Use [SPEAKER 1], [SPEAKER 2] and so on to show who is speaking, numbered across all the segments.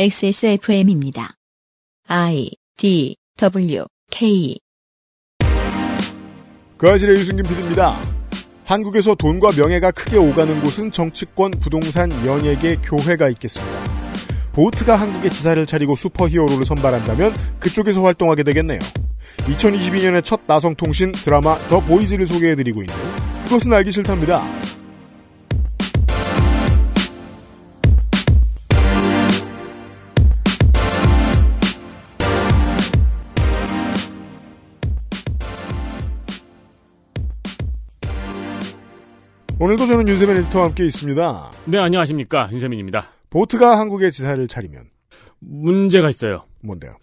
[SPEAKER 1] XSFM입니다. I D W K
[SPEAKER 2] 그 아실의 유승균 PD입니다. 한국에서 돈과 명예가 크게 오가는 곳은 정치권, 부동산, 연예계, 교회가 있겠습니다. 보트가 한국에 지사를 차리고 슈퍼히어로를 선발한다면 그쪽에서 활동하게 되겠네요. 2022년의 첫 나성통신 드라마 더 보이즈를 소개해드리고 있는 그것은 알기 싫답니다. 오늘도 저는 윤세민 에디터와 함께 있습니다.
[SPEAKER 3] 네, 안녕하십니까. 윤세민입니다.
[SPEAKER 2] 보트가 한국에 지사를 차리면
[SPEAKER 3] 문제가 있어요.
[SPEAKER 2] 뭔데요?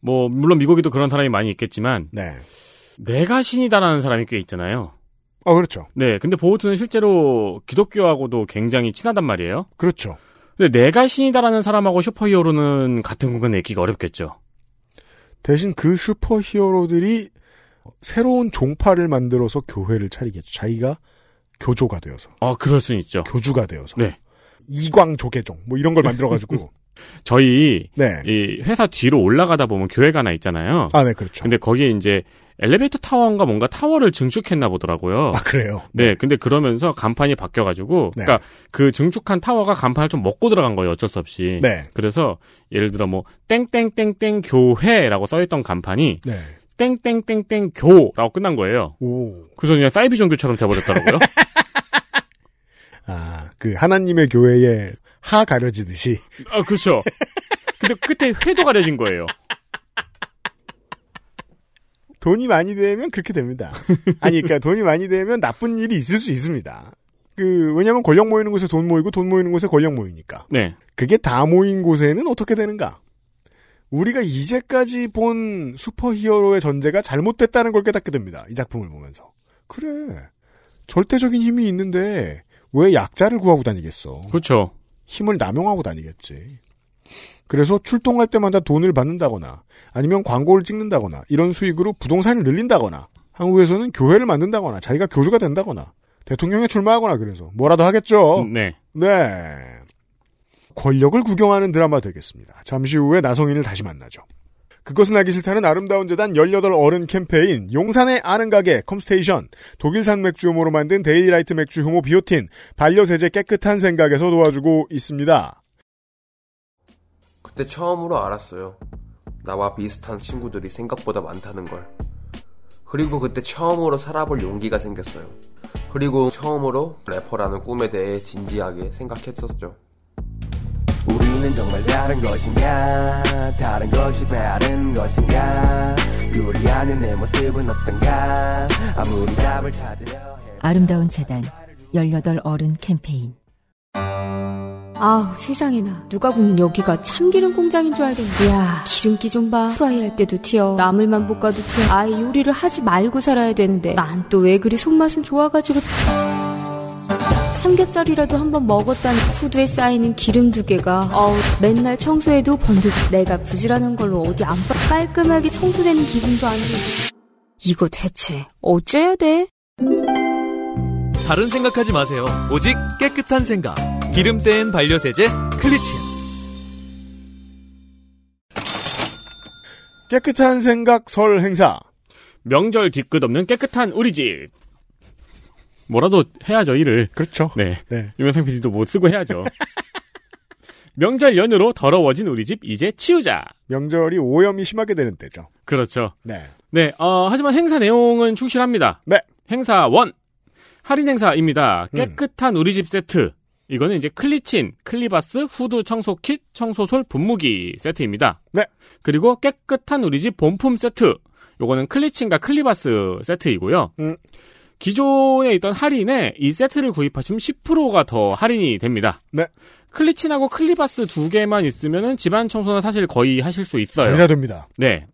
[SPEAKER 3] 뭐, 물론 미국에도 그런 사람이 많이 있겠지만,
[SPEAKER 2] 네.
[SPEAKER 3] 내가 신이다라는 사람이 꽤 있잖아요.
[SPEAKER 2] 아 그렇죠.
[SPEAKER 3] 네, 근데 보호트는 실제로 기독교하고도 굉장히 친하단 말이에요.
[SPEAKER 2] 그렇죠.
[SPEAKER 3] 근데 내가 신이다라는 사람하고 슈퍼히어로는 같은 공간에 있기가 어렵겠죠.
[SPEAKER 2] 대신 그 슈퍼히어로들이 새로운 종파를 만들어서 교회를 차리겠죠. 자기가 교조가 되어서,
[SPEAKER 3] 어, 그럴 순 있죠.
[SPEAKER 2] 교주가 되어서.
[SPEAKER 3] 네.
[SPEAKER 2] 이광 조계종 뭐 이런 걸 만들어가지고.
[SPEAKER 3] 저희,
[SPEAKER 2] 네.
[SPEAKER 3] 이 회사 뒤로 올라가다 보면 교회가 하나 있잖아요.
[SPEAKER 2] 아, 네, 그렇죠.
[SPEAKER 3] 근데 거기에 이제 엘리베이터 타워인가 뭔가 타워를 증축했나 보더라고요.
[SPEAKER 2] 아 그래요.
[SPEAKER 3] 네, 근데 그러면서 간판이 바뀌어가지고,
[SPEAKER 2] 네.
[SPEAKER 3] 그러니까 그 증축한 타워가 간판을 좀 먹고 들어간 거예요, 어쩔 수 없이.
[SPEAKER 2] 네.
[SPEAKER 3] 그래서 예를 들어 뭐 땡땡땡땡 교회라고 써있던 간판이
[SPEAKER 2] 네.
[SPEAKER 3] 땡땡땡땡 교라고 끝난 거예요.
[SPEAKER 2] 오.
[SPEAKER 3] 그래서 그냥 사이비 종교처럼 돼버렸더라고요.
[SPEAKER 2] 네. 아, 그 하나님의 교회에 하 가려지듯이.
[SPEAKER 3] 아, 그렇죠. 근데 끝에 회도 가려진 거예요.
[SPEAKER 2] 돈이 많이 되면 그렇게 됩니다. 아니, 그러니까 돈이 많이 되면 나쁜 일이 있을 수 있습니다. 그, 왜냐면 권력 모이는 곳에 돈 모이고 돈 모이는 곳에 권력 모이니까.
[SPEAKER 3] 네,
[SPEAKER 2] 그게 다 모인 곳에는 어떻게 되는가? 우리가 이제까지 본 슈퍼히어로의 전제가 잘못됐다는 걸 깨닫게 됩니다. 이 작품을 보면서. 그래. 절대적인 힘이 있는데 왜 약자를 구하고 다니겠어?
[SPEAKER 3] 그렇죠.
[SPEAKER 2] 힘을 남용하고 다니겠지. 그래서 출동할 때마다 돈을 받는다거나 아니면 광고를 찍는다거나 이런 수익으로 부동산을 늘린다거나 한국에서는 교회를 만든다거나 자기가 교주가 된다거나 대통령에 출마하거나 그래서 뭐라도 하겠죠.
[SPEAKER 3] 네,
[SPEAKER 2] 네. 권력을 구경하는 드라마 되겠습니다. 잠시 후에 나성인을 다시 만나죠. 그것은 알기 싫다는 아름다운 재단 18 어른 캠페인, 용산의 아는 가게, 컴스테이션, 독일산 맥주 효모로 만든 데일리라이트 맥주 효모 비오틴, 반려세제 깨끗한 생각에서 도와주고 있습니다.
[SPEAKER 4] 그때 처음으로 알았어요. 나와 비슷한 친구들이 생각보다 많다는 걸. 그리고 그때 처음으로 살아볼 용기가 생겼어요. 그리고 처음으로 래퍼라는 꿈에 대해 진지하게 생각했었죠.
[SPEAKER 5] 우리는 정말 다른 것인가 다른 것이 바른 것인가 요리하는 내 모습은 어떤가 아무리 답을 찾으려 해
[SPEAKER 6] 아름다운 재단 18 어른 캠페인
[SPEAKER 7] 아우 세상에나 누가 보면 여기가 참기름 공장인 줄 알겠네 야 기름기 좀봐 프라이 할 때도 튀어 나물만 볶아도 튀어 아예 요리를 하지 말고 살아야 되는데 난 또 왜 그리 손맛은 좋아가지고 참- 삼겹살이라도 한번 먹었다는 후드에 쌓이는 기름 두 개가 어우 맨날 청소해도 번득 내가 부지런한 걸로 어디 안 빠- 깔끔하게 청소되는 기분도 안 들고 이거 대체 어째야 돼?
[SPEAKER 8] 다른 생각하지 마세요. 오직 깨끗한 생각. 기름 땐 반려세제 클리친.
[SPEAKER 2] 깨끗한 생각 설 행사.
[SPEAKER 3] 명절 뒤끝 없는 깨끗한 우리 집. 뭐라도 해야죠 일을.
[SPEAKER 2] 그렇죠.
[SPEAKER 3] 네.
[SPEAKER 2] 네.
[SPEAKER 3] 유명상 PD도 못 쓰고 해야죠. 명절 연휴로 더러워진 우리 집 이제 치우자.
[SPEAKER 2] 명절이 오염이 심하게 되는 때죠.
[SPEAKER 3] 그렇죠.
[SPEAKER 2] 네.
[SPEAKER 3] 네, 어, 하지만 행사 내용은 충실합니다.
[SPEAKER 2] 네.
[SPEAKER 3] 행사 원 할인 행사입니다.
[SPEAKER 2] 음.
[SPEAKER 3] 깨끗한 우리 집 세트. 이거는 이제 클리친, 클리바스, 후드 청소 킷, 청소솔, 분무기 세트입니다.
[SPEAKER 2] 네.
[SPEAKER 3] 그리고 깨끗한 우리 집 본품 세트. 요거는 클리친과 클리바스 세트이고요.
[SPEAKER 2] 음.
[SPEAKER 3] 기존에 있던 할인에 이 세트를 구입하시면 10%가 더 할인이 됩니다.
[SPEAKER 2] 네.
[SPEAKER 3] 클리친하고 클리바스 두 개만 있으면은 집안 청소는 사실 거의 하실 수 있어요.
[SPEAKER 2] 잘해야 됩니다.
[SPEAKER 3] 네.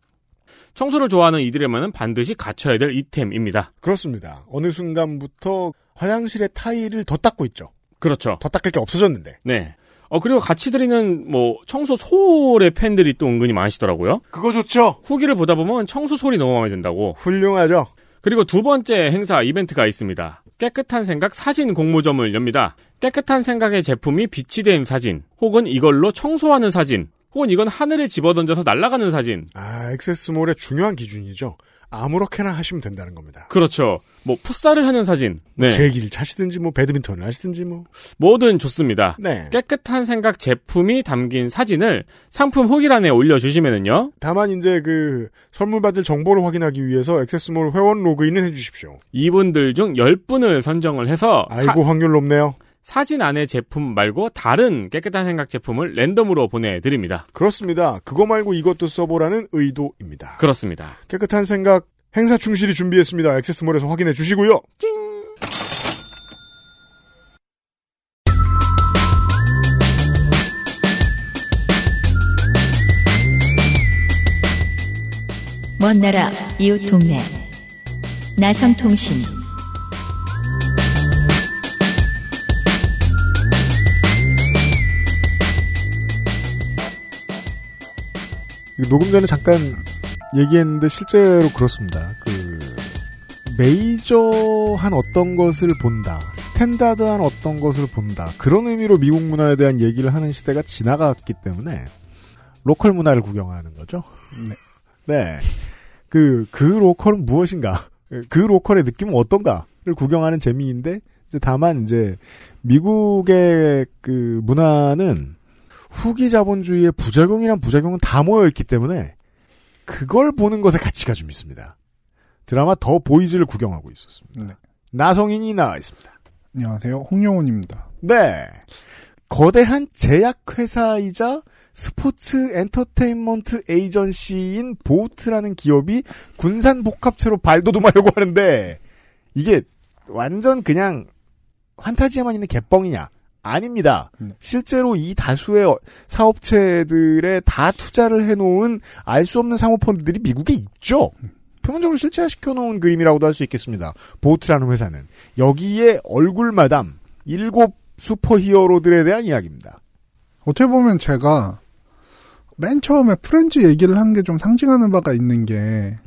[SPEAKER 3] 청소를 좋아하는 이들에만은 반드시 갖춰야 될 이템입니다.
[SPEAKER 2] 그렇습니다. 어느 순간부터 화장실의 타일을 더 닦고 있죠.
[SPEAKER 3] 그렇죠.
[SPEAKER 2] 더 닦을 게 없어졌는데.
[SPEAKER 3] 네. 어, 그리고 같이 드리는 뭐 청소 솔의 팬들이 또 은근히 많으시더라고요.
[SPEAKER 2] 그거 좋죠.
[SPEAKER 3] 후기를 보다 보면 청소 솔이 너무 마음에 든다고.
[SPEAKER 2] 훌륭하죠.
[SPEAKER 3] 그리고 두 번째 행사 이벤트가 있습니다. 깨끗한 생각 사진 공모점을 엽니다. 깨끗한 생각의 제품이 빛이 된 사진, 혹은 이걸로 청소하는 사진, 혹은 이건 하늘에 집어던져서 날아가는 사진.
[SPEAKER 2] 아, 액세스몰의 중요한 기준이죠. 아무렇게나 하시면 된다는 겁니다.
[SPEAKER 3] 그렇죠. 뭐 풋살을 하는 사진. 네.
[SPEAKER 2] 제기를 차시든지 뭐 배드민턴을 하시든지 뭐.
[SPEAKER 3] 뭐든 좋습니다.
[SPEAKER 2] 네.
[SPEAKER 3] 깨끗한 생각 제품이 담긴 사진을 상품 후기란에 올려주시면은요.
[SPEAKER 2] 다만 이제 그 선물 받을 정보를 확인하기 위해서 액세스몰 회원 로그인은 해주십시오.
[SPEAKER 3] 이분들 중 10분을 선정을 해서
[SPEAKER 2] 아이고 확률 높네요.
[SPEAKER 3] 사, 진 안에 제품 말고 다른 깨끗한 생각 제품을 랜덤으로 보내드립니다.
[SPEAKER 2] 그렇습니다. 그거 말고 이것도 써보라는 의도입니다.
[SPEAKER 3] 그렇습니다.
[SPEAKER 2] 깨끗한 생각 행사 충실히 준비했습니다. 액세스몰에서 확인해 주시고요.
[SPEAKER 1] 먼 나라 이웃 동네 나성통신
[SPEAKER 2] 이거 그 녹음 전에 잠깐 얘기했는데 실제로 그렇습니다. 그 메이저한 어떤 것을 본다, 스탠다드한 어떤 것을 본다 그런 의미로 미국 문화에 대한 얘기를 하는 시대가 지나갔기 때문에 로컬 문화를 구경하는 거죠. 네, 그그 로컬은 무엇인가, 그 로컬의 느낌은 어떤가를 구경하는 재미인데 이제 다만 이제 미국의 그 문화는 후기 자본주의의 부작용이란 부작용은 다 모여있기 때문에 그걸 보는 것에 가치가 좀 있습니다. 드라마 더 보이즈를 구경하고 있었습니다.
[SPEAKER 9] 네.
[SPEAKER 2] 나성인이 나와 있습니다.
[SPEAKER 9] 안녕하세요. 홍영훈입니다.
[SPEAKER 2] 네. 거대한 제약회사이자 스포츠 엔터테인먼트 에이전시인 보트라는 기업이 군산 복합체로 발돋움하려고 하는데 이게 완전 그냥 환타지에만 있는 개뻥이냐? 아닙니다.
[SPEAKER 9] 네.
[SPEAKER 2] 실제로 이 다수의 어- 사업체들에 다 투자를 해놓은 알 수 없는 상호펀드들이 미국에 있죠. 표면적으로 실체화시켜놓은 그림이라고도 할 수 있겠습니다. 보트라는 회사는 여기에 얼굴 마담 일곱 슈퍼히어로들에 대한 이야기입니다.
[SPEAKER 9] 어떻게 보면 제가 맨 처음에 프렌즈 얘기를 한 게 좀 상징하는 바가 있는 게,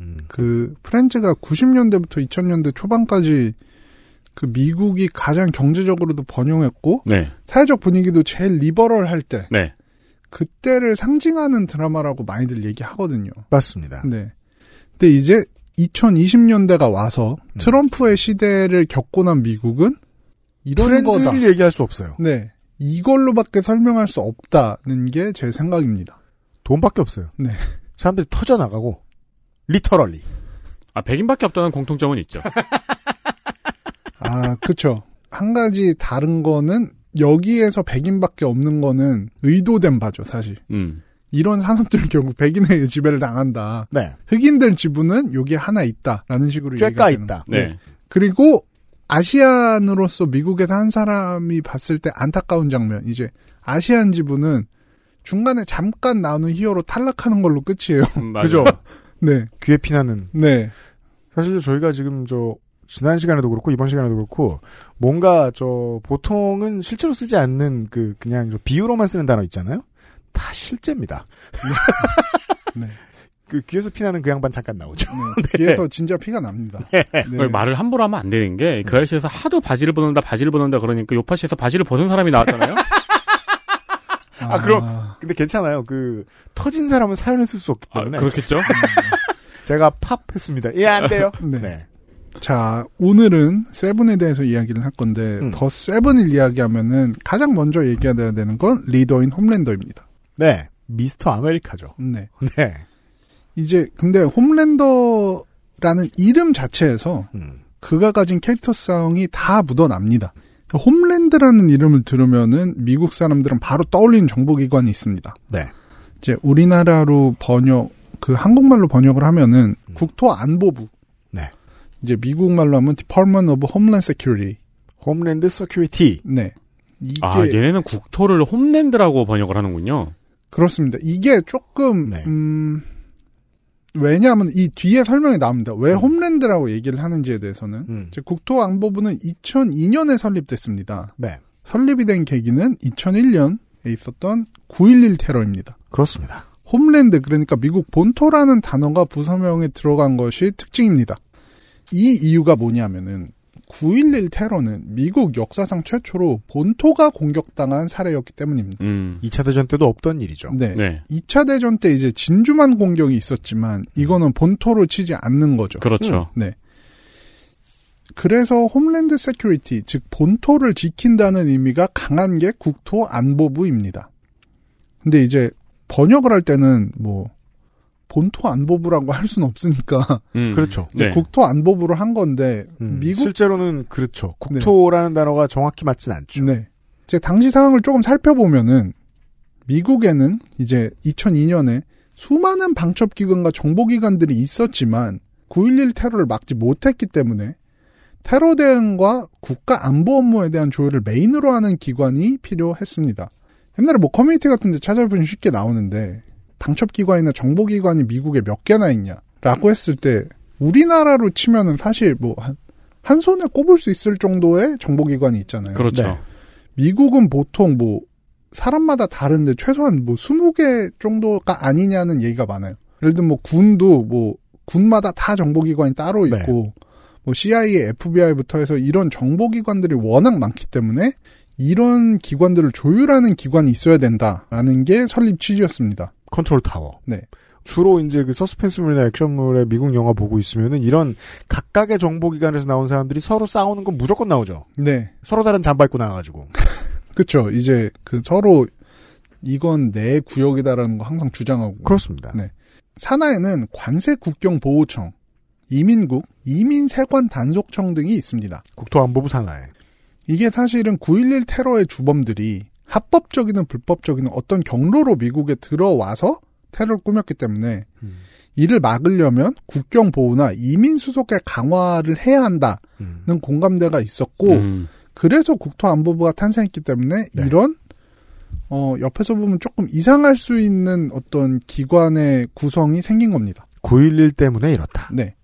[SPEAKER 2] 음.
[SPEAKER 9] 그 프렌즈가 90년대부터 2000년대 초반까지 그 미국이 가장 경제적으로도 번영했고,
[SPEAKER 3] 네.
[SPEAKER 9] 사회적 분위기도 제일 리버럴 할 때,
[SPEAKER 3] 네.
[SPEAKER 9] 그때를 상징하는 드라마라고 많이들 얘기하거든요.
[SPEAKER 2] 맞습니다.
[SPEAKER 9] 네. 근데 이제 2020년대가 와서 트럼프의 시대를 겪고 난 미국은 이런
[SPEAKER 2] 프렌즈를
[SPEAKER 9] 거다.
[SPEAKER 2] 얘기할 수 없어요.
[SPEAKER 9] 네. 이걸로밖에 설명할 수 없다는 게 제 생각입니다.
[SPEAKER 2] 돈밖에 없어요.
[SPEAKER 9] 네.
[SPEAKER 2] 사람들이 터져 나가고 리터럴리.
[SPEAKER 3] 아, 백인밖에 없다는 공통점은 있죠.
[SPEAKER 2] 네.
[SPEAKER 9] 아, 그쵸. 한 가지 다른 거는 여기에서 백인밖에 없는 거는 의도된 바죠, 사실.
[SPEAKER 3] 음.
[SPEAKER 9] 이런 사람들은 결국 백인의 지배를 당한다.
[SPEAKER 2] 네.
[SPEAKER 9] 흑인들 지분은 여기 하나 있다라는 식으로 얘기가
[SPEAKER 2] 쬐까
[SPEAKER 9] 되는
[SPEAKER 2] 있다.
[SPEAKER 3] 네.
[SPEAKER 9] 그리고 아시안으로서 미국에서 한 사람이 봤을 때 안타까운 장면. 이제 아시안 지부는 중간에 잠깐 나오는 히어로 탈락하는 걸로 끝이에요.
[SPEAKER 3] 음, 맞아요.
[SPEAKER 2] 그죠?
[SPEAKER 9] 네.
[SPEAKER 2] 귀에 피나는.
[SPEAKER 9] 네.
[SPEAKER 2] 사실 저희가 지금 저 지난 시간에도 그렇고 이번 시간에도 그렇고 뭔가 저 보통은 실제로 쓰지 않는 그 그냥 저 비유로만 쓰는 단어 있잖아요. 다 실제입니다.
[SPEAKER 9] 네.
[SPEAKER 2] 그 귀에서 피나는 그 양반 잠깐 나오죠.
[SPEAKER 9] 네. 뒤에서 진짜 피가 납니다. 네.
[SPEAKER 3] 왜 네. 말을 함부로 하면 안 되는
[SPEAKER 2] 네.
[SPEAKER 3] 게, 그 아저씨에서 하도 바지를 벗는다, 바지를 벗는다 그러니까 요파시에서 바지를 벗은 사람이 나왔잖아요?
[SPEAKER 9] 아,
[SPEAKER 2] 그럼- 근데 괜찮아요. 그 터진 사람은 사연을 쓸 수 없기
[SPEAKER 3] 아,
[SPEAKER 2] 때문에
[SPEAKER 3] 그렇겠죠?
[SPEAKER 2] 제가 팝 했습니다. 예 안 돼요.
[SPEAKER 9] 네.
[SPEAKER 2] 네.
[SPEAKER 9] 자, 오늘은 세븐에 대해서 이야기를 할 건데,
[SPEAKER 2] 음.
[SPEAKER 9] 더 세븐을 이야기하면은 가장 먼저 얘기해야 되는 건 리더인 홈랜더입니다.
[SPEAKER 2] 네. 미스터 아메리카죠.
[SPEAKER 9] 네.
[SPEAKER 2] 네.
[SPEAKER 9] 이제, 근데 홈랜더라는 이름 자체에서
[SPEAKER 2] 음.
[SPEAKER 9] 그가 가진 캐릭터성이 다 묻어납니다. 홈랜드라는 이름을 들으면은 미국 사람들은 바로 떠올리는 정보기관이 있습니다.
[SPEAKER 2] 네.
[SPEAKER 9] 이제 우리나라로 번역 그 한국말로 번역을 하면은 국토안보부.
[SPEAKER 2] 음. 네.
[SPEAKER 9] 이제 미국말로 하면 Department of Homeland Security.
[SPEAKER 2] 홈랜드 서큐리티.
[SPEAKER 9] 네. 이게
[SPEAKER 3] 아, 얘네는 국토를 홈랜드라고 번역을 하는군요.
[SPEAKER 9] 그렇습니다. 이게 조금
[SPEAKER 2] 네.
[SPEAKER 9] 음 왜냐하면 이 뒤에 설명이 나옵니다. 왜 홈랜드라고 얘기를 하는지에 대해서는
[SPEAKER 2] 음.
[SPEAKER 9] 이제 국토안보부는 2002년에 설립됐습니다.
[SPEAKER 2] 네.
[SPEAKER 9] 설립이 된 계기는 2001년에 있었던 9.11 테러입니다.
[SPEAKER 2] 그렇습니다.
[SPEAKER 9] 홈랜드 그러니까 미국 본토라는 단어가 부서명에 들어간 것이 특징입니다. 이 이유가 뭐냐면은 9.11 테러는 미국 역사상 최초로 본토가 공격당한 사례였기 때문입니다.
[SPEAKER 3] 음.
[SPEAKER 2] 2차 대전 때도 없던 일이죠.
[SPEAKER 9] 네.
[SPEAKER 3] 네.
[SPEAKER 9] 2차 대전 때 이제 진주만 공격이 있었지만 이거는 본토로 치지 않는 거죠.
[SPEAKER 3] 그렇죠.
[SPEAKER 9] 네. 그래서 홈랜드 세큐리티, 즉 본토를 지킨다는 의미가 강한 게 국토 안보부입니다. 근데 이제 번역을 할 때는 뭐 본토 안보부라고 할 수는 없으니까
[SPEAKER 3] 음.
[SPEAKER 2] 그렇죠.
[SPEAKER 9] 이제
[SPEAKER 3] 네.
[SPEAKER 9] 국토 안보부로 한 건데
[SPEAKER 2] 음,
[SPEAKER 9] 미국
[SPEAKER 2] 실제로는 그렇죠. 국토라는 단어가 정확히 맞진 않죠.
[SPEAKER 9] 네. 제 당시 상황을 조금 살펴보면은 미국에는 이제 2002년에 수많은 방첩 기관과 정보 기관들이 있었지만 9.11 테러를 막지 못했기 때문에 테러 대응과 국가 안보 업무에 대한 조율을 메인으로 하는 기관이 필요했습니다. 옛날에 뭐 커뮤니티 같은 데 찾아보면 쉽게 나오는데 방첩 기관이나 정보 기관이 미국에 몇 개나 있냐라고 했을 때 우리나라로 치면은 사실 뭐한 한 손에 꼽을 수 있을 정도의 정보 기관이 있잖아요.
[SPEAKER 3] 그렇죠.
[SPEAKER 9] 네. 미국은 보통 뭐 사람마다 다른데 최소한 뭐 20개 정도가 아니냐는 얘기가 많아요. 예를 들면 뭐 군도 뭐 군마다 다 정보기관이 따로
[SPEAKER 2] 네.
[SPEAKER 9] 있고 뭐 CIA, FBI부터 해서 이런 정보기관들이 워낙 많기 때문에 이런 기관들을 조율하는 기관이 있어야 된다라는 게 설립 취지였습니다.
[SPEAKER 2] 컨트롤 타워.
[SPEAKER 9] 네.
[SPEAKER 2] 주로 이제 그 서스펜스물이나 액션물의 미국 영화 보고 있으면은 이런 각각의 정보기관에서 나온 사람들이 서로 싸우는 건 무조건 나오죠.
[SPEAKER 9] 네,
[SPEAKER 2] 서로 다른 잠바 입고 나와가지고.
[SPEAKER 9] 그렇죠. 이제 그 서로 이건 내 구역이다라는 거 항상 주장하고
[SPEAKER 2] 그렇습니다.
[SPEAKER 9] 네. 산하에는 관세 국경 보호청, 이민국, 이민세관 단속청 등이 있습니다.
[SPEAKER 2] 국토안보부 산하에.
[SPEAKER 9] 이게 사실은 9.11 테러의 주범들이 합법적이든 불법적이든 어떤 경로로 미국에 들어와서 테러를 꾸몄기 때문에
[SPEAKER 2] 음.
[SPEAKER 9] 이를 막으려면 국경 보호나 이민 수속의 강화를 해야 한다는
[SPEAKER 2] 음.
[SPEAKER 9] 공감대가 있었고
[SPEAKER 3] 음.
[SPEAKER 9] 그래서 국토안보부가 탄생했기 때문에
[SPEAKER 2] 네.
[SPEAKER 9] 이런 어 옆에서 보면 조금 이상할 수 있는 어떤 기관의 구성이 생긴 겁니다.
[SPEAKER 2] 9.11 때문에 이렇다.
[SPEAKER 9] 네.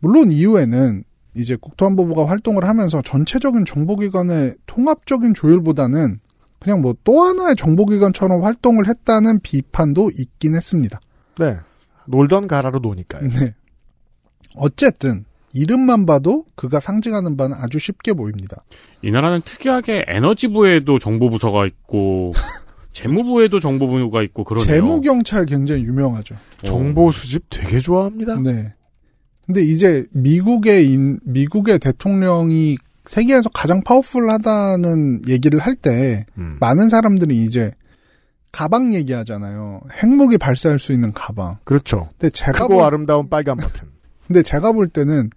[SPEAKER 9] 물론 이후에는 이제 국토안보부가 활동을 하면서 전체적인 정보기관의 통합적인 조율보다는 그냥 뭐 또 하나의 정보기관처럼 활동을 했다는 비판도 있긴 했습니다.
[SPEAKER 2] 네. 놀던 가라로 노니까요.
[SPEAKER 9] 네. 어쨌든 이름만 봐도 그가 상징하는 바는 아주 쉽게 보입니다.
[SPEAKER 3] 이 나라는 특이하게 에너지부에도 정보부서가 있고 재무부에도 정보부가 있고 그러네요.
[SPEAKER 9] 재무경찰 굉장히 유명하죠.
[SPEAKER 3] 어.
[SPEAKER 2] 정보 수집 되게 좋아합니다.
[SPEAKER 9] 네. 근데 이제 미국의 인- 미국의 대통령이 세계에서 가장 파워풀하다는 얘기를 할때
[SPEAKER 2] 음.
[SPEAKER 9] 많은 사람들이 이제 가방 얘기하잖아요. 핵무기 발사할 수 있는 가방.
[SPEAKER 2] 그렇죠.
[SPEAKER 9] 근데 제가
[SPEAKER 2] 크고
[SPEAKER 9] 볼,
[SPEAKER 2] 아름다운 빨간 버튼.
[SPEAKER 9] 근데 제가 볼 때는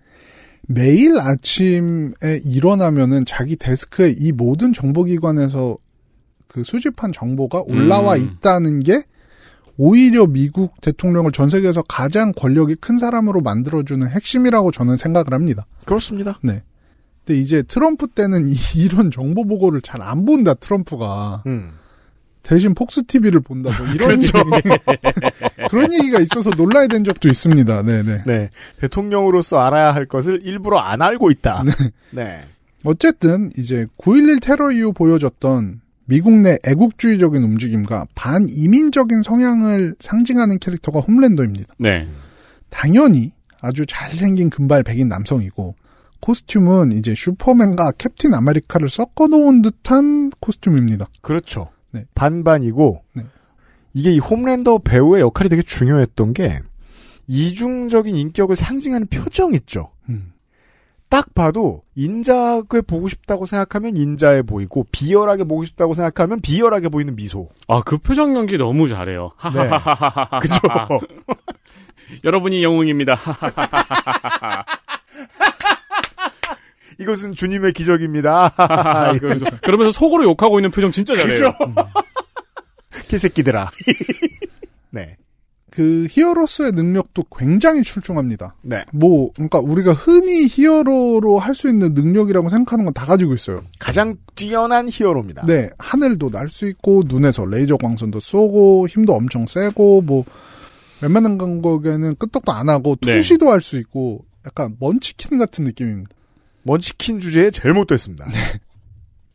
[SPEAKER 9] 매일 아침에 일어나면은 자기 데스크에 이 모든 정보기관에서 그 수집한 정보가 올라와
[SPEAKER 3] 음.
[SPEAKER 9] 있다는 게 오히려 미국 대통령을 전 세계에서 가장 권력이 큰 사람으로 만들어주는 핵심이라고 저는 생각을 합니다.
[SPEAKER 2] 그렇습니다.
[SPEAKER 9] 근데 이제 트럼프 때는 이- 이런 정보 보고를 잘 안 본다 트럼프가.
[SPEAKER 2] 음.
[SPEAKER 9] 대신 폭스 TV를 본다 뭐 이런 얘기- 그런 얘기가 있어서 논란이 된 적도 있습니다. 네네.
[SPEAKER 2] 네. 대통령으로서 알아야 할 것을 일부러 안 알고 있다. 네.
[SPEAKER 9] 어쨌든 이제 9.11 테러 이후 보여줬던 미국 내 애국주의적인 움직임과 반이민적인 성향을 상징하는 캐릭터가 홈랜더입니다.
[SPEAKER 3] 네.
[SPEAKER 9] 당연히 아주 잘생긴 금발 백인 남성이고 코스튬은 이제 슈퍼맨과 캡틴 아메리카를 섞어 놓은 듯한 코스튬입니다.
[SPEAKER 2] 그렇죠.
[SPEAKER 9] 네.
[SPEAKER 2] 반반이고
[SPEAKER 9] 네.
[SPEAKER 2] 이게 이 홈랜더 배우의 역할이 되게 중요했던 게 이중적인 인격을 상징하는 표정 있죠.
[SPEAKER 9] 음.
[SPEAKER 2] 딱 봐도 인자하게 보고 싶다고 생각하면 인자해 보이고 비열하게 보고 싶다고 생각하면 비열하게 보이는 미소.
[SPEAKER 3] 아, 그 표정 연기 너무 잘해요. 하하하하하.
[SPEAKER 2] 네. 그죠?
[SPEAKER 3] 여러분이 영웅입니다.
[SPEAKER 2] 이것은 주님의 기적입니다.
[SPEAKER 3] 그러면서, 그러면서 속으로 욕하고 있는 표정 진짜 잘해요.
[SPEAKER 2] 개새끼들아. 네.
[SPEAKER 9] 그 히어로스의 능력도 굉장히 출중합니다.
[SPEAKER 2] 네.
[SPEAKER 9] 뭐, 그러니까 우리가 흔히 히어로로 할 수 있는 능력이라고 생각하는 건 다 가지고 있어요.
[SPEAKER 2] 가장 뛰어난 히어로입니다.
[SPEAKER 9] 네, 하늘도 날 수 있고, 눈에서 레이저 광선도 쏘고, 힘도 엄청 세고, 뭐, 웬만한 감각에는 끄떡도 안 하고,
[SPEAKER 3] 네.
[SPEAKER 9] 투시도 할 수 있고, 약간 먼치킨 같은 느낌입니다.
[SPEAKER 2] 먼치킨 주제에 제일 못됐습니다.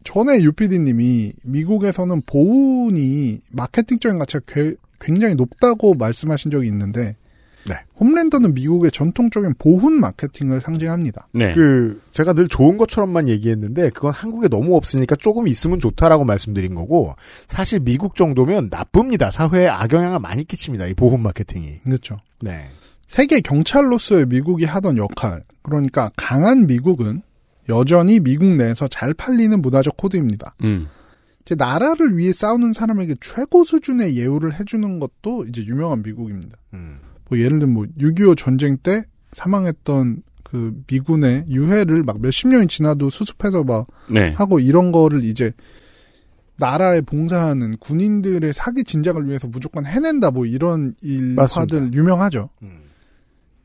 [SPEAKER 9] 전에 유피디님이 미국에서는 보훈이 마케팅적인 가치가 괴- 굉장히 높다고 말씀하신 적이 있는데,
[SPEAKER 2] 네.
[SPEAKER 9] 홈랜더는 미국의 전통적인 보훈 마케팅을 상징합니다.
[SPEAKER 3] 네.
[SPEAKER 2] 그 제가 늘 좋은 것처럼만 얘기했는데 그건 한국에 너무 없으니까 조금 있으면 좋다라고 말씀드린 거고 사실 미국 정도면 나쁩니다. 사회에 악영향을 많이 끼칩니다. 이 보험 마케팅이.
[SPEAKER 9] 그렇죠.
[SPEAKER 2] 네.
[SPEAKER 9] 세계 경찰로서의 미국이 하던 역할, 그러니까 강한 미국은 여전히 미국 내에서 잘 팔리는 문화적 코드입니다.
[SPEAKER 3] 음.
[SPEAKER 9] 이제 나라를 위해 싸우는 사람에게 최고 수준의 예우를 해주는 것도 이제 유명한 미국입니다.
[SPEAKER 2] 음.
[SPEAKER 9] 뭐 예를 들면 뭐 6.25 전쟁 때 사망했던 그 미군의 유해를 막 몇십 년이 지나도 수습해서 막
[SPEAKER 3] 네.
[SPEAKER 9] 하고 이런 거를 이제 나라에 봉사하는 군인들의 사기 진작을 위해서 무조건 해낸다 뭐 이런 일화들
[SPEAKER 2] 맞습니다.
[SPEAKER 9] 유명하죠.
[SPEAKER 2] 음.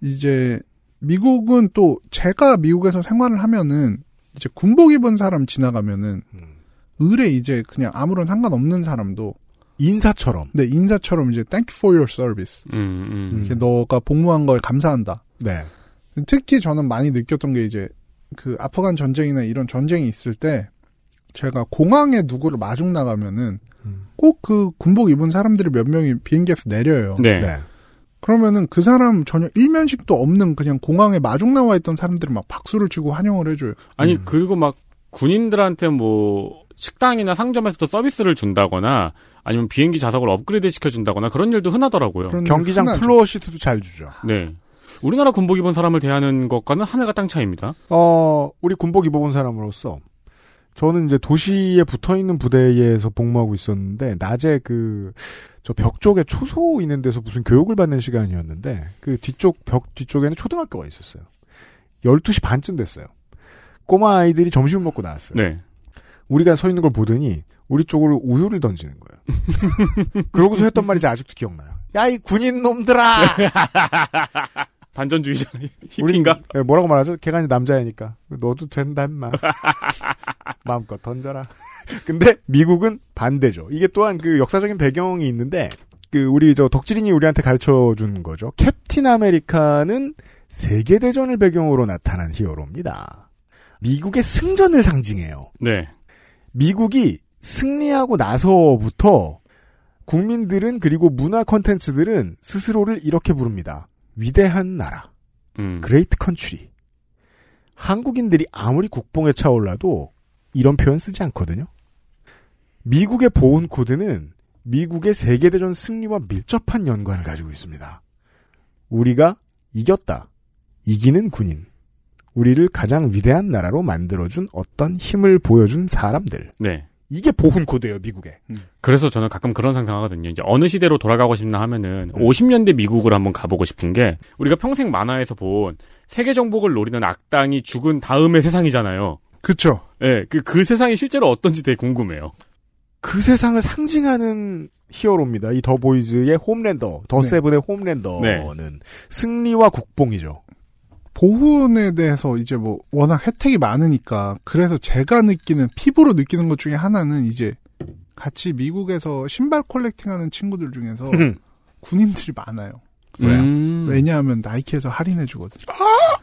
[SPEAKER 9] 이제 미국은 또 제가 미국에서 생활을 하면은 이제 군복 입은 사람 지나가면은
[SPEAKER 2] 음.
[SPEAKER 9] 을에 이제 그냥 아무런 상관없는 사람도
[SPEAKER 2] 인사처럼.
[SPEAKER 9] 네 인사처럼 이제 thank you for your service
[SPEAKER 3] 음, 음.
[SPEAKER 2] 음.
[SPEAKER 9] 이렇게 너가 복무한 거에 감사한다.
[SPEAKER 2] 네.
[SPEAKER 9] 특히 저는 많이 느꼈던 게 이제 그 아프간 전쟁이나 이런 전쟁이 있을 때 제가 공항에 누구를 마중 나가면은 꼭 그 군복 입은 사람들이 몇 명이 비행기에서 내려요.
[SPEAKER 3] 네.
[SPEAKER 2] 네.
[SPEAKER 9] 그러면은 그 사람 전혀 일면식도 없는 그냥 공항에 마중 나와 있던 사람들이 막 박수를 치고 환영을 해줘요.
[SPEAKER 3] 아니 그리고 막 군인들한테 뭐 식당이나 상점에서도 서비스를 준다거나 아니면 비행기 좌석을 업그레이드 시켜준다거나 그런 일도 흔하더라고요.
[SPEAKER 9] 그런
[SPEAKER 2] 그렇죠. 경기장
[SPEAKER 9] 흔하죠.
[SPEAKER 2] 플로어 시트도 잘 주죠.
[SPEAKER 3] 네. 우리나라 군복 입은 사람을 대하는 것과는 하늘과 땅 차이입니다.
[SPEAKER 2] 어, 우리 군복 입어본 사람으로서 저는 이제 도시에 붙어 있는 부대에서 복무하고 있었는데 낮에 그 저 벽 쪽에 초소 있는 데서 무슨 교육을 받는 시간이었는데 그 뒤쪽 벽 뒤쪽에는 초등학교가 있었어요. 12시 반쯤 됐어요. 꼬마 아이들이 점심을 먹고 나왔어요.
[SPEAKER 3] 네.
[SPEAKER 2] 우리가 서 있는 걸 보더니 우리 쪽으로 우유를 던지는 거예요. 그러고서 했던 말이 제 아직도 기억나요. 야 이 군인 놈들아!
[SPEAKER 3] 반전주의자
[SPEAKER 2] 우린-
[SPEAKER 3] 히핑가?
[SPEAKER 2] 예, 뭐라고 말하죠? 걔가 이제 남자애니까. 너도 된다, 임마. 마음껏 던져라. 근데 미국은 반대죠. 이게 또한 그 역사적인 배경이 있는데, 그 우리 저 덕질인이 우리한테 가르쳐 준 거죠. 캡틴 아메리카는 세계대전을 배경으로 나타난 히어로입니다. 미국의 승전을 상징해요.
[SPEAKER 3] 네.
[SPEAKER 2] 미국이 승리하고 나서부터 국민들은 그리고 문화 컨텐츠들은 스스로를 이렇게 부릅니다. 위대한 나라.
[SPEAKER 3] 음.
[SPEAKER 2] 그레이트 컨츄리. 한국인들이 아무리 국뽕에 차올라도 이런 표현 쓰지 않거든요. 미국의 보훈 코드는 미국의 세계대전 승리와 밀접한 연관을 가지고 있습니다. 우리가 이겼다. 이기는 군인. 우리를 가장 위대한 나라로 만들어준 어떤 힘을 보여준 사람들.
[SPEAKER 3] 네.
[SPEAKER 2] 이게 보훈 코드예요, 미국의.
[SPEAKER 3] 그래서 저는 가끔 그런 상상하거든요. 이제 어느 시대로 돌아가고 싶나 하면은 50년대 미국을 한번 가보고 싶은 게 우리가 평생 만화에서 본 세계 정복을 노리는 악당이 죽은 다음의 세상이잖아요.
[SPEAKER 9] 그쵸.
[SPEAKER 3] 예, 그, 그 세상이 실제로 어떤지 되게 궁금해요.
[SPEAKER 2] 그 세상을 상징하는 히어로입니다. 이 더 보이즈의 홈랜더, 더
[SPEAKER 9] 네.
[SPEAKER 2] 세븐의 홈랜더는 승리와 국뽕이죠.
[SPEAKER 9] 보훈에 대해서 이제 뭐 워낙 혜택이 많으니까 그래서 제가 느끼는 피부로 느끼는 것 중에 하나는 이제 같이 미국에서 신발 컬렉팅하는 친구들 중에서 군인들이 많아요.
[SPEAKER 2] 왜요?
[SPEAKER 3] 어. 음.
[SPEAKER 9] 왜냐하면 나이키에서 할인해 주거든. 요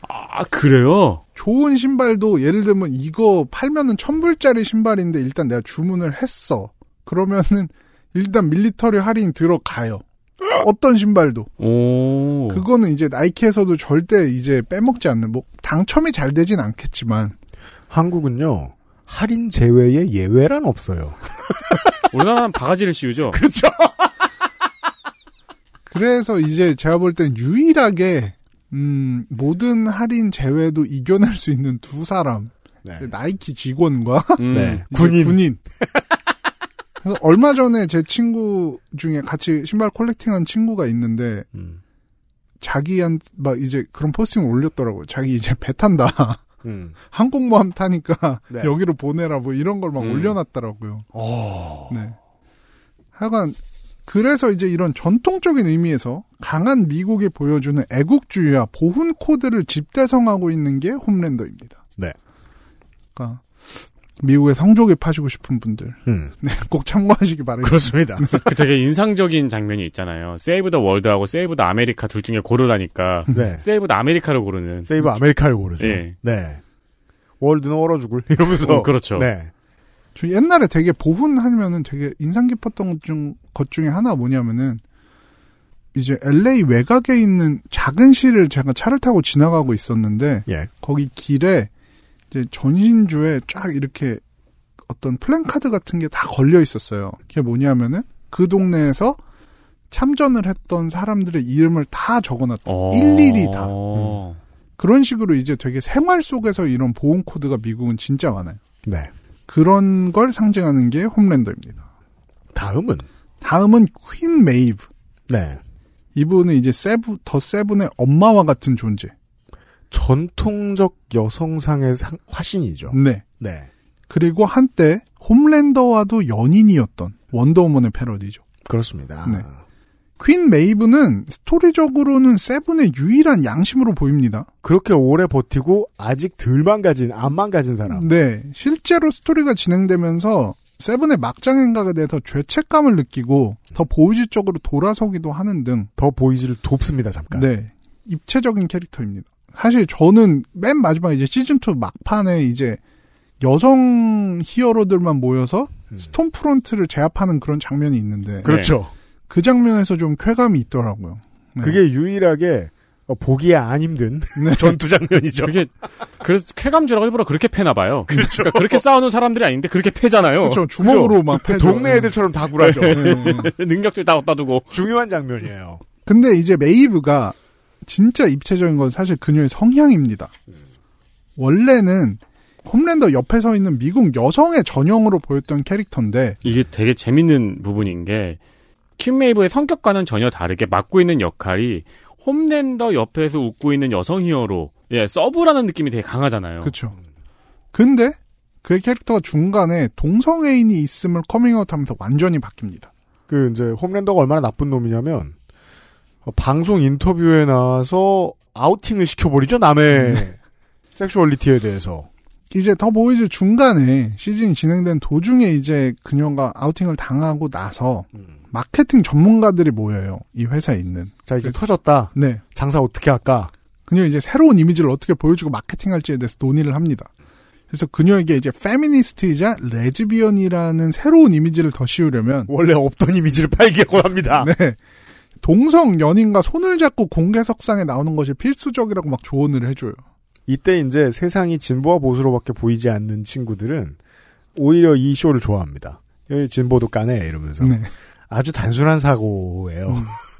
[SPEAKER 3] 아, 그래요?
[SPEAKER 9] 좋은 신발도 예를 들면 이거 팔면은 천 불짜리 신발인데 일단 내가 주문을 했어. 그러면은 일단 밀리터리 할인 들어가요. 어떤 신발도
[SPEAKER 3] 오.
[SPEAKER 9] 그거는 이제 나이키에서도 절대 이제 빼먹지 않는 뭐 당첨이 잘 되진 않겠지만
[SPEAKER 2] 한국은요 할인 제외에 예외란 없어요.
[SPEAKER 3] 우리나라는 바가지를 씌우죠?
[SPEAKER 2] 그렇죠.
[SPEAKER 9] 그래서 이제 제가 볼 땐 유일하게 음 모든 할인 제외도 이겨낼 수 있는 두 사람
[SPEAKER 2] 네.
[SPEAKER 9] 나이키 직원과
[SPEAKER 3] 음.
[SPEAKER 2] 네.
[SPEAKER 9] 음. 이제
[SPEAKER 2] 군인.
[SPEAKER 9] 군인. 그래서 얼마 전에 제 친구 중에 같이 신발 컬렉팅한 친구가 있는데
[SPEAKER 2] 음.
[SPEAKER 9] 자기한 막 이제 그런 포스팅 올렸더라고요. 자기 이제 배 탄다.
[SPEAKER 2] 음.
[SPEAKER 9] 항공모함 타니까
[SPEAKER 2] 네.
[SPEAKER 9] 여기로 보내라 뭐 이런 걸 막
[SPEAKER 3] 음.
[SPEAKER 9] 올려놨더라고요.
[SPEAKER 2] 어.
[SPEAKER 9] 네. 하여간 그래서 이제 이런 전통적인 의미에서 강한 미국이 보여주는 애국주의와 보훈 코드를 집대성하고 있는 게 홈랜더입니다.
[SPEAKER 2] 네.
[SPEAKER 9] 그러니까 미국에 성조개 파시고 싶은 분들
[SPEAKER 2] 음.
[SPEAKER 9] 네, 꼭 참고하시기 바랍니다.
[SPEAKER 2] 그렇습니다.
[SPEAKER 3] 그 되게 인상적인 장면이 있잖아요. 세이브 더 월드하고 세이브 더 아메리카 둘 중에 고르라니까.
[SPEAKER 2] 네.
[SPEAKER 3] 세이브 더 아메리카를 고르는.
[SPEAKER 2] 세이브 아메리카를 고르죠.
[SPEAKER 3] 예.
[SPEAKER 2] 네. 월드는 얼어 죽을 이러면서.
[SPEAKER 3] 어, 그렇죠.
[SPEAKER 2] 네.
[SPEAKER 9] 저 옛날에 되게 보훈하면은 되게 인상 깊었던 것 중 것 중에 하나 뭐냐면은 이제 LA 외곽에 있는 작은 시를 제가 차를 타고 지나가고 있었는데
[SPEAKER 2] 예.
[SPEAKER 9] 거기 길에 이제 전신주에 쫙 이렇게 어떤 플랜카드 같은 게 다 걸려 있었어요. 그게 뭐냐면은 그 동네에서 참전을 했던 사람들의 이름을 다 적어놨다.
[SPEAKER 3] 어.
[SPEAKER 9] 일일이 다.
[SPEAKER 3] 어.
[SPEAKER 9] 그런 식으로 이제 되게 생활 속에서 이런 보험 코드가 미국은 진짜 많아요.
[SPEAKER 2] 네.
[SPEAKER 9] 그런 걸 상징하는 게 홈랜더입니다.
[SPEAKER 2] 다음은
[SPEAKER 9] 다음은 퀸 메이브.
[SPEAKER 2] 네.
[SPEAKER 9] 이분은 이제 세브 더 세븐의 엄마와 같은 존재.
[SPEAKER 2] 전통적 여성상의 상- 화신이죠.
[SPEAKER 9] 네.
[SPEAKER 2] 네.
[SPEAKER 9] 그리고 한때 홈랜더와도 연인이었던 원더우먼의 패러디죠.
[SPEAKER 2] 그렇습니다.
[SPEAKER 9] 네. 퀸 메이브는 스토리적으로는 세븐의 유일한 양심으로 보입니다.
[SPEAKER 2] 그렇게 오래 버티고 아직 덜 망가진 안 망가진 사람.
[SPEAKER 9] 네, 실제로 스토리가 진행되면서 세븐의 막장 행각에 대해서 죄책감을 느끼고 더 보이즈 쪽으로 돌아서기도 하는 등
[SPEAKER 2] 더 보이지를 돕습니다. 잠깐.
[SPEAKER 9] 네, 입체적인 캐릭터입니다. 사실 저는 맨 마지막 이제 시즌 2 막판에 이제 여성 히어로들만 모여서
[SPEAKER 2] 음.
[SPEAKER 9] 스톰 프론트를 제압하는 그런 장면이 있는데
[SPEAKER 2] 그렇죠.
[SPEAKER 9] 그 장면에서 좀 쾌감이 있더라고요. 네.
[SPEAKER 2] 그게 유일하게 어, 보기에 안 힘든 전투 장면이죠.
[SPEAKER 3] 그게 그래서 쾌감주라고 일부러 그렇게 패나 봐요. 그렇죠. 러니까 그렇게 싸우는 사람들이 아닌데 그렇게 패잖아요.
[SPEAKER 9] 그렇죠. 주먹으로 막 패죠.
[SPEAKER 2] 동네 애들처럼 다 굴하죠.
[SPEAKER 9] 네, 네.
[SPEAKER 3] 능력들 다 갖다 두고.
[SPEAKER 2] 중요한 장면이에요.
[SPEAKER 9] 근데 이제 메이브가 진짜 입체적인 건 사실 그녀의 성향입니다.
[SPEAKER 2] 음.
[SPEAKER 9] 원래는 홈랜더 옆에 서 있는 미국 여성의 전형으로 보였던 캐릭터인데
[SPEAKER 3] 이게 되게 재밌는 부분인 게 킴메이브의 성격과는 전혀 다르게 맡고 있는 역할이 홈랜더 옆에서 웃고 있는 여성 히어로 예 서브라는 느낌이 되게 강하잖아요.
[SPEAKER 9] 그렇죠. 근데 그의 캐릭터가 중간에 동성애인이 있음을 커밍아웃하면서 완전히 바뀝니다.
[SPEAKER 2] 그 이제 홈랜더가 얼마나 나쁜 놈이냐면 어, 방송 인터뷰에 나와서 아우팅을 시켜버리죠 남의 섹슈얼리티에 대해서.
[SPEAKER 9] 이제 더 보이즈 중간에 시즌이 진행된 도중에 이제 그녀가 아우팅을 당하고 나서
[SPEAKER 2] 음.
[SPEAKER 9] 마케팅 전문가들이 모여요. 이 회사에 있는.
[SPEAKER 2] 자 이제
[SPEAKER 9] 네.
[SPEAKER 2] 터졌다.
[SPEAKER 9] 네.
[SPEAKER 2] 장사 어떻게 할까?
[SPEAKER 9] 그녀 이제 새로운 이미지를 어떻게 보여주고 마케팅할지에 대해서 논의를 합니다. 그래서 그녀에게 이제 페미니스트이자 레즈비언이라는 새로운 이미지를 더 씌우려면
[SPEAKER 2] 원래 없던 이미지를 팔기고 합니다.
[SPEAKER 9] 네. 동성 연인과 손을 잡고 공개석상에 나오는 것이 필수적이라고 막 조언을 해줘요.
[SPEAKER 2] 이때 이제 세상이 진보와 보수로밖에 보이지 않는 친구들은 오히려 이 쇼를 좋아합니다. 여기 진보도 까네 음. 이러면서
[SPEAKER 9] 네.
[SPEAKER 2] 아주 단순한 사고예요.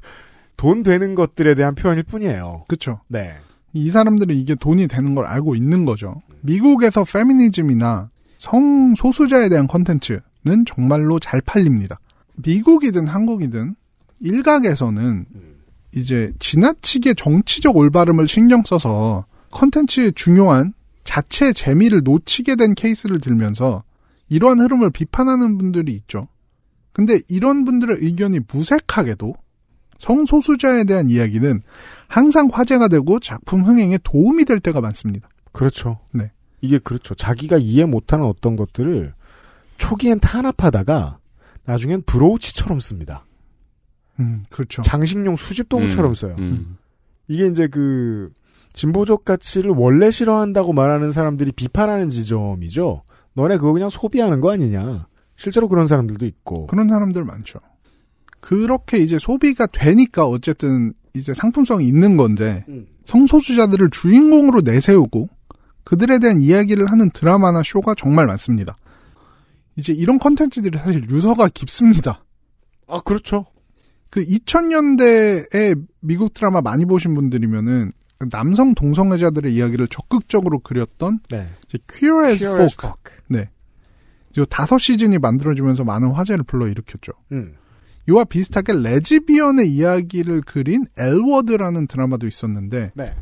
[SPEAKER 2] 돈 되는 것들에 대한 표현일 뿐이에요.
[SPEAKER 9] 그쵸.
[SPEAKER 2] 네.
[SPEAKER 9] 이 사람들은 이게 돈이 되는 걸 알고 있는 거죠. 미국에서 페미니즘이나 성소수자에 대한 컨텐츠는 정말로 잘 팔립니다. 미국이든 한국이든 일각에서는 이제 지나치게 정치적 올바름을 신경 써서 컨텐츠의 중요한 자체 재미를 놓치게 된 케이스를 들면서 이러한 흐름을 비판하는 분들이 있죠. 근데 이런 분들의 의견이 무색하게도 성소수자에 대한 이야기는 항상 화제가 되고 작품 흥행에 도움이 될 때가 많습니다.
[SPEAKER 2] 그렇죠.
[SPEAKER 9] 네.
[SPEAKER 2] 이게 그렇죠. 자기가 이해 못하는 어떤 것들을 초기엔 탄압하다가 나중엔 브로우치처럼 씁니다.
[SPEAKER 9] 음, 그렇죠.
[SPEAKER 2] 장식용 수집도구처럼
[SPEAKER 3] 음,
[SPEAKER 2] 써요.
[SPEAKER 3] 음.
[SPEAKER 2] 이게 이제 그 진보적 가치를 원래 싫어한다고 말하는 사람들이 비판하는 지점이죠. 너네 그거 그냥 소비하는 거 아니냐. 실제로 그런 사람들도 있고.
[SPEAKER 9] 그런 사람들 많죠. 그렇게 이제 소비가 되니까 어쨌든 이제 상품성이 있는 건데
[SPEAKER 2] 음.
[SPEAKER 9] 성소수자들을 주인공으로 내세우고 그들에 대한 이야기를 하는 드라마나 쇼가 정말 많습니다. 이제 이런 컨텐츠들이 사실 유서가 깊습니다.
[SPEAKER 2] 아 그렇죠.
[SPEAKER 9] 그 2000년대에 미국 드라마 많이 보신 분들이면은 남성 동성애자들의 이야기를 적극적으로 그렸던
[SPEAKER 2] 네.
[SPEAKER 9] 이제 Queer as Folk. 네. 요 다섯 시즌이 만들어지면서 많은 화제를 불러일으켰죠.
[SPEAKER 2] 음.
[SPEAKER 9] 이와 비슷하게 레즈비언의 이야기를 그린 엘워드라는 드라마도 있었는데,
[SPEAKER 2] 네.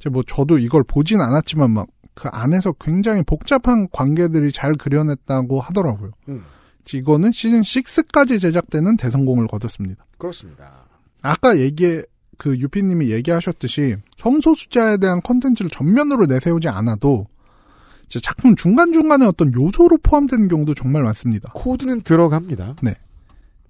[SPEAKER 9] 이제 뭐 저도 이걸 보진 않았지만 막 그 안에서 굉장히 복잡한 관계들이 잘 그려냈다고 하더라고요.
[SPEAKER 2] 음.
[SPEAKER 9] 이제 이거는 시즌 6까지 제작되는 대성공을 거뒀습니다.
[SPEAKER 2] 그렇습니다.
[SPEAKER 9] 아까 얘기해 그 유피님이 얘기하셨듯이 성소수자에 대한 컨텐츠를 전면으로 내세우지 않아도 이제 작품 중간 중간에 어떤 요소로 포함되는 경우도 정말 많습니다.
[SPEAKER 2] 코드는 들어갑니다.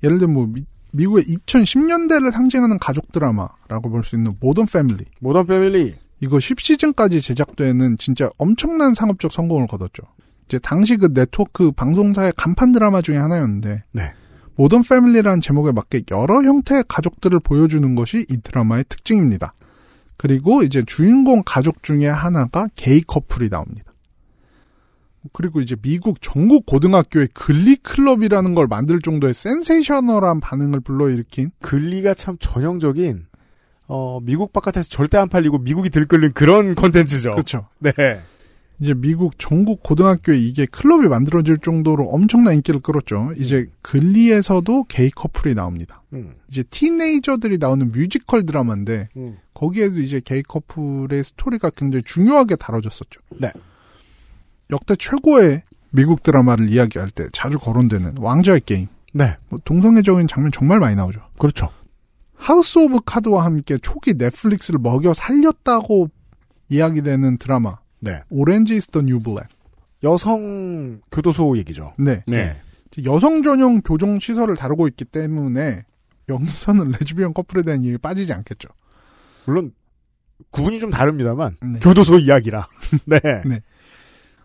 [SPEAKER 9] 예를 들면 뭐 미, 국의 2010년대를 상징하는 가족 드라마라고 볼 수 있는 모던 패밀리
[SPEAKER 2] 모던 패밀리.
[SPEAKER 9] 이거 10시즌까지 제작되는 진짜 엄청난 상업적 그 성공을 거뒀죠. 이제 당시 그 네트워크 방송사의 간판 드라마 중에 하나였는데
[SPEAKER 2] 네.
[SPEAKER 9] 모던 패밀리라는 제목에 맞게 여러 형태의 가족들을 보여주는 것이 이 드라마의 특징입니다. 그리고 이제 주인공 가족 중에 하나가 게이 커플이 나옵니다. 그리고 이제 미국 전국 고등학교의 글리 클럽이라는 걸 만들 정도의 센세이셔널한 반응을 불러일으킨
[SPEAKER 2] 글리가 참 전형적인 어, 미국 바깥에서 절대 안 팔리고 미국이 들끓는 그런 컨텐츠죠.
[SPEAKER 9] 그렇죠.
[SPEAKER 2] 네.
[SPEAKER 9] 이제 미국 전국 고등학교에 이게 클럽이 만들어질 정도로 엄청난 인기를 끌었죠.
[SPEAKER 2] 네.
[SPEAKER 9] 이제 글리에서도 게이 커플이 나옵니다.
[SPEAKER 2] 음,
[SPEAKER 9] 이제 티네이저들이 나오는 뮤지컬 드라마인데
[SPEAKER 2] 음.
[SPEAKER 9] 거기에도 이제 게이 커플의 스토리가 굉장히 중요하게 다뤄졌었죠.
[SPEAKER 2] 네.
[SPEAKER 9] 역대 최고의 미국 드라마를 이야기할 때 자주 거론되는 왕좌의 게임.
[SPEAKER 2] 네.
[SPEAKER 9] 뭐 동성애적인 장면 정말 많이 나오죠.
[SPEAKER 2] 그렇죠.
[SPEAKER 9] 하우스 오브 카드와 함께 초기 넷플릭스를 먹여 살렸다고 이야기되는 드라마.
[SPEAKER 2] 네.
[SPEAKER 9] 오렌지 이스 더 뉴블랙.
[SPEAKER 2] 여성 교도소 얘기죠.
[SPEAKER 9] 네.
[SPEAKER 3] 네.
[SPEAKER 9] 여성 전용 교정 시설을 다루고 있기 때문에 여기서는 레즈비언 커플에 대한 얘기 빠지지 않겠죠.
[SPEAKER 2] 물론 구분이 좀 다릅니다만
[SPEAKER 9] 네.
[SPEAKER 2] 교도소 이야기라. 네.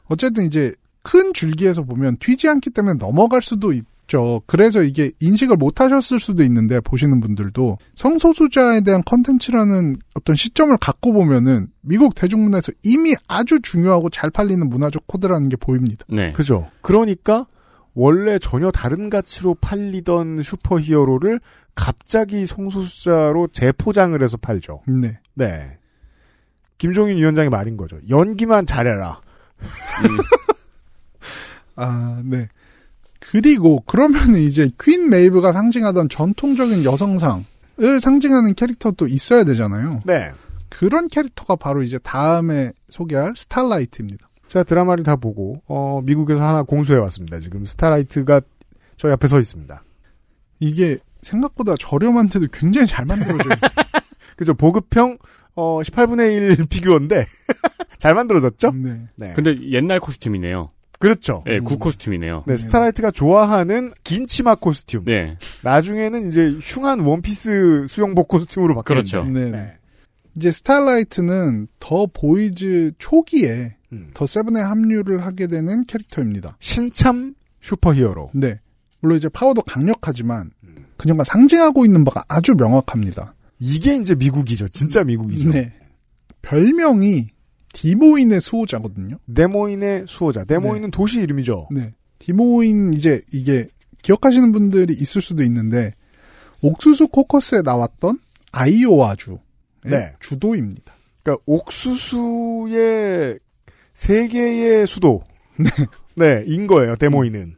[SPEAKER 9] 어쨌든 이제 큰 줄기에서 보면 튀지 않기 때문에 넘어갈 수도 있죠. 그래서 이게 인식을 못 하셨을 수도 있는데 보시는 분들도 성소수자에 대한 컨텐츠라는 어떤 시점을 갖고 보면은 미국 대중문화에서 이미 아주 중요하고 잘 팔리는 문화적 코드라는 게 보입니다.
[SPEAKER 3] 네.
[SPEAKER 2] 그죠. 그러니까 원래 전혀 다른 가치로 팔리던 슈퍼히어로를 갑자기 성소수자로 재포장을 해서 팔죠.
[SPEAKER 9] 네.
[SPEAKER 2] 네. 김종인 위원장의 말인 거죠. 연기만 잘해라.
[SPEAKER 9] 아, 네. 그리고 그러면 이제 퀸 메이브가 상징하던 전통적인 여성상을 상징하는 캐릭터도 있어야 되잖아요.
[SPEAKER 2] 네.
[SPEAKER 9] 그런 캐릭터가 바로 이제 다음에 소개할 스타라이트입니다.
[SPEAKER 2] 제가 드라마를 다 보고 어, 미국에서 하나 공수해 왔습니다. 지금 스타라이트가 저희 앞에 서 있습니다.
[SPEAKER 9] 이게 생각보다 저렴한데도 굉장히 잘 만들어져요.
[SPEAKER 2] 그죠? 보급형 어, 18분의 1 비교인데 잘 만들어졌죠?
[SPEAKER 9] 네.
[SPEAKER 2] 네.
[SPEAKER 3] 근데 옛날 코스튬이네요.
[SPEAKER 2] 그렇죠.
[SPEAKER 3] 음. 그, 예, 구 코스튬이네요.
[SPEAKER 2] 네, 스타라이트가 좋아하는 긴 치마 코스튬.
[SPEAKER 3] 네.
[SPEAKER 2] 나중에는 이제 흉한 원피스 수영복 코스튬으로 바뀌었죠.
[SPEAKER 3] 그렇죠.
[SPEAKER 9] 네.
[SPEAKER 2] 네.
[SPEAKER 9] 이제 스타라이트는 더 보이즈 초기에
[SPEAKER 2] 음.
[SPEAKER 9] 더 세븐에 합류를 하게 되는 캐릭터입니다.
[SPEAKER 2] 신참 슈퍼히어로.
[SPEAKER 9] 네. 물론 이제 파워도 강력하지만 그녀가 상징하고 있는 바가 아주 명확합니다.
[SPEAKER 2] 이게 이제 미국이죠. 진짜 미국이죠.
[SPEAKER 9] 네. 별명이 디모인의 수호자거든요.
[SPEAKER 2] 네모인의 수호자. 네모인은 도시 이름이죠.
[SPEAKER 9] 네. 디모인 이제 이게 기억하시는 분들이 있을 수도 있는데 옥수수 코커스에 나왔던 아이오와주
[SPEAKER 2] 네.
[SPEAKER 9] 의 주도입니다.
[SPEAKER 2] 그러니까 옥수수의 세계의 수도. 네. 인 거예요. 네모인은.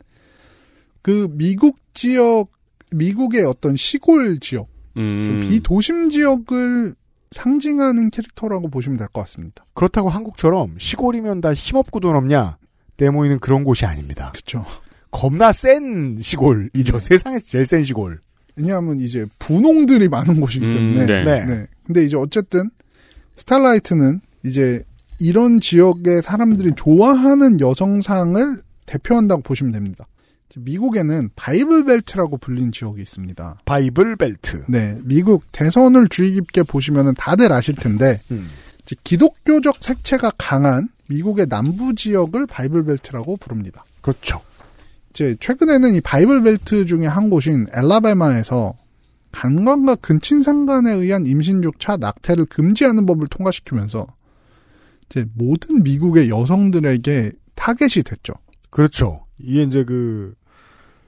[SPEAKER 9] 그 미국 지역 미국의 어떤 시골 지역
[SPEAKER 3] 음.
[SPEAKER 9] 좀 비도심 지역을 상징하는 캐릭터라고 보시면 될 것 같습니다.
[SPEAKER 2] 그렇다고 한국처럼 시골이면 다 힘없고 돈 없냐? 네모인은 그런 곳이 아닙니다.
[SPEAKER 9] 그렇죠.
[SPEAKER 2] 겁나 센 시골이죠. 세상에서 제일 센 시골.
[SPEAKER 9] 왜냐하면 이제 분홍들이 많은 곳이기
[SPEAKER 3] 음,
[SPEAKER 9] 때문에
[SPEAKER 3] 네.
[SPEAKER 2] 네.
[SPEAKER 9] 네. 근데 이제 어쨌든 스타라이트는 이제 이런 지역의 사람들이 좋아하는 여성상을 대표한다고 보시면 됩니다. 이제 미국에는 바이블 벨트라고 불리는 지역이 있습니다.
[SPEAKER 2] 바이블 벨트.
[SPEAKER 9] 네, 미국 대선을 주의 깊게 보시면 다들 아실 텐데
[SPEAKER 2] 음.
[SPEAKER 9] 이제 기독교적 색채가 강한 미국의 남부 지역을 바이블 벨트라고 부릅니다.
[SPEAKER 2] 그렇죠.
[SPEAKER 9] 이제 최근에는 이 바이블 벨트 중에 한 곳인 엘라베마에서 간관과 근친상간에 의한 임신조차 낙태를 금지하는 법을 통과시키면서 이제 모든 미국의 여성들에게 타겟이 됐죠.
[SPEAKER 2] 그렇죠. 이게 이제 그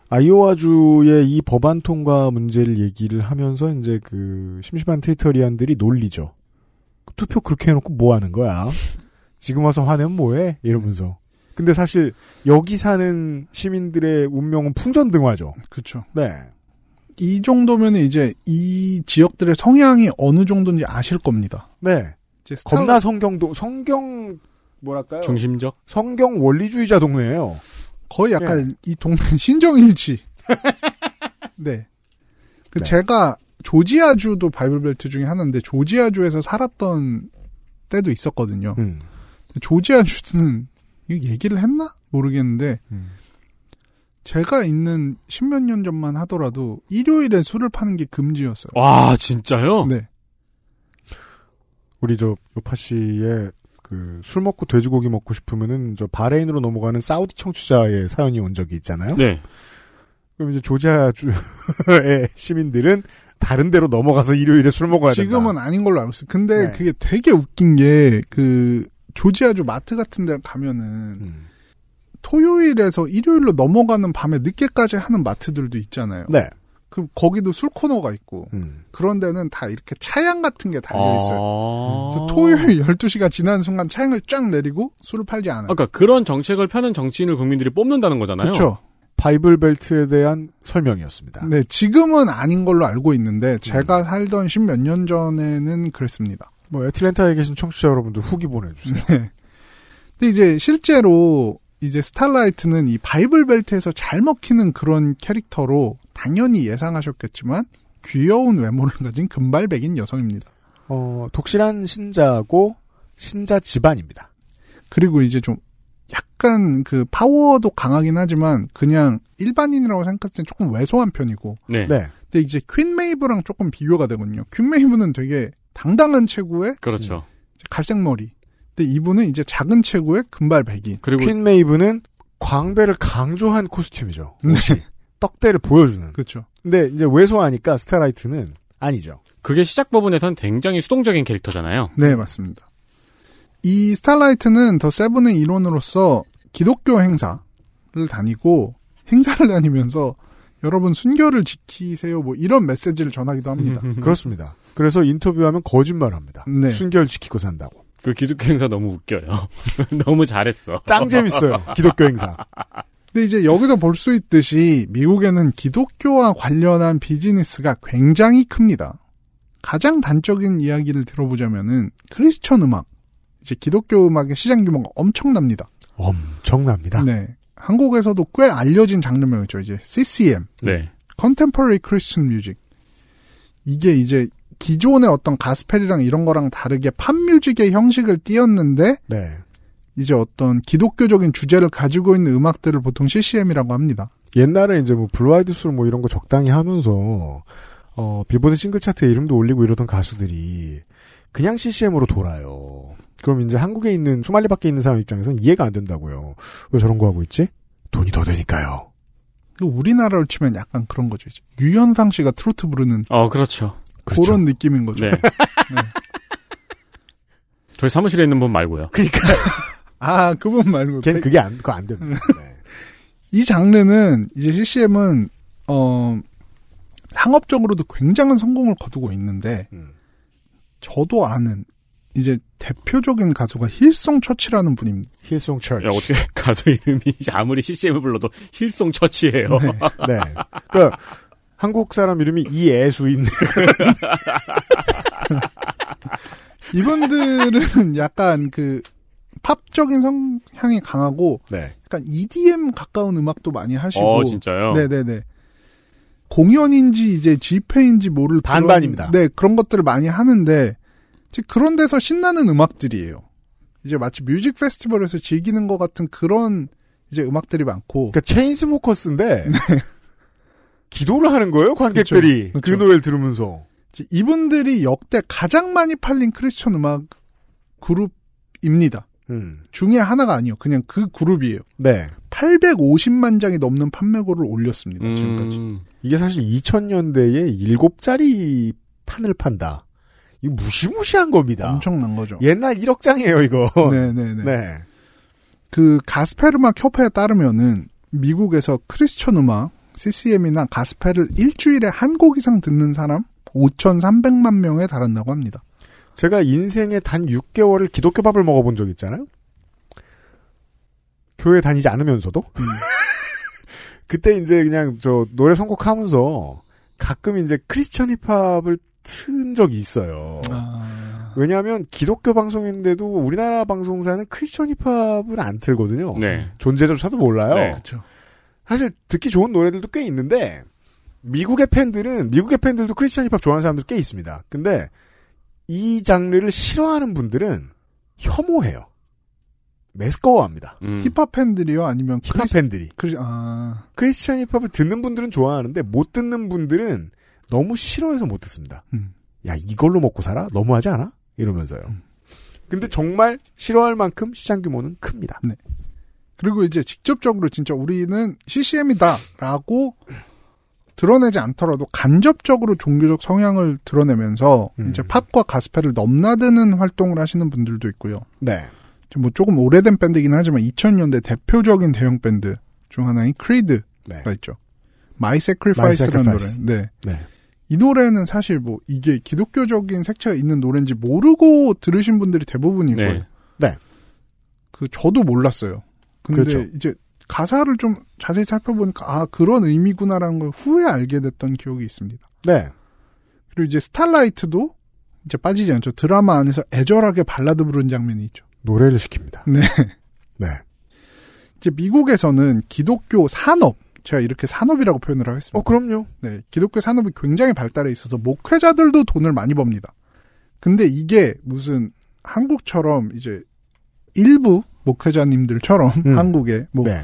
[SPEAKER 2] 아이오와주의 이 법안 통과 문제를 얘기를 하면서 이제 그 심심한 트위터리안들이 놀리죠. 그 투표 그렇게 해놓고 뭐 하는 거야? 지금 와서 화내면 뭐해? 이러면서. 근데 사실 여기 사는 시민들의 운명은 풍전등화죠.
[SPEAKER 9] 그렇죠.
[SPEAKER 2] 네.
[SPEAKER 9] 이 정도면 이제 이 지역들의 성향이 어느 정도인지 아실 겁니다.
[SPEAKER 2] 네.
[SPEAKER 9] 이제 스타-
[SPEAKER 2] 겁나 성경도 성경 뭐랄까요?
[SPEAKER 3] 중심적?
[SPEAKER 2] 성경 원리주의자 동네예요.
[SPEAKER 9] 거의 약간 이 동네 신정일치. 네. 그
[SPEAKER 2] 네.
[SPEAKER 9] 제가 조지아주도 바이블벨트 중에 하나인데 조지아주에서 살았던 때도 있었거든요.
[SPEAKER 2] 음.
[SPEAKER 9] 조지아주는 이거 얘기를 했나 모르겠는데
[SPEAKER 2] 음.
[SPEAKER 9] 제가 있는 십몇 년 전만 하더라도 일요일에 술을 파는 게 금지였어요.
[SPEAKER 3] 와,
[SPEAKER 2] 어,
[SPEAKER 3] 진짜요?
[SPEAKER 9] 네.
[SPEAKER 2] 우리 저 요파 씨의 그 술 먹고 돼지고기 네. 먹고 싶으면은 저 바레인으로 넘어가는 사우디 청취자의 사연이 온 적이 있잖아요.
[SPEAKER 3] 네.
[SPEAKER 2] 그럼 이제 조지아주의 시민들은 다른 데로 넘어가서 일요일에 술 먹어야 된다.
[SPEAKER 9] 지금은 아닌 걸로 알고 있어요. 근데
[SPEAKER 2] 네.
[SPEAKER 9] 그게 되게 웃긴 게, 그, 조지아주 마트 같은 데 가면은,
[SPEAKER 2] 음.
[SPEAKER 9] 토요일에서 일요일로 넘어가는 밤에 늦게까지 하는 마트들도 있잖아요.
[SPEAKER 2] 네.
[SPEAKER 9] 그럼 거기도 술 코너가 있고,
[SPEAKER 2] 음.
[SPEAKER 9] 그런 데는 다 이렇게 차양 같은 게 달려있어요.
[SPEAKER 3] 아.
[SPEAKER 9] 그래서 토요일 12시가 지난 순간 차양을 쫙 내리고 술을 팔지 않아요.
[SPEAKER 3] 그러니까 그런 정책을 펴는 정치인을 국민들이 뽑는다는 거잖아요.
[SPEAKER 9] 그렇죠.
[SPEAKER 2] 바이블 벨트에 대한 설명이었습니다.
[SPEAKER 9] 네, 지금은 아닌 걸로 알고 있는데 제가 살던 십 몇 년 전에는 그랬습니다.
[SPEAKER 2] 뭐 애틀랜타에 계신 청취자 여러분들 후기 보내주세요.
[SPEAKER 9] 근데 이제 실제로 이제 스타라이트는 이 바이블 벨트에서 잘 먹히는 그런 캐릭터로 당연히 예상하셨겠지만 귀여운 외모를 가진 금발백인 여성입니다.
[SPEAKER 2] 어, 독실한 신자고 신자 집안입니다.
[SPEAKER 9] 그리고 이제 좀 약간 그 파워도 강하긴 하지만 그냥 일반인이라고 생각했을 땐 조금 왜소한 편이고
[SPEAKER 3] 네.
[SPEAKER 2] 네.
[SPEAKER 9] 근데 이제 퀸 메이브랑 조금 비교가 되거든요. 퀸 메이브는 되게 당당한 체구에
[SPEAKER 3] 그렇죠.
[SPEAKER 9] 이제 갈색 머리. 근데 이분은 이제 작은 체구의 금발 백인.
[SPEAKER 3] 그리고
[SPEAKER 2] 퀸 메이브는 광배를 강조한 코스튬이죠.
[SPEAKER 9] 네.
[SPEAKER 2] 옷이. 떡대를 보여주는.
[SPEAKER 9] 그렇죠.
[SPEAKER 2] 근데 이제 왜소하니까 스타라이트는 아니죠.
[SPEAKER 3] 그게 시작 부분에선 굉장히 수동적인 캐릭터잖아요.
[SPEAKER 9] 네, 맞습니다. 이 스타라이트는 더 세븐의 일원으로서 기독교 행사를 다니고 행사를 다니면서 여러분 순결을 지키세요 뭐 이런 메시지를 전하기도 합니다.
[SPEAKER 3] 음.
[SPEAKER 2] 그렇습니다. 그래서 인터뷰하면 거짓말합니다.
[SPEAKER 9] 네.
[SPEAKER 2] 순결 지키고 산다고.
[SPEAKER 3] 그 기독교 행사 너무 웃겨요. 너무 잘했어.
[SPEAKER 2] 짱 재밌어요. 기독교 행사.
[SPEAKER 9] 근데 이제 여기서 볼 수 있듯이 미국에는 기독교와 관련한 비즈니스가 굉장히 큽니다. 가장 단적인 이야기를 들어보자면은 크리스천 음악, 이제 기독교 음악의 시장 규모가 엄청납니다.
[SPEAKER 2] 엄청납니다.
[SPEAKER 9] 네. 한국에서도 꽤 알려진 장르명이죠. 이제 CCM,
[SPEAKER 3] 네.
[SPEAKER 9] Contemporary Christian Music. 이게 이제 기존의 어떤 가스펠이랑 이런 거랑 다르게 팝뮤직의 형식을 띄었는데
[SPEAKER 2] 네.
[SPEAKER 9] 이제 어떤 기독교적인 주제를 가지고 있는 음악들을 보통 CCM이라고 합니다.
[SPEAKER 2] 옛날에 이제 뭐 블루아이드 술 뭐 이런 거 적당히 하면서 어 빌보드 싱글 차트에 이름도 올리고 이러던 가수들이 그냥 CCM으로 돌아요. 그럼 이제 한국에 있는 소말리 밖에 있는 사람 입장에서는 이해가 안 된다고요. 왜 저런 거 하고 있지? 돈이 더 되니까요.
[SPEAKER 9] 그 우리나라로 치면 약간 그런 거죠. 이제 유현상 씨가 트로트 부르는
[SPEAKER 3] 어, 그렇죠.
[SPEAKER 9] 그
[SPEAKER 2] 그렇죠.
[SPEAKER 9] 런 느낌인 거죠.
[SPEAKER 3] 네. 저희 사무실에 있는 분 말고요.
[SPEAKER 9] 그- 아, 그분 말고.
[SPEAKER 2] 걔는 그게 안 그거 안 됩니다. 네.
[SPEAKER 9] 이 장르는 이제 CCM은 어 상업적으로도 굉장한 성공을 거두고 있는데
[SPEAKER 2] 음.
[SPEAKER 9] 저도 아는 이제 대표적인 가수가 힐송 처치라는 분입니다.
[SPEAKER 2] 힐송 철.
[SPEAKER 3] 야, 어떻게 가수 이름이 아무리 CCM을 불러도 힐송 처치예요.
[SPEAKER 2] 네. 그러니까 한국 사람 이름이 이애수인
[SPEAKER 9] 이분들은 약간 그 팝적인 성향이 강하고
[SPEAKER 2] 네.
[SPEAKER 9] 약간 EDM 가까운 음악도 많이 하시고
[SPEAKER 3] 어, 진짜요?
[SPEAKER 9] 네네네. 공연인지 이제 집회인지 모를 그런-
[SPEAKER 2] 반반입니다.
[SPEAKER 9] 네 그런 것들을 많이 하는데 이제 그런 데서 신나는 음악들이에요. 이제 마치 뮤직 페스티벌에서 즐기는 것 같은 그런 이제 음악들이 많고
[SPEAKER 2] 그러니까 체인스모커스인데 기도를 하는 거예요 관객들이 그
[SPEAKER 9] 그쵸, 그쵸.
[SPEAKER 2] 노래를 들으면서.
[SPEAKER 9] 이제 이분들이 역대 가장 많이 팔린 크리스천 음악 그룹입니다.
[SPEAKER 2] 음.
[SPEAKER 9] 중에 하나가 아니요. 그냥 그 그룹이에요.
[SPEAKER 2] 네.
[SPEAKER 9] 850만 장이 넘는 판매고를 올렸습니다. 지금까지.
[SPEAKER 3] 음,
[SPEAKER 2] 이게 사실 2000년대에 일곱 자리 판을 판다. 이거 무시무시한 겁니다.
[SPEAKER 9] 엄청난 거죠.
[SPEAKER 2] 옛날 1억 장이에요, 이거.
[SPEAKER 9] 네네네.
[SPEAKER 2] 네.
[SPEAKER 9] 그 가스펠 음악 협회에 따르면은 미국에서 크리스천 음악, CCM이나 가스펠을 일주일에 한 곡 이상 듣는 사람 5,300만 명에 달한다고 합니다.
[SPEAKER 2] 제가 인생에 단 6개월을 기독교 밥을 먹어본 적 있잖아요? 교회 다니지 않으면서도?
[SPEAKER 9] 음.
[SPEAKER 2] 그때 이제 그냥 저 노래 선곡하면서 가끔 이제 크리스천 힙합을 튼 적이 있어요.
[SPEAKER 9] 아.
[SPEAKER 2] 음. 왜냐하면 기독교 방송인데도 우리나라 방송사는 크리스천 힙합은 안 틀거든요.
[SPEAKER 3] 네.
[SPEAKER 2] 존재조차도 몰라요.
[SPEAKER 3] 네.
[SPEAKER 9] 그렇죠.
[SPEAKER 2] 사실 듣기 좋은 노래들도 꽤 있는데 미국의 팬들은 미국의 팬들도 크리스천 힙합 좋아하는 사람들 꽤 있습니다. 근데 이 장르를 싫어하는 분들은 혐오해요. 매스꺼워합니다.
[SPEAKER 3] 음.
[SPEAKER 9] 어, 힙합 팬들이요? 아니면
[SPEAKER 2] 힙합
[SPEAKER 9] 크리스...
[SPEAKER 2] 팬들이
[SPEAKER 9] 크리... 아...
[SPEAKER 2] 크리스천 힙합을 듣는 분들은 좋아하는데 못 듣는 분들은 너무 싫어해서 못 듣습니다.
[SPEAKER 9] 음.
[SPEAKER 2] 야 이걸로 먹고 살아? 너무하지 않아? 이러면서요. 근데 정말 싫어할 만큼 시장 규모는 큽니다.
[SPEAKER 9] 그리고 이제 직접적으로 진짜 우리는 CCM이다라고 드러내지 않더라도 간접적으로 종교적 성향을 드러내면서
[SPEAKER 2] 음.
[SPEAKER 9] 이제 팝과 가스펠을 넘나드는 활동을 하시는 분들도 있고요.
[SPEAKER 2] 네.
[SPEAKER 9] 뭐 조금 오래된 밴드긴 하지만 2000년대 대표적인 대형 밴드 중 하나인 크리드가
[SPEAKER 2] 네.
[SPEAKER 9] 있죠. 마이 세크리파이스라는 노래.
[SPEAKER 2] Sacrifice.
[SPEAKER 9] 네.
[SPEAKER 2] 네.
[SPEAKER 9] 이 노래는 사실 뭐 이게 기독교적인 색채가 있는 노래인지 모르고 들으신 분들이 대부분일
[SPEAKER 3] 네.
[SPEAKER 9] 거예요.
[SPEAKER 2] 네.
[SPEAKER 9] 그 저도 몰랐어요. 근데
[SPEAKER 2] 그렇죠.
[SPEAKER 9] 이제 가사를 좀 자세히 살펴보니까 아 그런 의미구나라는 걸 후에 알게 됐던 기억이 있습니다.
[SPEAKER 2] 네.
[SPEAKER 9] 그리고 이제 스타라이트도 이제 빠지지 않죠. 드라마 안에서 애절하게 발라드 부르는 장면이 있죠.
[SPEAKER 2] 노래를 시킵니다.
[SPEAKER 9] 네.
[SPEAKER 2] 네.
[SPEAKER 9] 이제 미국에서는 기독교 산업 제가 이렇게 산업이라고 표현을 하겠습니다.
[SPEAKER 2] 어, 그럼요.
[SPEAKER 9] 네, 기독교 산업이 굉장히 발달해 있어서 목회자들도 돈을 많이 법니다. 근데 이게 무슨 한국처럼 이제 일부 목회자님들처럼
[SPEAKER 2] 음.
[SPEAKER 9] 한국에 뭐
[SPEAKER 2] 네.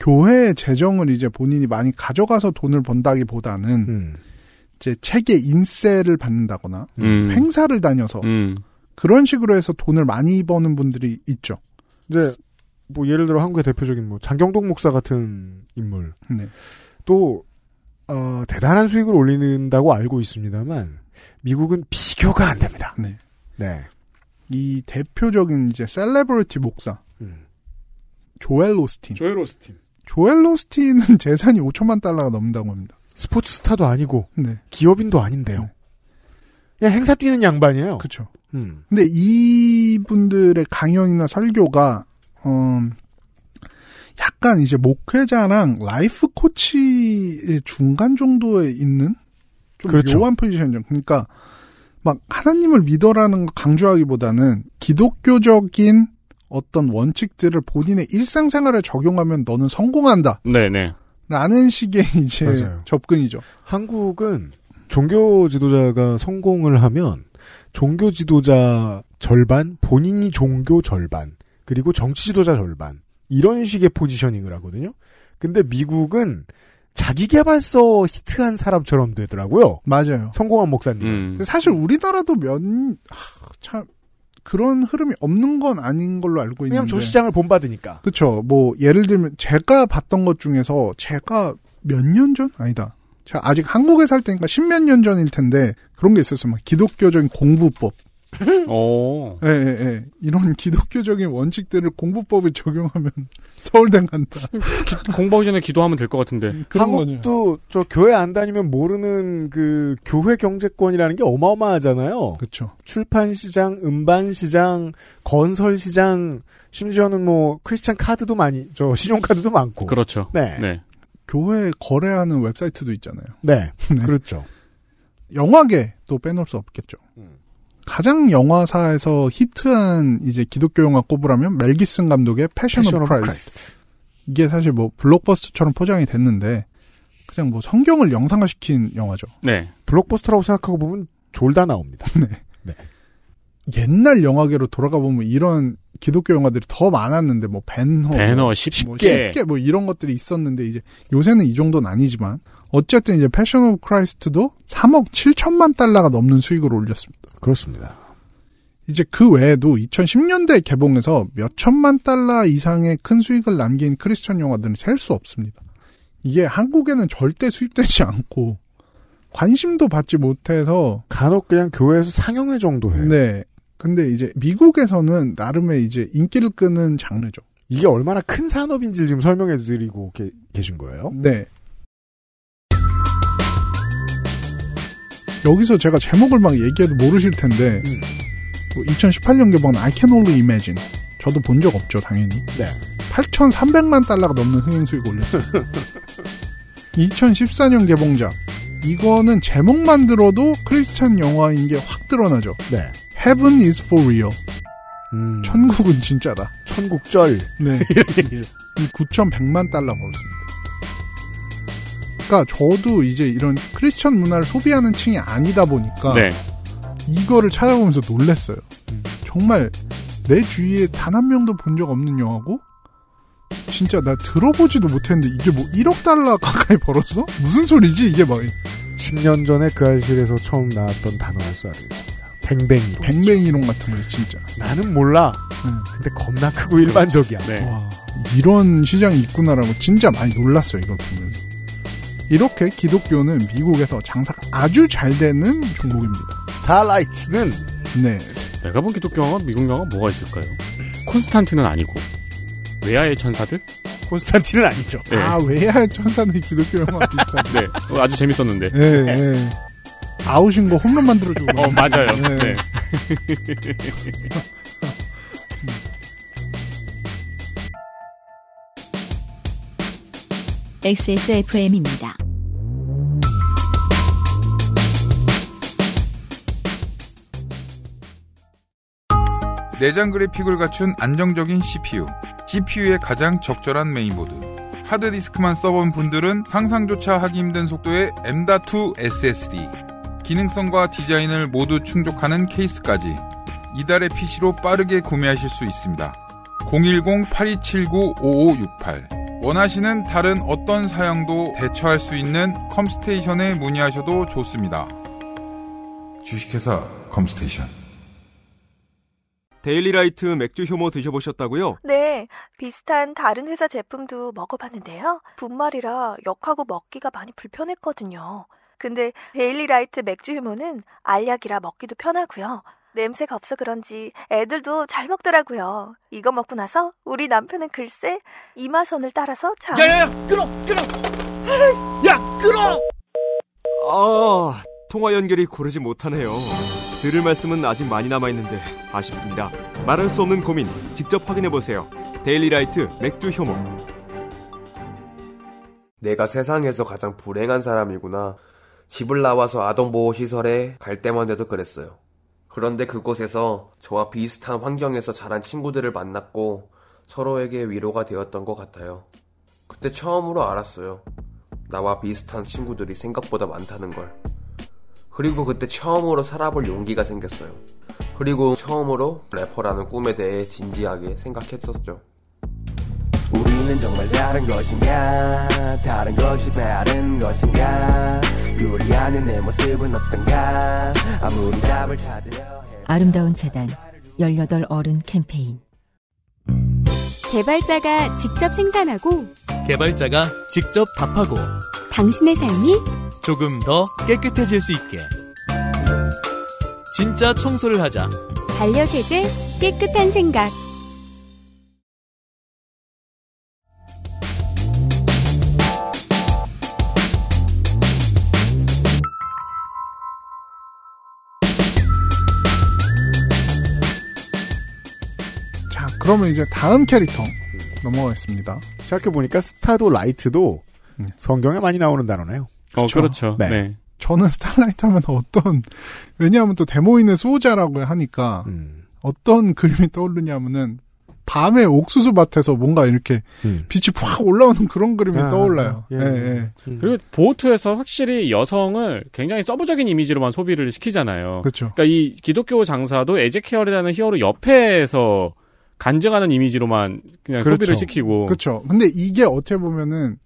[SPEAKER 9] 교회의 재정을 이제 본인이 많이 가져가서 돈을 번다기보다는
[SPEAKER 2] 음.
[SPEAKER 9] 이제 책의 인세를 받는다거나
[SPEAKER 3] 음.
[SPEAKER 9] 행사를 다녀서
[SPEAKER 3] 음.
[SPEAKER 9] 그런 식으로 해서 돈을 많이 버는 분들이 있죠.
[SPEAKER 2] 이제 뭐 예를 들어 한국의 대표적인 뭐 장경동 목사 같은 인물
[SPEAKER 9] 네.
[SPEAKER 2] 또 어, 대단한 수익을 올리는다고 알고 있습니다만 미국은 비교가 안 됩니다.
[SPEAKER 9] 네.
[SPEAKER 2] 네.
[SPEAKER 9] 이 대표적인 이제 셀레브리티 목사
[SPEAKER 2] 음.
[SPEAKER 9] 조엘 오스틴.
[SPEAKER 2] 조엘 오스틴
[SPEAKER 9] 조엘 오스틴은 재산이 5천만 달러가 넘는다고 합니다.
[SPEAKER 2] 스포츠 스타도 아니고
[SPEAKER 9] 네.
[SPEAKER 2] 기업인도 아닌데요. 그냥 행사 뛰는 양반이에요.
[SPEAKER 9] 그렇죠.
[SPEAKER 2] 음.
[SPEAKER 9] 근데 이분들의 강연이나 설교가 어 약간 이제 목회자랑 라이프 코치의 중간 정도에 있는 좀
[SPEAKER 2] 그렇죠.
[SPEAKER 9] 묘한 포지션이죠. 그러니까 막 하나님을 믿어라는 걸 강조하기보다는 기독교적인 어떤 원칙들을 본인의 일상생활에 적용하면 너는 성공한다
[SPEAKER 3] 네네.
[SPEAKER 9] 라는 식의 이제
[SPEAKER 2] 맞아요.
[SPEAKER 9] 접근이죠.
[SPEAKER 2] 한국은 종교 지도자가 성공을 하면 종교 지도자 절반, 본인이 종교 절반, 그리고 정치 지도자 절반 이런 식의 포지셔닝을 하거든요. 근데 미국은 자기 개발서 히트한 사람처럼 되더라고요.
[SPEAKER 9] 맞아요.
[SPEAKER 2] 성공한 목사님.
[SPEAKER 3] 음.
[SPEAKER 9] 근데 사실 우리나라도 몇참 그런 흐름이 없는 건 아닌 걸로 알고 있는데.
[SPEAKER 2] 왜냐면 조 시장을 본받으니까.
[SPEAKER 9] 그렇죠. 뭐 예를 들면 제가 봤던 것 중에서 제가 몇 년 전? 아니다. 제가 아직 한국에 살 때니까 십몇 년 전일 텐데 그런 게 있었어요. 막 기독교적인 공부법.
[SPEAKER 3] 오.
[SPEAKER 9] 예, 예, 예. 이런 기독교적인 원칙들을 공부법에 적용하면 서울대 간다.
[SPEAKER 3] 공부하기 전에 기도하면 될 것 같은데.
[SPEAKER 9] 음, 그런 거죠.
[SPEAKER 2] 한국도 저 교회 안 다니면 모르는 그 교회 경제권이라는 게 어마어마하잖아요.
[SPEAKER 9] 그렇죠.
[SPEAKER 2] 출판 시장, 음반 시장, 건설 시장, 심지어는 뭐 크리스찬 카드도 많이, 저 신용 카드도 많고.
[SPEAKER 3] 그렇죠.
[SPEAKER 2] 네. 네.
[SPEAKER 3] 네.
[SPEAKER 9] 교회 거래하는 웹사이트도 있잖아요. 네.
[SPEAKER 2] 그렇죠.
[SPEAKER 9] 영화계도 빼놓을 수 없겠죠.
[SPEAKER 2] 음.
[SPEAKER 9] 가장 영화사에서 히트한 이제 기독교 영화 꼽으라면 멜 기슨 감독의 패션,
[SPEAKER 2] 패션
[SPEAKER 9] 오브
[SPEAKER 2] 오브
[SPEAKER 9] 크라이스트. 이게 사실 뭐 블록버스터처럼 포장이 됐는데 그냥 뭐 성경을 영상화시킨 영화죠.
[SPEAKER 3] 네.
[SPEAKER 2] 블록버스터라고 생각하고 보면 졸다 나옵니다.
[SPEAKER 9] 옛날 영화계로 돌아가 보면 이런 기독교 영화들이 더 많았는데 뭐 벤허,
[SPEAKER 3] 배너
[SPEAKER 9] 뭐
[SPEAKER 3] 10개.
[SPEAKER 9] 쉽게 뭐 이런 것들이 있었는데 이제 요새는 이 정도는 아니지만 어쨌든 이제 패션 오브 크라이스트도 3억 7천만 달러가 넘는 수익을 올렸습니다.
[SPEAKER 2] 그렇습니다.
[SPEAKER 9] 이제 그 외에도 2010년대 개봉해서 몇 천만 달러 이상의 큰 수익을 남긴 크리스천 영화들은 셀 수 없습니다. 이게 한국에는 절대 수입되지 않고 관심도 받지 못해서
[SPEAKER 2] 간혹 그냥 교회에서 상영회 정도 해요.
[SPEAKER 9] 네. 근데 이제 미국에서는 나름의 이제 인기를 끄는 장르죠.
[SPEAKER 2] 이게 얼마나 큰 산업인지 지금 설명해 드리고 계- 계신 거예요.
[SPEAKER 9] 네. 여기서 제가 제목을 막 얘기해도 모르실 텐데
[SPEAKER 2] 음.
[SPEAKER 9] 2018년 개봉한 I Can Only Imagine 저도 본 적 없죠 당연히
[SPEAKER 2] 네.
[SPEAKER 9] 8,300만 달러가 넘는 흥행 수익 올렸어요 2014년 개봉작 이거는 제목만 들어도 크리스찬 영화인 게 확 드러나죠
[SPEAKER 2] 네.
[SPEAKER 9] Heaven is for real
[SPEAKER 2] 음,
[SPEAKER 9] 천국은 진짜다
[SPEAKER 2] 천국절.
[SPEAKER 9] 네. 이 9,100만 달러 벌었습니다. 그러니까 저도 이제 이런 크리스천 문화를 소비하는 층이 아니다 보니까
[SPEAKER 3] 네.
[SPEAKER 9] 이거를 찾아보면서 놀랐어요. 정말 내 주위에 단 한 명도 본 적 없는 영화고 진짜 나 들어보지도 못했는데 이게 뭐 1억 달러 가까이 벌었어? 무슨 소리지? 이게 막
[SPEAKER 2] 10년 전에 그 알실에서 처음 나왔던 단어를 써야 되겠습니다. 뱅뱅이로.
[SPEAKER 9] 뱅뱅이론 같은 거예요, 진짜.
[SPEAKER 2] 나는 몰라.
[SPEAKER 9] 음.
[SPEAKER 2] 근데 겁나 크고 일반적이야.
[SPEAKER 3] 네.
[SPEAKER 9] 와, 이런 시장이 있구나라고 진짜 많이 놀랐어요, 이걸 보면서. 이렇게 기독교는 미국에서 장사가 아주 잘 되는 종목입니다.
[SPEAKER 2] 스타라이트는
[SPEAKER 9] 네.
[SPEAKER 3] 내가 본 기독교 영화, 미국 영화 뭐가 있을까요? 콘스탄틴은 아니고 외야의 천사들?
[SPEAKER 2] 콘스탄틴은 아니죠.
[SPEAKER 3] 네.
[SPEAKER 9] 아, 왜야 천사는 기독교 영화 비슷하네.
[SPEAKER 3] 네, 어, 아주 재밌었는데.
[SPEAKER 9] 예, 예. 아웃인 거 홈런 만들어주고.
[SPEAKER 3] 어 맞아요.
[SPEAKER 9] 네.
[SPEAKER 3] 네.
[SPEAKER 1] XSFM입니다.
[SPEAKER 10] 내장 그래픽을 갖춘 안정적인 CPU, GPU의 가장 적절한 메인보드. 하드디스크만 써본 분들은 상상조차 하기 힘든 속도의 M.2 SSD. 기능성과 디자인을 모두 충족하는 케이스까지 이달의 PC로 빠르게 구매하실 수 있습니다. 010-8279-5568. 원하시는 다른 어떤 사양도 대처할 수 있는 컴스테이션에 문의하셔도 좋습니다. 주식회사 컴스테이션.
[SPEAKER 11] 데일리라이트 맥주 효모 드셔보셨다고요?
[SPEAKER 12] 네, 비슷한 다른 회사 제품도 먹어봤는데요. 분말이라 역하고 먹기가 많이 불편했거든요. 근데 데일리라이트 맥주 효모는 알약이라 먹기도 편하고요. 냄새가 없어 그런지 애들도 잘 먹더라고요. 이거 먹고 나서 우리 남편은 글쎄 이마선을 따라서 자.
[SPEAKER 11] 끊어, 끊어. 야, 끊어. 아, 통화 연결이 고르지 못하네요. 들을 말씀은 아직 많이 남아 있는데 아쉽습니다. 말할 수 없는 고민 직접 확인해 보세요. 데일리라이트 맥주 효모.
[SPEAKER 4] 내가 세상에서 가장 불행한 사람이구나. 집을 나와서 아동보호시설에 갈 때만 돼도 그랬어요. 그런데 그곳에서 저와 비슷한 환경에서 자란 친구들을 만났고 서로에게 위로가 되었던 것 같아요. 그때 처음으로 알았어요. 나와 비슷한 친구들이 생각보다 많다는 걸. 그리고 그때 처음으로 살아볼 용기가 생겼어요. 그리고 처음으로 래퍼라는 꿈에 대해 진지하게 생각했었죠.
[SPEAKER 5] 우리는 정말 다른 것인가 다른 것이 다른 것인가 요리하는 내 모습은 어떤가 아무리 답을 찾으려
[SPEAKER 6] 아름다운 재단 18 어른 캠페인
[SPEAKER 13] 개발자가 직접 생산하고
[SPEAKER 8] 개발자가 직접 답하고
[SPEAKER 13] 당신의 삶이
[SPEAKER 8] 조금 더 깨끗해질 수 있게. 진짜 청소를 하자.
[SPEAKER 3] 어,
[SPEAKER 13] 반려세제 깨끗한 생각
[SPEAKER 9] 자, 그러면 이제 다음 캐릭터 넘어가겠습니다.
[SPEAKER 2] 생각해보니까 스타도 라이트도 성경에 많이 나오는 단어네요.
[SPEAKER 3] 어 그렇죠.
[SPEAKER 2] 네.
[SPEAKER 3] 네.
[SPEAKER 9] 저는 스타일라이트 하면 어떤, 왜냐하면 또 데모인의 수호자라고 하니까
[SPEAKER 2] 음.
[SPEAKER 9] 어떤 그림이 떠오르냐면은 밤에 옥수수 밭에서 뭔가 이렇게
[SPEAKER 2] 음.
[SPEAKER 9] 빛이 확 올라오는 그런 그림이
[SPEAKER 2] 아,
[SPEAKER 9] 떠올라요.
[SPEAKER 2] 예,
[SPEAKER 9] 예,
[SPEAKER 2] 예.
[SPEAKER 9] 예.
[SPEAKER 3] 그리고 보호투에서 확실히 여성을 굉장히 서부적인 이미지로만 소비를 시키잖아요.
[SPEAKER 9] 그렇죠.
[SPEAKER 3] 그러니까 이 기독교 장사도 에제키얼이라는 히어로 옆에서 간증하는 이미지로만 그냥
[SPEAKER 9] 그렇죠.
[SPEAKER 3] 소비를 시키고
[SPEAKER 9] 그렇죠. 근데 이게 어떻게 보면은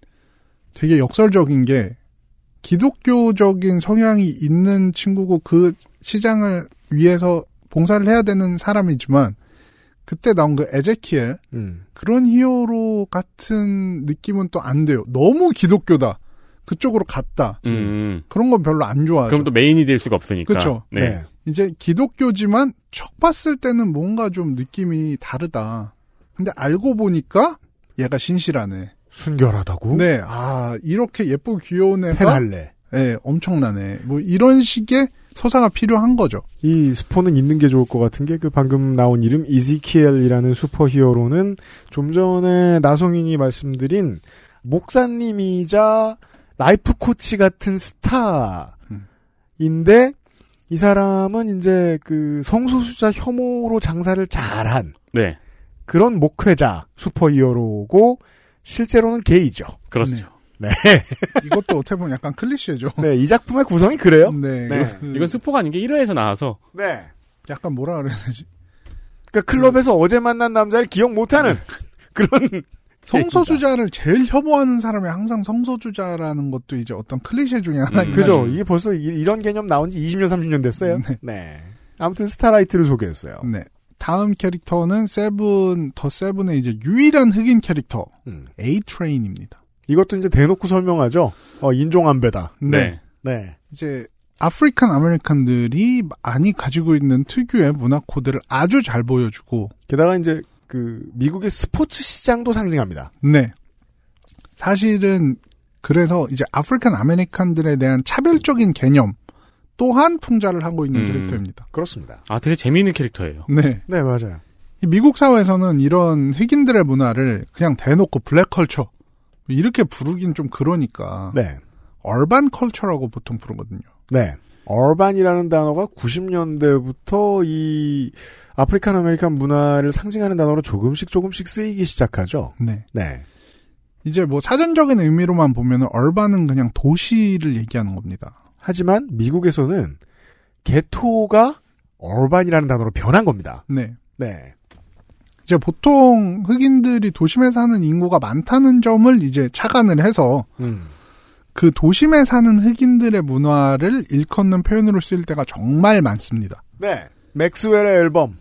[SPEAKER 9] 되게 역설적인 게 기독교적인 성향이 있는 친구고 그 시장을 위해서 봉사를 해야 되는 사람이지만 그때 나온 그 에제키엘
[SPEAKER 2] 음.
[SPEAKER 9] 그런 히어로 같은 느낌은 또 안 돼요. 너무 기독교다. 그쪽으로 갔다.
[SPEAKER 3] 음, 음.
[SPEAKER 9] 그런 건 별로 안 좋아하죠.
[SPEAKER 3] 그럼 또 메인이 될 수가 없으니까.
[SPEAKER 9] 그렇죠.
[SPEAKER 3] 네.
[SPEAKER 9] 이제 기독교지만 척 봤을 때는 뭔가 좀 느낌이 다르다. 근데 알고 보니까 얘가 신실하네.
[SPEAKER 2] 순결하다고?
[SPEAKER 9] 네, 아 이렇게 예쁘고 귀여운 애가
[SPEAKER 2] 패할래.
[SPEAKER 9] 네, 엄청나네. 뭐 이런 식의 서사가 필요한 거죠.
[SPEAKER 2] 이 스포는 있는 게 좋을 것 같은 게 그 방금 나온 이름 이지키엘이라는 슈퍼히어로는 좀 전에 나성인이 말씀드린 목사님이자 라이프 코치 같은 스타인데 이 사람은 이제 그 성소수자 혐오로 장사를 잘한
[SPEAKER 3] 네.
[SPEAKER 2] 그런 목회자 슈퍼히어로고 실제로는 게이죠.
[SPEAKER 3] 그렇죠.
[SPEAKER 2] 네.
[SPEAKER 9] 이것도 어떻게 보면 약간 클리셰죠.
[SPEAKER 2] 네, 이 작품의 구성이 그래요?
[SPEAKER 9] 네,
[SPEAKER 3] 네.
[SPEAKER 9] 그-
[SPEAKER 3] 이건 스포가 아닌 게 1회에서 나와서
[SPEAKER 2] 네.
[SPEAKER 9] 약간 뭐라 그래야 되지?
[SPEAKER 2] 그러니까 클럽에서 어제 만난 남자를 기억 못하는 그런
[SPEAKER 9] 성소수자를 제일 혐오하는 사람이 항상 성소수자라는 것도 이제 어떤 클리셰 중에 하나.
[SPEAKER 3] 음.
[SPEAKER 2] 그죠? 이게 벌써 이- 이런 개념 나온 지 20년, 30년 됐어요. 네. 아무튼 스타라이트를 소개했어요.
[SPEAKER 9] 네. 다음 캐릭터는 세븐 더 세븐의 이제 유일한 흑인 캐릭터
[SPEAKER 2] 음.
[SPEAKER 9] A 트레인입니다.
[SPEAKER 2] 이것도 이제 대놓고 설명하죠. 어, 인종 안배다.
[SPEAKER 9] 네.
[SPEAKER 2] 네.
[SPEAKER 9] 이제 아프리칸 아메리칸들이 많이 가지고 있는 특유의 문화 코드를 아주 잘 보여주고
[SPEAKER 2] 게다가 이제 그 미국의 스포츠 시장도 상징합니다.
[SPEAKER 9] 네. 사실은 그래서 이제 아프리칸 아메리칸들에 대한 차별적인 개념 또한 풍자를 하고 있는
[SPEAKER 3] 음.
[SPEAKER 9] 캐릭터입니다.
[SPEAKER 2] 그렇습니다.
[SPEAKER 3] 아, 되게 재미있는 캐릭터예요.
[SPEAKER 9] 네.
[SPEAKER 2] 네, 맞아요.
[SPEAKER 9] 이 미국 사회에서는 이런 흑인들의 문화를 그냥 대놓고 블랙컬처 이렇게 부르긴 좀 그러니까
[SPEAKER 2] 네.
[SPEAKER 9] 얼반 컬처라고 보통 부르거든요.
[SPEAKER 2] 네. 얼반이라는 단어가 90년대부터 이 아프리칸 아메리칸 문화를 상징하는 단어로 조금씩 조금씩 쓰이기 시작하죠.
[SPEAKER 9] 네.
[SPEAKER 2] 네.
[SPEAKER 9] 이제 뭐 사전적인 의미로만 보면은 얼반은 그냥 도시를 얘기하는 겁니다.
[SPEAKER 2] 하지만 미국에서는 게토가 얼반이라는 단어로 변한 겁니다.
[SPEAKER 9] 네.
[SPEAKER 2] 네.
[SPEAKER 9] 이제 보통 흑인들이 도심에 사는 인구가 많다는 점을 이제 착안을 해서
[SPEAKER 2] 음.
[SPEAKER 9] 그 도심에 사는 흑인들의 문화를 일컫는 표현으로 쓰일 때가 정말 많습니다.
[SPEAKER 2] 네. 맥스웰의 앨범.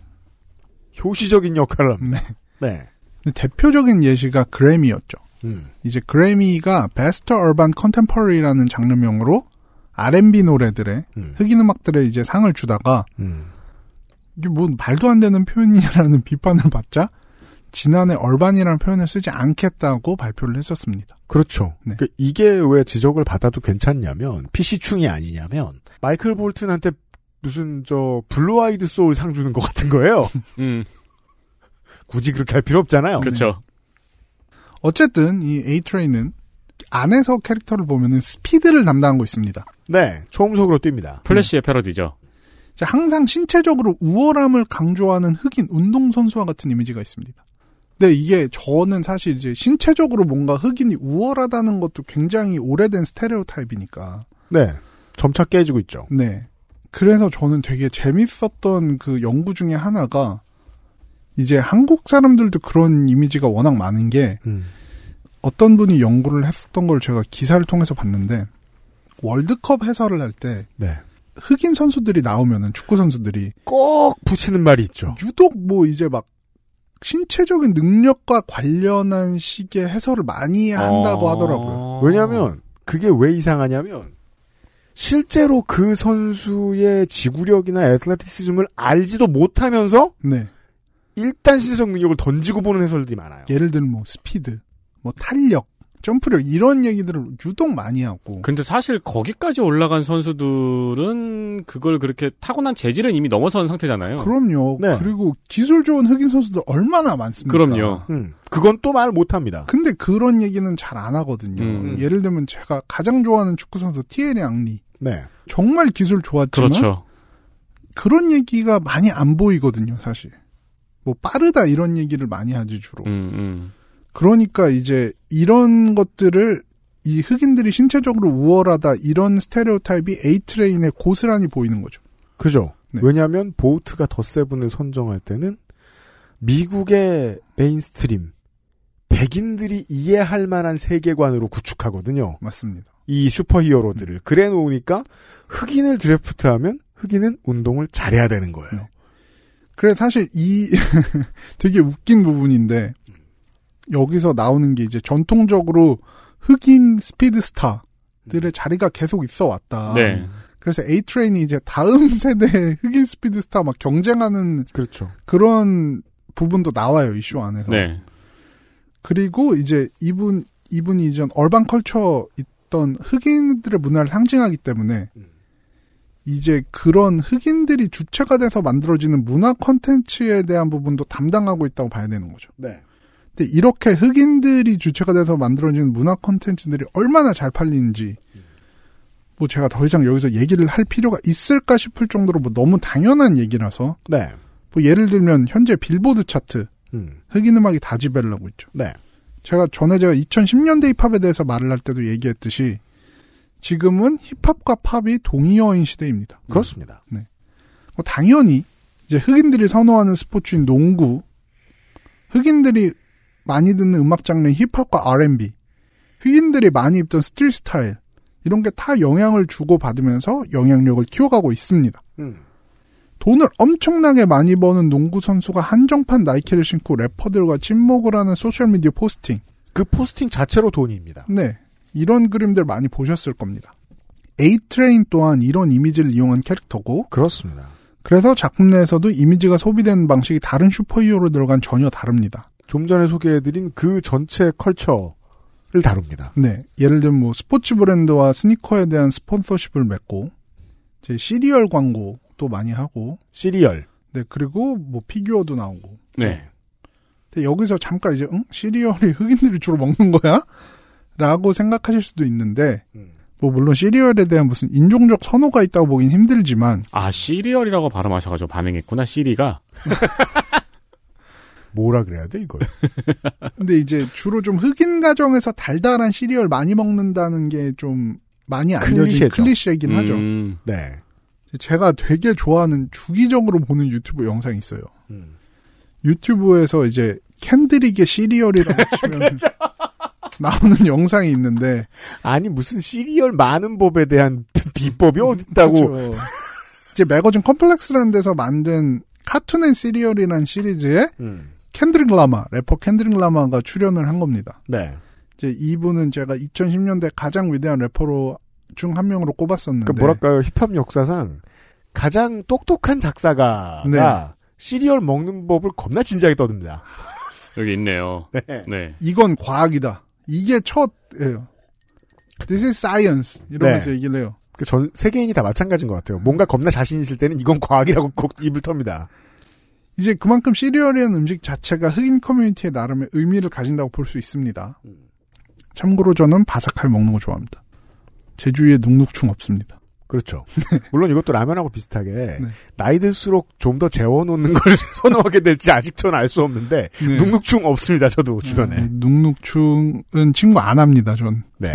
[SPEAKER 2] 효시적인 역할을 합니다. 네.
[SPEAKER 9] 근데 대표적인 예시가 그래미였죠.
[SPEAKER 2] 음.
[SPEAKER 9] 이제 그래미가 베스트 얼반 컨템퍼러리라는 장르명으로 R&B 노래들의 흑인 음악들의 이제 상을 주다가
[SPEAKER 2] 음.
[SPEAKER 9] 이게 뭐 말도 안 되는 표현이라는 비판을 받자 지난해 얼반이라는 표현을 쓰지 않겠다고 발표를 했었습니다.
[SPEAKER 2] 그렇죠. 그 이게 왜 지적을 받아도 괜찮냐면 PC충이 아니냐면 마이클 볼튼한테 무슨 저 블루 아이드 소울 상 주는 것 같은 거예요.
[SPEAKER 3] 음.
[SPEAKER 2] 굳이 그렇게 할 필요 없잖아요.
[SPEAKER 3] 그렇죠.
[SPEAKER 9] 네. 어쨌든 이 A 트레인은 안에서 캐릭터를 보면은 스피드를 담당하고 있습니다.
[SPEAKER 2] 네, 초음속으로 뜁니다.
[SPEAKER 3] 플래시의 패러디죠.
[SPEAKER 9] 이제 항상 신체적으로 우월함을 강조하는 흑인 운동선수와 같은 이미지가 있습니다. 근데 이게 저는 사실 이제 신체적으로 뭔가 흑인이 우월하다는 것도 굉장히 오래된 스테레오 타입이니까.
[SPEAKER 2] 네, 점차 깨지고 있죠.
[SPEAKER 9] 네. 그래서 저는 되게 재밌었던 그 연구 중에 하나가 이제 한국 사람들도 그런 이미지가 워낙 많은 게 어떤 분이 연구를 했었던 걸 제가 기사를 통해서 봤는데 월드컵 해설을 할 때
[SPEAKER 2] 네.
[SPEAKER 9] 흑인 선수들이 나오면은 축구 선수들이
[SPEAKER 2] 꼭 붙이는 말이 있죠.
[SPEAKER 9] 유독 뭐 이제 막 신체적인 능력과 관련한 식의 해설을 많이 네, 한다고
[SPEAKER 3] 어.
[SPEAKER 9] 하더라고요.
[SPEAKER 2] 왜냐하면 그게 왜 이상하냐면 실제로 그 선수의 지구력이나 애틀레티시즘을 알지도 못하면서
[SPEAKER 9] 네.
[SPEAKER 2] 일단 시대적 능력을 던지고 보는 해설들이 많아요.
[SPEAKER 9] 예를 들면 뭐 스피드, 뭐 탄력, 점프력 이런 얘기들을 유독 많이 하고
[SPEAKER 3] 근데 사실 거기까지 올라간 선수들은 그걸 그렇게 타고난 재질은 이미 넘어선 상태잖아요.
[SPEAKER 9] 그럼요. 그리고 기술 좋은 흑인 선수들 얼마나 많습니까?
[SPEAKER 3] 그럼요.
[SPEAKER 2] 음. 그건 또 말 못합니다.
[SPEAKER 9] 근데 그런 얘기는 잘 안 하거든요.
[SPEAKER 3] 음.
[SPEAKER 9] 예를 들면 제가 가장 좋아하는 축구 선수 티에리 앙리.
[SPEAKER 2] 네.
[SPEAKER 9] 정말 기술 좋았지만
[SPEAKER 3] 그렇죠.
[SPEAKER 9] 그런 얘기가 많이 안 보이거든요, 사실. 뭐 빠르다 이런 얘기를 많이 하지 주로.
[SPEAKER 3] 음,
[SPEAKER 9] 그러니까 이제 이런 것들을 이 흑인들이 신체적으로 우월하다 이런 스테레오 타입이 에이트레인에 고스란히 보이는 거죠.
[SPEAKER 2] 그죠? 왜냐하면 보우트가 더 세븐을 선정할 때는 미국의 메인스트림 백인들이 이해할 만한 세계관으로 구축하거든요.
[SPEAKER 9] 맞습니다.
[SPEAKER 2] 이 슈퍼히어로들을 그래 놓으니까 흑인을 드래프트하면 흑인은 운동을 잘해야 되는 거예요.
[SPEAKER 9] 그래 사실 이 되게 웃긴 부분인데 여기서 나오는 게 이제 전통적으로 흑인 스피드스타들의 자리가 계속 있어 왔다.
[SPEAKER 3] 네.
[SPEAKER 9] 그래서 에이트레인이 이제 다음 세대 흑인 스피드스타 막 경쟁하는
[SPEAKER 2] 그렇죠.
[SPEAKER 9] 그런 부분도 나와요 이슈 안에서.
[SPEAKER 3] 네.
[SPEAKER 9] 그리고 이제 이분 이분이 이전 얼반 컬처 있던 흑인들의 문화를 상징하기 때문에 이제 그런 흑인들이 주체가 돼서 만들어지는 문화 콘텐츠에 대한 부분도 담당하고 있다고 봐야 되는 거죠.
[SPEAKER 2] 네.
[SPEAKER 9] 근데 이렇게 흑인들이 주체가 돼서 만들어지는 문화 콘텐츠들이 얼마나 잘 팔리는지 뭐 제가 더 이상 여기서 얘기를 할 필요가 있을까 싶을 정도로 뭐 너무 당연한 얘기라서
[SPEAKER 2] 네.
[SPEAKER 9] 뭐 예를 들면 현재 빌보드 차트
[SPEAKER 2] 음.
[SPEAKER 9] 흑인 음악이 다 지배를 하고 있죠.
[SPEAKER 2] 네.
[SPEAKER 9] 제가 전에 제가 2010년대 힙합에 대해서 말을 할 때도 얘기했듯이 지금은 힙합과 팝이 동의어인 시대입니다.
[SPEAKER 2] 음. 그렇습니다.
[SPEAKER 9] 네. 뭐 당연히 이제 흑인들이 선호하는 스포츠인 농구, 흑인들이 많이 듣는 음악 장르인 힙합과 R&B, 흑인들이 많이 입던 스트릿 스타일 이런 게 다 영향을 주고 받으면서 영향력을 키워가고 있습니다.
[SPEAKER 2] 음.
[SPEAKER 9] 돈을 엄청나게 많이 버는 농구 선수가 한정판 나이키를 신고 래퍼들과 친목을 하는 소셜 미디어 포스팅,
[SPEAKER 2] 그 포스팅 자체로 돈입니다.
[SPEAKER 9] 네. 이런 그림들 많이 보셨을 겁니다. 에이트레인 또한 이런 이미지를 이용한 캐릭터고
[SPEAKER 2] 그렇습니다.
[SPEAKER 9] 그래서 작품 내에서도 이미지가 소비되는 방식이 다른 슈퍼히어로들과는 전혀 다릅니다.
[SPEAKER 2] 좀 전에 소개해드린 그 전체 컬처를 다룹니다.
[SPEAKER 9] 네. 예를 들면 뭐 스포츠 브랜드와 스니커에 대한 스폰서십을 맺고 이제 시리얼 광고도 많이 하고
[SPEAKER 2] 시리얼.
[SPEAKER 9] 네. 그리고 뭐 피규어도 나오고.
[SPEAKER 3] 네.
[SPEAKER 9] 근데 여기서 잠깐 이제 응? 시리얼이 흑인들이 주로 먹는 거야? 라고 생각하실 수도 있는데 뭐 물론 시리얼에 대한 무슨 인종적 선호가 있다고 보긴 힘들지만
[SPEAKER 3] 아 시리얼이라고 발음하셔가지고 반응했구나 시리가.
[SPEAKER 2] 뭐라 그래야 돼 이걸?
[SPEAKER 9] 근데 이제 주로 좀 흑인 가정에서 달달한 시리얼 많이 먹는다는 게 좀 많이 알려진
[SPEAKER 2] 클리셰죠.
[SPEAKER 9] 클리셰이긴 하죠.
[SPEAKER 2] 음. 네.
[SPEAKER 9] 제가 되게 좋아하는 주기적으로 보는 유튜브 영상이 있어요.
[SPEAKER 2] 음.
[SPEAKER 9] 유튜브에서 이제 캔드릭의
[SPEAKER 2] 그렇죠.
[SPEAKER 9] 시리얼이라고 치면 나오는 영상이 있는데
[SPEAKER 2] 아니 무슨 시리얼 많은 법에 대한 비법이
[SPEAKER 9] 음,
[SPEAKER 2] 어딨다고
[SPEAKER 9] 그렇죠. 이제 매거진 컴플렉스라는 데서 만든 카툰 앤 시리얼이라는 시리즈에
[SPEAKER 2] 음.
[SPEAKER 9] 캔드릭 라마 래퍼 캔드릭 라마가 출연을 한 겁니다.
[SPEAKER 2] 네.
[SPEAKER 9] 이제 이분은 제가 2010년대 가장 위대한 래퍼로 중 한 명으로 꼽았었는데
[SPEAKER 2] 그러니까 뭐랄까요 힙합 역사상 가장 똑똑한 작사가가
[SPEAKER 9] 네.
[SPEAKER 2] 시리얼 먹는 법을 겁나 진지하게 떠듭니다.
[SPEAKER 3] 여기 있네요.
[SPEAKER 2] 네.
[SPEAKER 9] 이건 과학이다. 이게 첫예요. This is science 이러면서
[SPEAKER 2] 네.
[SPEAKER 9] 얘기를 해요.
[SPEAKER 2] 그 전 세계인이 다 마찬가지인 것 같아요. 뭔가 겁나 자신 있을 때는 이건 과학이라고 꼭 입을 텁니다.
[SPEAKER 9] 이제 그만큼 시리얼이라는 음식 자체가 흑인 커뮤니티의 나름의 의미를 가진다고 볼 수 있습니다. 참고로 저는 바삭하게 먹는 거 좋아합니다. 제 주위에 눅눅충 없습니다.
[SPEAKER 2] 그렇죠. 물론 이것도 라면하고 비슷하게
[SPEAKER 9] 네.
[SPEAKER 2] 나이 들수록 좀 더 재워놓는 걸 선호하게 될지 아직 저는 알 수 없는데
[SPEAKER 9] 네.
[SPEAKER 2] 눅눅충 없습니다. 저도 주변에.
[SPEAKER 9] 음, 눅눅충은 친구 안 합니다. 전.
[SPEAKER 2] 네.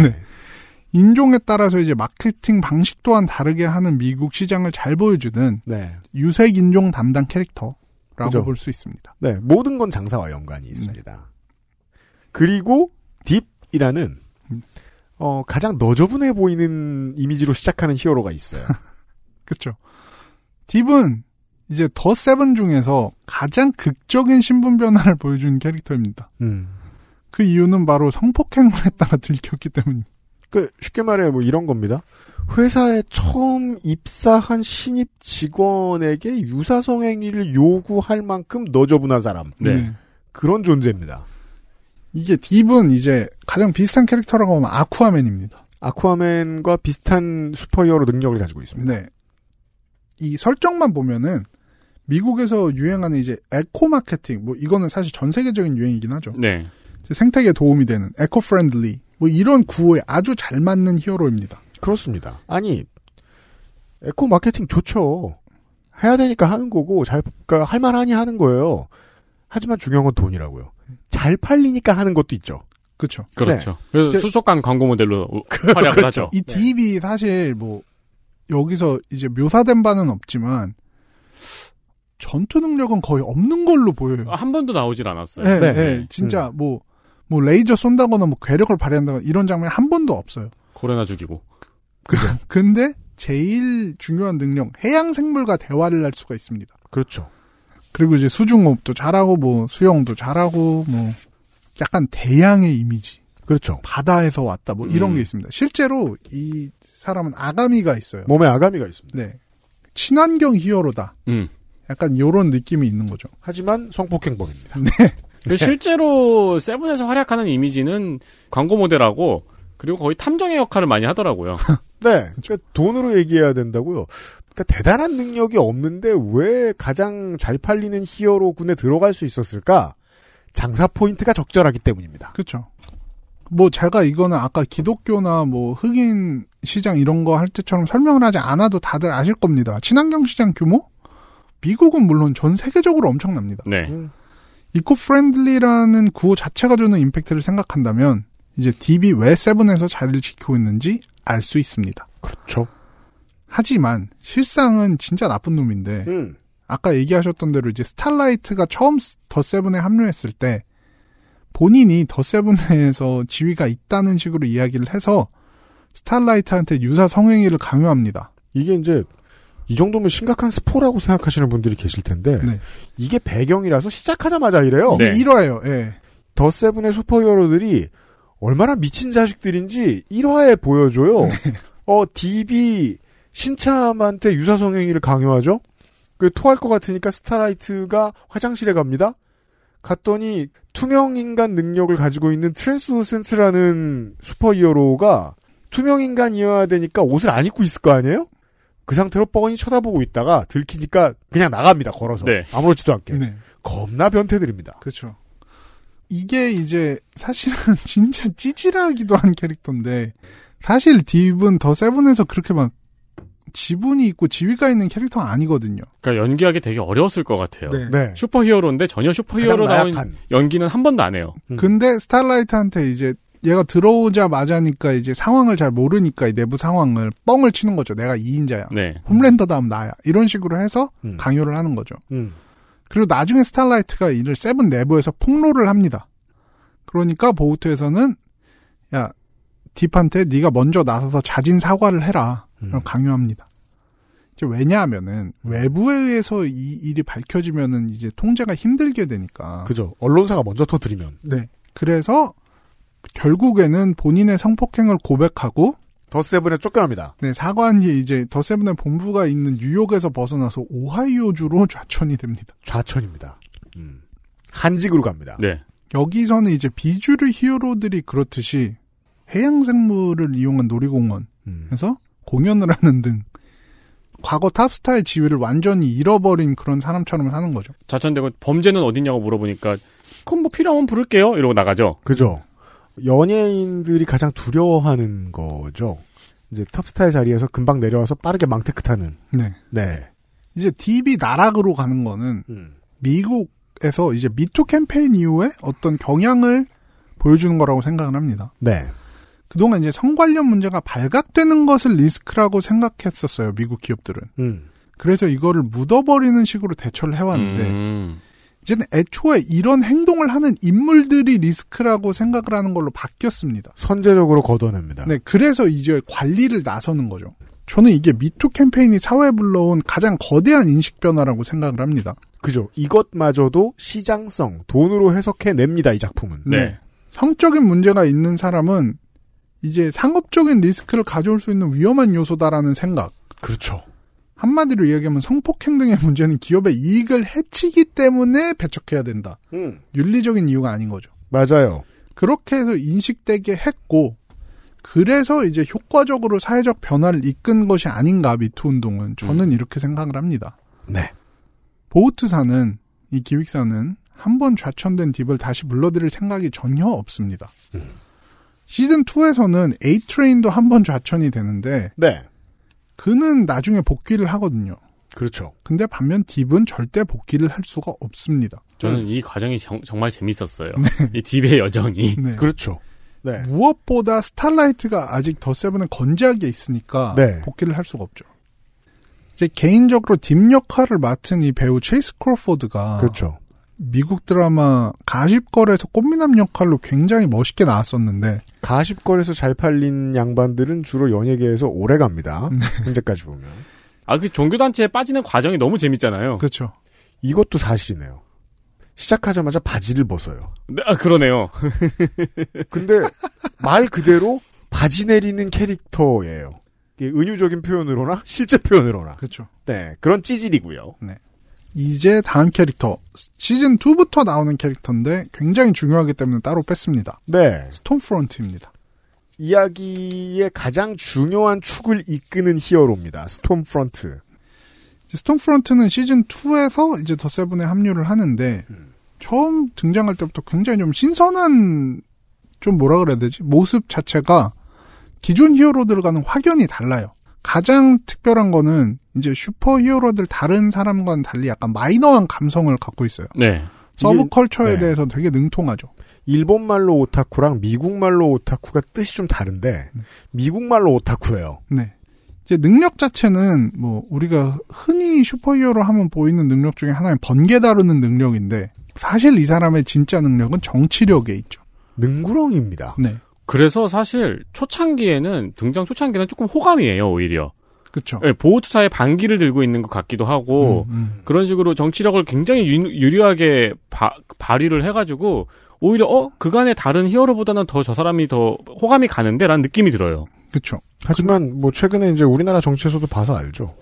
[SPEAKER 9] 인종에 따라서 이제 마케팅 방식 또한 다르게 하는 미국 시장을 잘 보여주는
[SPEAKER 2] 네.
[SPEAKER 9] 유색 인종 담당 캐릭터라고
[SPEAKER 2] 그죠.
[SPEAKER 9] 볼 수 있습니다.
[SPEAKER 2] 네, 모든 건 장사와 연관이 있습니다. 그리고 딥이라는 어, 가장 너저분해 보이는 이미지로 시작하는 히어로가 있어요.
[SPEAKER 9] 그렇죠. 딥은 이제 더 세븐 중에서 가장 극적인 신분 변화를 보여준 캐릭터입니다.
[SPEAKER 2] 음.
[SPEAKER 9] 그 이유는 바로 성폭행을 했다가 들켰기 때문입니다.
[SPEAKER 2] 그 쉽게 말해 뭐 이런 겁니다. 회사에 처음 입사한 신입 직원에게 유사성 행위를 요구할 만큼 너저분한 사람.
[SPEAKER 9] 네.
[SPEAKER 2] 그런 존재입니다.
[SPEAKER 9] 이게 딥은 이제 가장 비슷한 캐릭터라고 하면 아쿠아맨입니다.
[SPEAKER 2] 아쿠아맨과 비슷한 슈퍼히어로 능력을 가지고 있습니다.
[SPEAKER 9] 네. 이 설정만 보면은 미국에서 유행하는 이제 에코 마케팅, 뭐 이거는 사실 전 세계적인 유행이긴 하죠.
[SPEAKER 3] 네.
[SPEAKER 9] 이제 생태계에 도움이 되는 에코 프렌들리, 뭐 이런 구호에 아주 잘 맞는 히어로입니다.
[SPEAKER 2] 그렇습니다. 아니 에코 마케팅 좋죠. 해야 되니까 하는 거고 잘 그러니까 할 만하니 하는 거예요. 하지만 중요한 건 돈이라고요. 잘 팔리니까 하는 것도 있죠.
[SPEAKER 9] 그렇죠.
[SPEAKER 3] 그렇죠.
[SPEAKER 2] 네.
[SPEAKER 3] 그래서
[SPEAKER 2] 저-
[SPEAKER 3] 수족관 광고 모델로 활약을 하죠.
[SPEAKER 9] 이 딥이 사실 뭐 여기서 이제 묘사된 바는 없지만 전투 능력은 거의 없는 걸로 보여요.
[SPEAKER 3] 한 번도 나오질 않았어요.
[SPEAKER 9] 네, 네, 진짜 뭐 뭐 레이저 쏜다거나 뭐 괴력을 발휘한다거나 이런 장면 한 번도 없어요.
[SPEAKER 3] 코로나 죽이고.
[SPEAKER 9] 네. 근데 제일 중요한 능력 해양 생물과 대화를 할 수가 있습니다.
[SPEAKER 2] 그렇죠.
[SPEAKER 9] 그리고 이제 수중호흡도 잘하고 뭐 수영도 잘하고 뭐 약간 대양의 이미지.
[SPEAKER 2] 그렇죠.
[SPEAKER 9] 바다에서 왔다 뭐 이런
[SPEAKER 2] 음.
[SPEAKER 9] 게 있습니다. 실제로 이 사람은 아가미가 있어요.
[SPEAKER 2] 몸에 아가미가 있습니다.
[SPEAKER 9] 네. 친환경 히어로다.
[SPEAKER 3] 음.
[SPEAKER 9] 약간 요런 느낌이 있는 거죠.
[SPEAKER 2] 하지만 성폭행범입니다.
[SPEAKER 9] 네.
[SPEAKER 3] 근데 실제로 세븐에서 활약하는 이미지는 광고 모델하고 그리고 거의 탐정의 역할을 많이 하더라고요.
[SPEAKER 2] 네. 그러니까 돈으로 얘기해야 된다고요. 그러니까 대단한 능력이 없는데 왜 가장 잘 팔리는 히어로군에 들어갈 수 있었을까? 장사 포인트가 적절하기 때문입니다.
[SPEAKER 9] 그렇죠. 뭐 제가 이거는 아까 기독교나 뭐 흑인 시장 이런 거 할 때처럼 설명을 하지 않아도 다들 아실 겁니다. 친환경 시장 규모? 미국은 물론 전 세계적으로 엄청납니다.
[SPEAKER 3] 네.
[SPEAKER 9] 이코 프렌들리라는 구호 자체가 주는 임팩트를 생각한다면 이제 딥이 왜 세븐에서 자리를 지키고 있는지 알 수 있습니다.
[SPEAKER 2] 그렇죠.
[SPEAKER 9] 하지만 실상은 진짜 나쁜 놈인데
[SPEAKER 2] 음.
[SPEAKER 9] 아까 얘기하셨던 대로 이제 스타라이트가 처음 스- 더 세븐에 합류했을 때 본인이 더 세븐에서 지위가 있다는 식으로 이야기를 해서 스타라이트한테 유사 성행위를 강요합니다.
[SPEAKER 2] 이게 이제 이 정도면 심각한 스포라고 생각하시는 분들이 계실 텐데 이게 배경이라서 시작하자마자 이래요.
[SPEAKER 9] 네. 이게 일화예요. 예.
[SPEAKER 2] 더 세븐의 슈퍼히어로들이 얼마나 미친 자식들인지 1화에
[SPEAKER 3] 네.
[SPEAKER 2] 보여줘요. 어, DB 신참한테 유사성행위를 강요하죠? 그 토할 것 같으니까 스타라이트가 화장실에 갑니다. 갔더니 투명인간 능력을 가지고 있는 트랜스노센스라는 슈퍼히어로가 투명인간이어야 되니까 옷을 안 입고 있을 거 아니에요? 그 상태로 뻔히 쳐다보고 있다가 들키니까 그냥 나갑니다. 걸어서.
[SPEAKER 9] 네.
[SPEAKER 2] 아무렇지도 않게. 겁나 변태들입니다.
[SPEAKER 9] 그렇죠. 이게 이제 사실은 진짜 찌질하기도 한 캐릭터인데 사실 딥은 더 세븐에서 그렇게 막 지분이 있고 지위가 있는 캐릭터가 아니거든요.
[SPEAKER 3] 그러니까 연기하기 되게 어려웠을 것 같아요.
[SPEAKER 9] 네.
[SPEAKER 3] 슈퍼히어로인데 전혀 슈퍼히어로다운
[SPEAKER 9] 가장 나약한.
[SPEAKER 3] 연기는 한 번도 안 해요.
[SPEAKER 9] 근데 스타일라이트한테 이제 얘가 들어오자마자니까 이제 상황을 잘 모르니까 이 내부 상황을 뻥을 치는 거죠. 내가 2인자야.
[SPEAKER 3] 네.
[SPEAKER 9] 홈랜더 다음 나야. 이런 식으로 해서
[SPEAKER 2] 음.
[SPEAKER 9] 강요를 하는 거죠. 그리고 나중에 스타일라이트가 이를 세븐 내부에서 폭로를 합니다. 그러니까 보우트에서는 야 딥한테 네가 먼저 나서서 자진 사과를 해라. 그럼 강요합니다. 이제 왜냐하면은 외부에 의해서 이 일이 밝혀지면은 이제 통제가 힘들게 되니까.
[SPEAKER 2] 그죠. 언론사가 먼저 터뜨리면.
[SPEAKER 9] 네. 그래서 결국에는 본인의 성폭행을 고백하고
[SPEAKER 2] 더 세븐에 쫓겨납니다.
[SPEAKER 9] 네, 사과한 뒤 이제 더 세븐의 본부가 있는 뉴욕에서 벗어나서 오하이오주로 좌천이 됩니다.
[SPEAKER 2] 좌천입니다. 음. 한직으로 갑니다.
[SPEAKER 3] 네.
[SPEAKER 9] 여기서는 이제 비주류 히어로들이 그렇듯이 해양 생물을 이용한 놀이공원에서
[SPEAKER 2] 음.
[SPEAKER 9] 공연을 하는 등 과거 탑스타의 지위를 완전히 잃어버린 그런 사람처럼 사는 거죠.
[SPEAKER 3] 자천되고 범죄는 어디냐고 물어보니까 그럼 뭐 필요하면 부를게요. 이러고 나가죠.
[SPEAKER 2] 그죠. 연예인들이 가장 두려워하는 거죠. 이제 탑스타의 자리에서 금방 내려와서 빠르게 망테크 타는.
[SPEAKER 9] 네.
[SPEAKER 2] 네.
[SPEAKER 9] 이제 DB 나락으로 가는 거는
[SPEAKER 2] 음.
[SPEAKER 9] 미국에서 이제 미투 캠페인 이후에 어떤 경향을 보여주는 거라고 생각을 합니다.
[SPEAKER 2] 네.
[SPEAKER 9] 그동안 이제 성 관련 문제가 발각되는 것을 리스크라고 생각했었어요. 미국 기업들은.
[SPEAKER 2] 음.
[SPEAKER 9] 그래서 이거를 묻어버리는 식으로 대처를 해왔는데
[SPEAKER 3] 음.
[SPEAKER 9] 이제는 애초에 이런 행동을 하는 인물들이 리스크라고 생각을 하는 걸로 바뀌었습니다.
[SPEAKER 2] 선제적으로 걷어냅니다.
[SPEAKER 9] 네, 그래서 이제 관리를 나서는 거죠. 저는 이게 미투 캠페인이 사회에 불러온 가장 거대한 인식 변화라고 생각을 합니다.
[SPEAKER 2] 그죠. 이것마저도 시장성, 돈으로 해석해냅니다, 이 작품은.
[SPEAKER 9] 네. 성적인 문제가 있는 사람은 이제 상업적인 리스크를 가져올 수 있는 위험한 요소다라는 생각.
[SPEAKER 2] 그렇죠.
[SPEAKER 9] 한마디로 이야기하면 성폭행 등의 문제는 기업의 이익을 해치기 때문에 배척해야 된다.
[SPEAKER 2] 음.
[SPEAKER 9] 윤리적인 이유가 아닌 거죠.
[SPEAKER 2] 맞아요.
[SPEAKER 9] 그렇게 해서 인식되게 했고, 그래서 이제 효과적으로 사회적 변화를 이끈 것이 아닌가, 미투 운동은. 저는 이렇게 생각을 합니다.
[SPEAKER 2] 네.
[SPEAKER 9] 보우트사는, 이 기획사는 한 번 좌천된 딥을 다시 불러들일 생각이 전혀 없습니다.
[SPEAKER 2] 음.
[SPEAKER 9] 시즌2에서는 에이트레인도 한 번 좌천이 되는데,
[SPEAKER 2] 네.
[SPEAKER 9] 그는 나중에 복귀를 하거든요.
[SPEAKER 2] 그렇죠.
[SPEAKER 9] 근데 반면 딥은 절대 복귀를 할 수가 없습니다.
[SPEAKER 3] 저는
[SPEAKER 9] 네.
[SPEAKER 3] 이 과정이 정, 말 재밌었어요. 이 딥의 여정이.
[SPEAKER 2] 그렇죠. 네.
[SPEAKER 9] 네. 무엇보다 스타라이트가 아직 더 세븐은 건재하게 있으니까
[SPEAKER 2] 네.
[SPEAKER 9] 복귀를 할 수가 없죠. 이제 개인적으로 딥 역할을 맡은 이 배우 체이스 크로포드가
[SPEAKER 2] 그렇죠.
[SPEAKER 9] 미국 드라마 가십걸에서 꽃미남 역할로 굉장히 멋있게 나왔었는데
[SPEAKER 2] 가십걸에서 잘 팔린 양반들은 주로 연예계에서 오래 갑니다. 현재까지 보면.
[SPEAKER 3] 아, 그 종교단체에 빠지는 과정이 너무 재밌잖아요.
[SPEAKER 9] 그렇죠.
[SPEAKER 2] 이것도 사실이네요. 시작하자마자 바지를 벗어요.
[SPEAKER 3] 네, 아, 그러네요.
[SPEAKER 2] 근데 말 그대로 바지 내리는 캐릭터예요. 이게 은유적인 표현으로나 실제 표현으로나.
[SPEAKER 9] 그렇죠.
[SPEAKER 2] 네, 그런 찌질이고요.
[SPEAKER 9] 네. 이제 다음 캐릭터 시즌 2부터 나오는 캐릭터인데 굉장히 중요하기 때문에 따로 뺐습니다.
[SPEAKER 2] 네.
[SPEAKER 9] 스톰프론트입니다.
[SPEAKER 2] 이야기의 가장 중요한 축을 이끄는 히어로입니다. 스톰프런트.
[SPEAKER 9] 스톰프런트는 시즌 2에서 이제 더 세븐에 합류를 하는데 처음 등장할 때부터 굉장히 좀 신선한 좀 뭐라 그래야 되지 모습 자체가 기존 히어로들과는 확연히 달라요. 가장 특별한 거는 이제 슈퍼 히어로들 다른 사람과는 달리 약간 마이너한 감성을 갖고 있어요.
[SPEAKER 3] 네.
[SPEAKER 9] 서브컬처에 대해서 되게 능통하죠.
[SPEAKER 2] 일본말로 오타쿠랑 미국말로 오타쿠가 뜻이 좀 다른데 미국말로 오타쿠예요.
[SPEAKER 9] 네. 이제 능력 자체는 뭐 우리가 흔히 슈퍼히어로 하면 보이는 능력 중에 하나인 번개 다루는 능력인데 사실 이 사람의 진짜 능력은 정치력에 있죠.
[SPEAKER 2] 능구렁입니다.
[SPEAKER 9] 네.
[SPEAKER 3] 그래서 사실 초창기에는 등장 초창기는 조금 호감이에요 오히려. 예,
[SPEAKER 9] 그렇죠.
[SPEAKER 3] 보호투사의 반기를 들고 있는 것 같기도 어.
[SPEAKER 9] 음,
[SPEAKER 3] 하고 그런 식으로 정치력을 굉장히 유, 리하게 바, 발휘를 해가지고 오히려 어 그간의 다른 히어로보다는 더 저 사람이 더 호감이 가는데라는 느낌이 들어요.
[SPEAKER 9] 그렇죠.
[SPEAKER 2] 하지만 뭐 최근에 이제 우리나라 정치에서도 봐서 알죠.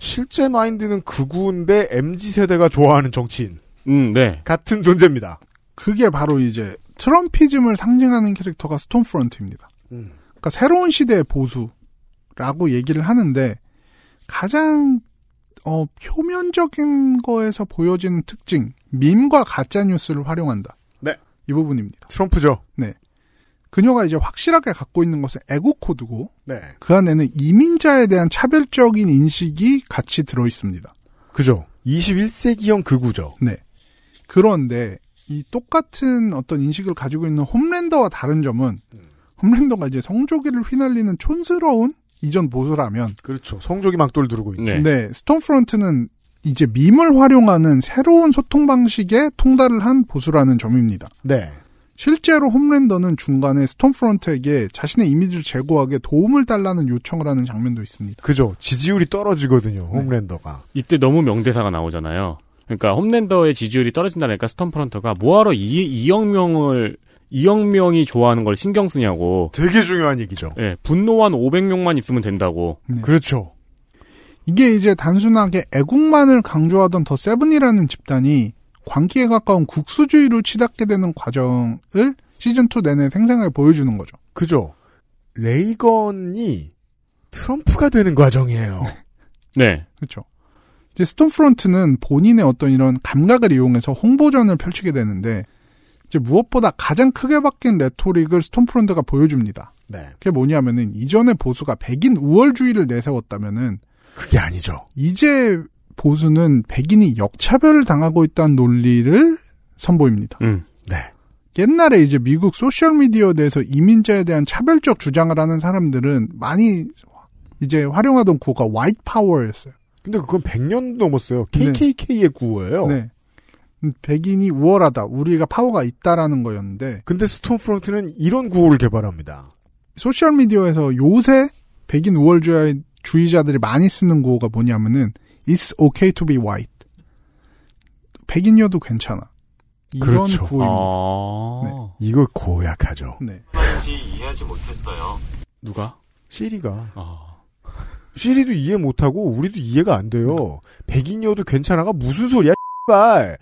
[SPEAKER 2] 실제 마인드는 극우인데 MZ 세대가 좋아하는 정치인.
[SPEAKER 3] 음, 네.
[SPEAKER 2] 같은 존재입니다.
[SPEAKER 9] 그게 바로 이제 트럼피즘을 상징하는 캐릭터가 스톰프런트입니다.
[SPEAKER 2] 음.
[SPEAKER 9] 그러니까 새로운 시대의 보수라고 얘기를 하는데 가장 어, 표면적인 거에서 보여지는 특징, 밈과 가짜 뉴스를 활용한다.
[SPEAKER 2] 네.
[SPEAKER 9] 이 부분입니다.
[SPEAKER 2] 트럼프죠.
[SPEAKER 9] 네. 그녀가 이제 확실하게 갖고 있는 것은 에고 코드고
[SPEAKER 2] 네.
[SPEAKER 9] 그 안에는 이민자에 대한 차별적인 인식이 같이 들어 있습니다.
[SPEAKER 2] 그죠. 21세기형 극우죠.
[SPEAKER 9] 네. 그런데 이 똑같은 어떤 인식을 가지고 있는 홈랜더와 다른 점은 홈랜더가 이제 성조기를 휘날리는 촌스러운 이전 보수라면
[SPEAKER 2] 그렇죠. 성조기 막돌 두르고
[SPEAKER 9] 있는. 네. 스톰프런트는 이제 밈을 활용하는 새로운 소통 방식에 통달을 한 보수라는 점입니다.
[SPEAKER 2] 네.
[SPEAKER 9] 실제로 홈랜더는 중간에 스톰프런트에게 자신의 이미지를 제고하게 도움을 달라는 요청을 하는 장면도 있습니다.
[SPEAKER 2] 그죠. 지지율이 떨어지거든요. 홈랜더가.
[SPEAKER 3] 이때 너무 명대사가 나오잖아요. 그러니까 홈랜더의 지지율이 떨어진다니까 스톰프런터가 뭐하러 이, 이억 명을 이억 명이 좋아하는 걸 신경 쓰냐고.
[SPEAKER 2] 네. 되게 중요한 얘기죠.
[SPEAKER 3] 예, 분노한 500명만 있으면 된다고.
[SPEAKER 2] 그렇죠.
[SPEAKER 9] 이게 이제 단순하게 애국만을 강조하던 더 세븐이라는 집단이 광기에 가까운 국수주의로 치닫게 되는 과정을 시즌2 내내 생생하게 보여주는 거죠.
[SPEAKER 2] 그죠. 레이건이 트럼프가 되는 과정이에요.
[SPEAKER 3] 네.
[SPEAKER 9] 그렇죠. 이제 스톰프런트는 본인의 어떤 이런 감각을 이용해서 홍보전을 펼치게 되는데 이제 무엇보다 가장 크게 바뀐 레토릭을 스톰프런트가 보여줍니다.
[SPEAKER 2] 네.
[SPEAKER 9] 그게 뭐냐면은 이전에 보수가 백인 우월주의를 내세웠다면은
[SPEAKER 2] 그게 아니죠.
[SPEAKER 9] 이제 보수는 백인이 역차별을 당하고 있다는 논리를 선보입니다.
[SPEAKER 3] 음.
[SPEAKER 2] 네.
[SPEAKER 9] 옛날에 이제 미국 소셜 미디어에 대해서 이민자에 대한 차별적 주장을 하는 사람들은 많이 이제 활용하던 구호가 white power였어요.
[SPEAKER 2] 근데 그건 100년 넘었어요. KKK의 구호예요.
[SPEAKER 9] 네. 음, 백인이 우월하다. 우리가 파워가 있다라는 거였는데
[SPEAKER 2] 근데 스톰프런트는 이런 구호를 개발합니다.
[SPEAKER 9] 소셜 미디어에서 요새 백인 우월주의자들이 많이 쓰는 구호가 뭐냐면은 it's okay to be white. 백인이어도 괜찮아. 이런
[SPEAKER 2] 그렇죠.
[SPEAKER 9] 구호입니다.
[SPEAKER 3] 아.
[SPEAKER 2] 이거 고약하죠.
[SPEAKER 9] 네.
[SPEAKER 14] 뭔지 이해하지 못했어요.
[SPEAKER 3] 누가?
[SPEAKER 2] 시리가.
[SPEAKER 3] 아.
[SPEAKER 2] 시리도 이해 못하고 우리도 이해가 안 돼요. 백인이어도 괜찮아가 무슨 소리야? 발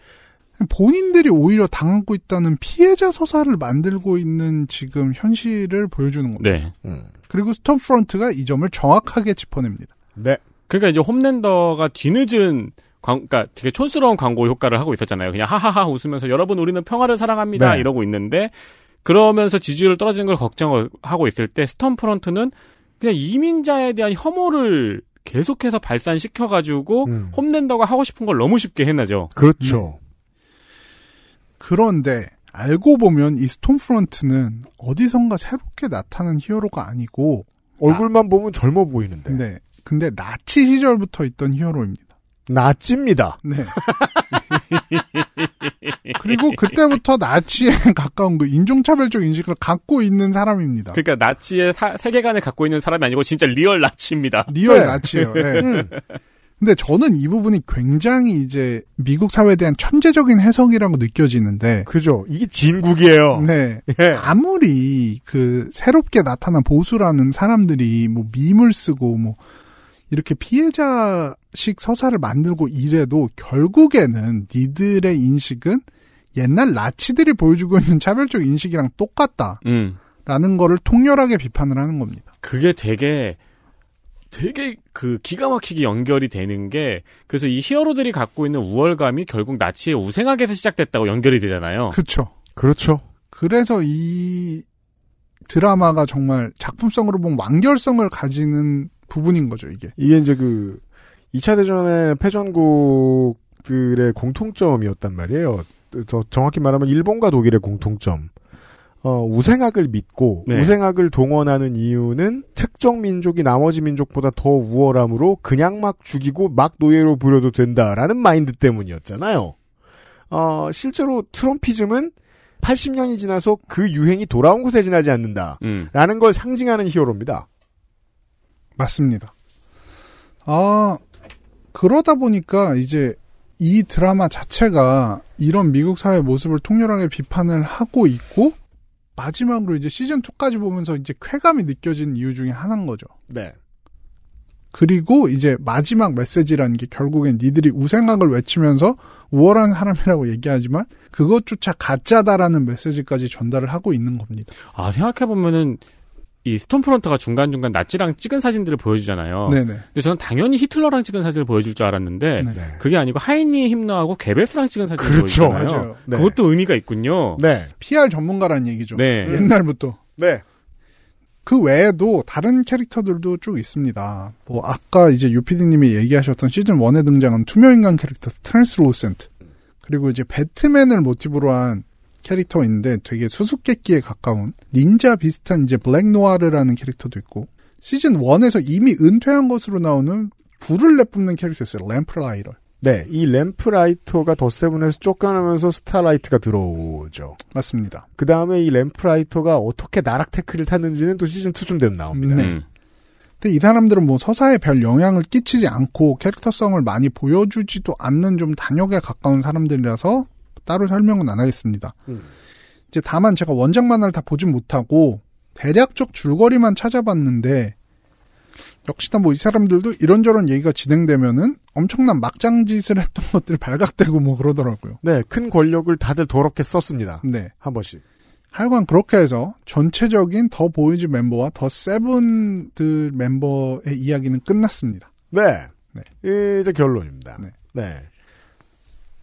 [SPEAKER 9] 본인들이 오히려 당하고 있다는 피해자 서사를 만들고 있는 지금 현실을 보여주는 겁니다.
[SPEAKER 3] 네.
[SPEAKER 9] 그리고 스톰프런트가 이 점을 정확하게 짚어냅니다.
[SPEAKER 2] 네.
[SPEAKER 3] 그러니까 이제 홈랜더가 뒤늦은 광, 그러니까 되게 촌스러운 광고 효과를 하고 있었잖아요. 그냥 하하하 웃으면서 여러분 우리는 평화를 사랑합니다
[SPEAKER 2] 네.
[SPEAKER 3] 이러고 있는데 그러면서 지지율 떨어지는 걸 걱정하고 있을 때 스톰프런트는 그냥 이민자에 대한 혐오를 계속해서 발산시켜가지고 홈랜더가 하고 싶은 걸 너무 쉽게 해내죠.
[SPEAKER 2] 음. 그렇죠.
[SPEAKER 9] 그런데 알고 보면 이 스톰프런트는 어디선가 새롭게 나타난 히어로가 아니고
[SPEAKER 2] 얼굴만 보면 젊어 보이는데.
[SPEAKER 9] 네. 근데 나치 시절부터 있던 히어로입니다.
[SPEAKER 2] 나치입니다.
[SPEAKER 9] 네. 그리고 그때부터 나치에 가까운 그 인종차별적 인식을 갖고 있는 사람입니다.
[SPEAKER 3] 그러니까 나치의 사- 세계관을 갖고 있는 사람이 아니고 진짜 리얼 나치입니다.
[SPEAKER 9] 리얼 나치예요. 예. 근데 저는 이 부분이 굉장히 이제 미국 사회에 대한 천재적인 해석이라고 느껴지는데
[SPEAKER 2] 그죠. 이게 진국이에요. 예.
[SPEAKER 9] 네. 아무리 그 새롭게 나타난 보수라는 사람들이 뭐 밈을 쓰고 뭐 이렇게 피해자식 서사를 만들고 이래도 결국에는 니들의 인식은 옛날 나치들이 보여주고 있는 차별적 인식이랑 똑같다.
[SPEAKER 3] 음.
[SPEAKER 9] 라는 거를 통렬하게 비판을 하는 겁니다.
[SPEAKER 3] 그게 되게 되게 그 기가 막히게 연결이 되는 게 그래서 이 히어로들이 갖고 있는 우월감이 결국 나치의 우생학에서 시작됐다고 연결이 되잖아요.
[SPEAKER 9] 그렇죠.
[SPEAKER 2] 그렇죠.
[SPEAKER 9] 그래서 이 드라마가 정말 작품성으로 보면 완결성을 가지는 부분인 거죠, 이게.
[SPEAKER 2] 이게 이제 그 2차 대전의 패전국들의 공통점이었단 말이에요. 더 정확히 말하면 일본과 독일의 공통점. 어, 우생학을 믿고
[SPEAKER 3] 네.
[SPEAKER 2] 우생학을 동원하는 이유는 특정 민족이 나머지 민족보다 더 우월함으로 그냥 막 죽이고 막 노예로 부려도 된다라는 마인드 때문이었잖아요. 어, 실제로 트럼피즘은 80년이 지나서 그 유행이 돌아온 곳에 지나지 않는다라는
[SPEAKER 3] 음.
[SPEAKER 2] 걸 상징하는 히어로입니다.
[SPEAKER 9] 맞습니다. 아, 그러다 보니까 이제 이 드라마 자체가 이런 미국 사회 모습을 통렬하게 비판을 하고 있고 마지막으로 이제 시즌 2까지 보면서 이제 쾌감이 느껴진 이유 중에 하나인 거죠.
[SPEAKER 2] 네.
[SPEAKER 9] 그리고 이제 마지막 메시지라는 게 결국엔 니들이 우생각을 외치면서 우월한 사람이라고 얘기하지만 그것조차 가짜다라는 메시지까지 전달을 하고 있는 겁니다.
[SPEAKER 3] 아, 생각해보면은, 이 스톰프런트가 중간중간 나치랑 찍은 사진들을 보여주잖아요.
[SPEAKER 9] 네네. 네.
[SPEAKER 3] 근데 저는 당연히 히틀러랑 찍은 사진을 보여줄 줄 알았는데,
[SPEAKER 2] 네.
[SPEAKER 3] 그게 아니고 하이니 힘너하고 게벨스랑 찍은 사진을
[SPEAKER 9] 그렇죠.
[SPEAKER 3] 보여주잖아요.
[SPEAKER 9] 맞아요. 네.
[SPEAKER 3] 그것도 의미가 있군요.
[SPEAKER 2] 네.
[SPEAKER 9] PR 전문가라는 얘기죠.
[SPEAKER 3] 네.
[SPEAKER 9] 옛날부터.
[SPEAKER 2] 네.
[SPEAKER 9] 그 외에도 다른 캐릭터들도 쭉 있습니다. 뭐 아까 이제 유피디님이 얘기하셨던 시즌 1에 등장한 투명인간 캐릭터 트랜슬로센트 그리고 이제 배트맨을 모티브로 한 캐릭터인데 되게 수수께끼에 가까운 닌자 비슷한 이제 블랙 노아르라는 캐릭터도 있고 시즌 1에서 이미 은퇴한 것으로 나오는 불을 내뿜는 캐릭터였어요. 램프라이럴.
[SPEAKER 2] 네, 이 램프라이터가 덧세븐에서 쫓겨나면서 스타라이트가 들어오죠.
[SPEAKER 9] 맞습니다.
[SPEAKER 2] 그 다음에 이 램프라이터가 어떻게 나락 태클을 탔는지는 또 시즌2쯤 되면 나옵니다.
[SPEAKER 9] 네. 근데 이 사람들은 뭐 서사에 별 영향을 끼치지 않고 캐릭터성을 많이 보여주지도 않는 좀 단역에 가까운 사람들이라서 따로 설명은 안 하겠습니다. 이제 다만 제가 원작 만화를 다 보진 못하고 대략적 줄거리만 찾아봤는데 역시나 뭐 이 사람들도 이런저런 얘기가 진행되면은 엄청난 막장짓을 했던 것들이 발각되고 뭐 그러더라고요.
[SPEAKER 2] 네, 큰 권력을 다들 더럽게 썼습니다.
[SPEAKER 9] 네.
[SPEAKER 2] 한 번씩.
[SPEAKER 9] 하여간 그렇게 해서 전체적인 더 보이즈 멤버와 더 세븐들 멤버의 이야기는 끝났습니다.
[SPEAKER 2] 네. 이제 결론입니다. 네.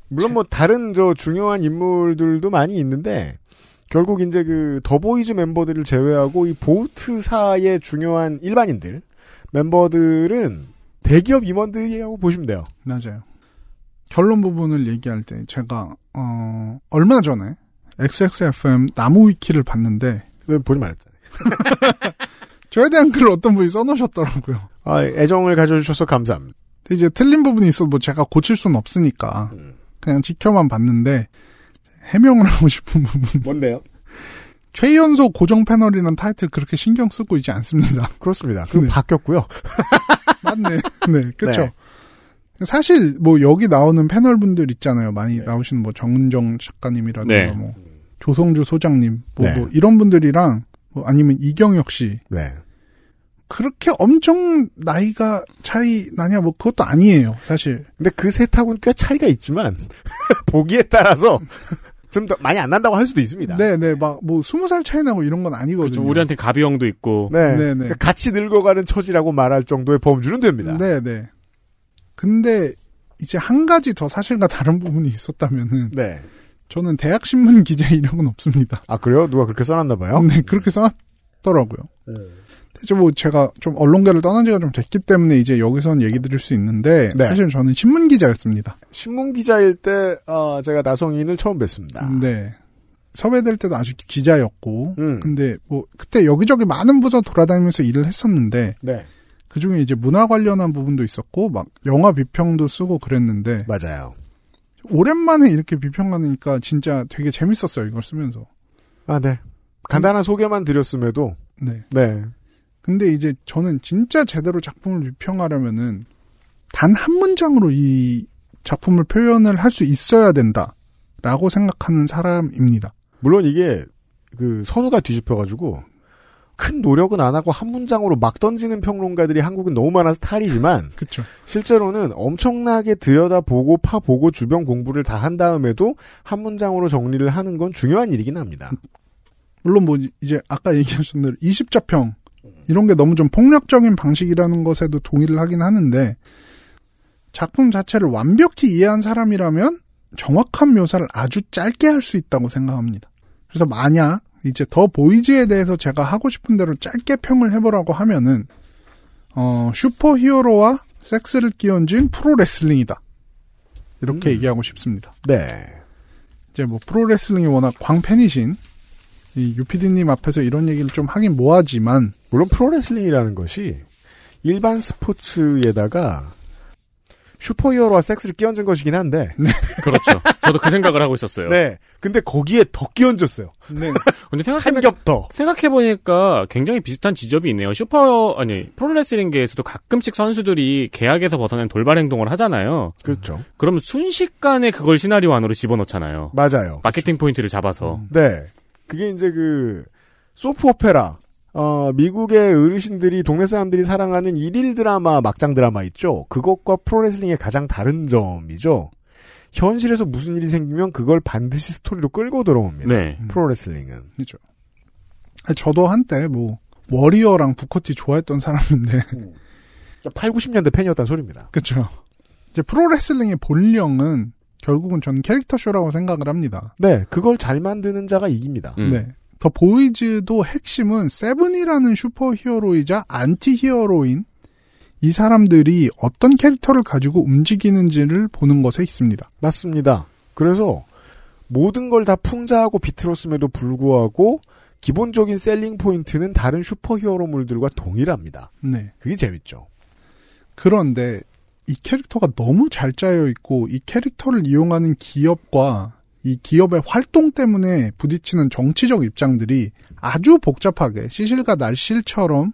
[SPEAKER 2] 물론 뭐 다른 저 중요한 인물들도 많이 있는데 결국 이제 그 더보이즈 멤버들을 제외하고 이 보트사의 중요한 일반인들 멤버들은 대기업 임원들이라고 보시면 돼요.
[SPEAKER 9] 맞아요. 결론 부분을 얘기할 때 제가 어 얼마 전에 XXFM 나무 위키를 봤는데
[SPEAKER 2] 그 보지 말했잖아요.
[SPEAKER 9] 저에 대한 글을 어떤 분이 써놓으셨더라고요.
[SPEAKER 2] 아, 애정을 가져주셔서 감사합니다.
[SPEAKER 9] 근데 이제 틀린 부분이 있어 뭐 제가 고칠 수는 없으니까 그냥 지켜만 봤는데 해명을 하고 싶은 부분
[SPEAKER 2] 뭔데요?
[SPEAKER 9] 최연소 고정 패널이라는 타이틀 그렇게 신경 쓰고 있지 않습니다.
[SPEAKER 2] 그렇습니다. 그럼 바뀌었고요.
[SPEAKER 9] 맞네. 네, 그렇죠.
[SPEAKER 2] 네.
[SPEAKER 9] 사실 뭐 여기 나오는 패널 분들 있잖아요. 많이 나오시는 뭐 정은정 작가님이라든가
[SPEAKER 2] 네.
[SPEAKER 9] 뭐 조성주 소장님 뭐,
[SPEAKER 2] 네.
[SPEAKER 9] 뭐 이런 분들이랑 뭐 아니면 이경혁 씨
[SPEAKER 2] 네.
[SPEAKER 9] 그렇게 엄청 나이가 차이 나냐 뭐 그것도 아니에요 사실.
[SPEAKER 2] 근데 그 세탁은 꽤 차이가 있지만 보기에 따라서 좀 더 많이 안 난다고 할 수도 있습니다.
[SPEAKER 9] 네네 막 뭐 스무 살 차이 나고 이런 건 아니거든요.
[SPEAKER 3] 좀 그렇죠. 우리한테 가비 형도 있고.
[SPEAKER 2] 네.
[SPEAKER 9] 네네.
[SPEAKER 2] 그러니까 같이 늙어가는 처지라고 말할 정도의 범주는 됩니다.
[SPEAKER 9] 네네. 근데 이제 한 가지 더 사실과 다른 부분이 있었다면은
[SPEAKER 2] 네.
[SPEAKER 9] 저는 대학 신문 기자 이력은 없습니다.
[SPEAKER 2] 아 그래요? 누가 그렇게 써놨나 봐요? 네.
[SPEAKER 9] 네 그렇게 써놨더라고요. 대체 뭐 제가 좀 언론계를 떠난 지가 좀 됐기 때문에 이제 여기선 얘기 드릴 수 있는데
[SPEAKER 2] 네.
[SPEAKER 9] 사실 저는 신문 기자였습니다.
[SPEAKER 2] 신문 기자일 때 아, 제가 나성인을 처음 뵀습니다.
[SPEAKER 9] 네. 섭외될 때도 아직 기자였고
[SPEAKER 2] 음.
[SPEAKER 9] 근데 뭐 그때 여기저기 많은 부서 돌아다니면서 일을 했었는데
[SPEAKER 2] 네.
[SPEAKER 9] 그 중에 이제 문화 관련한 부분도 있었고 막 영화 비평도 쓰고
[SPEAKER 2] 네.
[SPEAKER 9] 그랬는데
[SPEAKER 2] 맞아요.
[SPEAKER 9] 오랜만에 이렇게 비평하니까 진짜 되게 재밌었어요 이걸 쓰면서.
[SPEAKER 2] 아 네. 간단한 소개만 드렸음에도
[SPEAKER 9] 네.
[SPEAKER 2] 네.
[SPEAKER 9] 근데 이제 저는 진짜 제대로 작품을 비평하려면은 단 한 문장으로 이 작품을 표현을 할 수 있어야 된다라고 생각하는 사람입니다.
[SPEAKER 2] 물론 이게 그 선우가 뒤집혀가지고 큰 노력은 안 하고 한 문장으로 막 던지는 평론가들이 한국은 너무 많아서 탈이지만
[SPEAKER 9] 그쵸.
[SPEAKER 2] 실제로는 엄청나게 들여다보고 파보고 주변 공부를 다 한 다음에도 한 문장으로 정리를 하는 건 중요한 일이긴 합니다.
[SPEAKER 9] 물론 뭐 이제 아까 얘기하신 대로 20자평 이런 게 너무 좀 폭력적인 방식이라는 것에도 동의를 하긴 하는데 작품 자체를 완벽히 이해한 사람이라면 정확한 묘사를 아주 짧게 할 수 있다고 생각합니다. 그래서 만약 이제 더 보이즈에 대해서 제가 하고 싶은 대로 짧게 평을 해보라고 하면은 어, 슈퍼 히어로와 섹스를 끼얹은 프로레슬링이다. 이렇게 얘기하고 싶습니다.
[SPEAKER 2] 네.
[SPEAKER 9] 이제 뭐 프로레슬링이 워낙 광팬이신 이 유피디님 앞에서 이런 얘기를 좀 하긴 뭐하지만
[SPEAKER 2] 물론 프로레슬링이라는 것이 일반 스포츠에다가 슈퍼히어로와 섹스를 끼얹은 것이긴 한데.
[SPEAKER 9] 네.
[SPEAKER 3] 그렇죠. 저도 그 생각을 하고 있었어요.
[SPEAKER 2] 네. 근데 거기에 더 끼얹었어요.
[SPEAKER 3] 네. 근데 생각해
[SPEAKER 2] 한 겹 더.
[SPEAKER 3] 생각해보니까 굉장히 비슷한 지점이 있네요. 슈퍼, 아니, 프로레슬링계에서도 가끔씩 선수들이 계약에서 벗어난 돌발 행동을 하잖아요.
[SPEAKER 2] 그렇죠.
[SPEAKER 3] 그럼 순식간에 그걸 시나리오 안으로 집어넣잖아요.
[SPEAKER 2] 맞아요.
[SPEAKER 3] 마케팅 포인트를 잡아서.
[SPEAKER 2] 네. 그게 이제 그, 소프 오페라. 어, 미국의 어르신들이, 동네 사람들이 사랑하는 일일 드라마, 막장 드라마 있죠? 그것과 프로레슬링의 가장 다른 점이죠? 현실에서 무슨 일이 생기면 그걸 반드시 스토리로 끌고 들어옵니다.
[SPEAKER 3] 네.
[SPEAKER 2] 프로레슬링은.
[SPEAKER 9] 그죠. 저도 한때 뭐 워리어랑 부커티 좋아했던 사람인데
[SPEAKER 2] 8, 90년대 팬이었다는 소리입니다.
[SPEAKER 9] 그렇죠. 이제 프로레슬링의 본령은 결국은 저는 캐릭터 쇼라고 생각을 합니다.
[SPEAKER 2] 네, 그걸 잘 만드는 자가 이깁니다. 음.
[SPEAKER 9] 네. 더 보이즈도 핵심은 세븐이라는 슈퍼히어로이자 안티히어로인 이 사람들이 어떤 캐릭터를 가지고 움직이는지를 보는 것에 있습니다.
[SPEAKER 2] 맞습니다. 그래서 모든 걸 다 풍자하고 비틀었음에도 불구하고 기본적인 셀링 포인트는 다른 슈퍼히어로물들과 동일합니다.
[SPEAKER 9] 네.
[SPEAKER 2] 그게 재밌죠.
[SPEAKER 9] 그런데 이 캐릭터가 너무 잘 짜여 있고 이 캐릭터를 이용하는 기업과 이 기업의 활동 때문에 부딪히는 정치적 입장들이 아주 복잡하게 시실과 날실처럼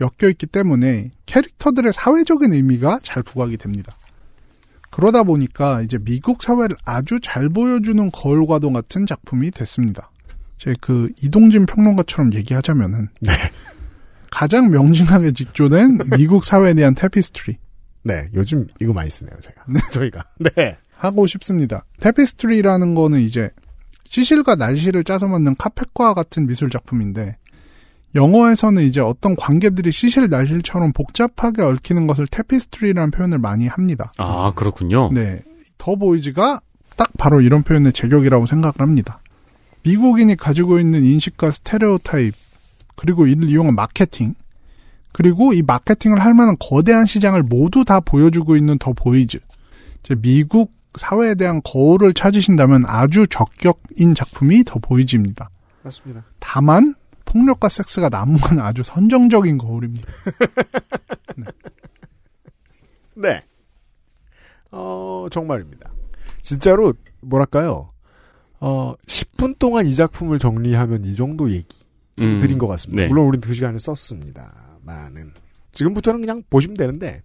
[SPEAKER 9] 엮여 있기 때문에 캐릭터들의 사회적인 의미가 잘 부각이 됩니다. 그러다 보니까 이제 미국 사회를 아주 잘 보여주는 거울과도 같은 작품이 됐습니다. 제 그 이동진 평론가처럼 얘기하자면은
[SPEAKER 2] 네.
[SPEAKER 9] 가장 명징하게 직조된 미국 사회에 대한 테피스트리.
[SPEAKER 2] 네, 요즘 이거 많이 쓰네요, 제가. 저희가. 네.
[SPEAKER 9] 하고 싶습니다. 테피스트리라는 거는 이제 시실과 날씨를 짜서 만든 카펫과 같은 미술 작품인데 영어에서는 이제 어떤 관계들이 시실 날실처럼 복잡하게 얽히는 것을 테피스트리라는 표현을 많이 합니다.
[SPEAKER 3] 아, 그렇군요.
[SPEAKER 9] 네. 더 보이즈가 딱 바로 이런 표현의 제격이라고 생각을 합니다. 미국인이 가지고 있는 인식과 스테레오타입, 그리고 이를 이용한 마케팅, 그리고 이 마케팅을 할 만한 거대한 시장을 모두 다 보여주고 있는 더 보이즈. 미국 사회에 대한 거울을 찾으신다면 아주 적격인 작품이 더 보이즈입니다.
[SPEAKER 2] 맞습니다.
[SPEAKER 9] 다만 폭력과 섹스가 난무한 아주 선정적인 거울입니다.
[SPEAKER 2] 네. 네. 어, 정말입니다. 진짜로, 뭐랄까요. 어, 10분 동안 이 작품을 정리하면 이 정도 얘기
[SPEAKER 3] 음,
[SPEAKER 2] 드린 것 같습니다.
[SPEAKER 3] 네.
[SPEAKER 2] 물론 우린 그 2시간을 썼습니다. 많은. 지금부터는 그냥 보시면 되는데,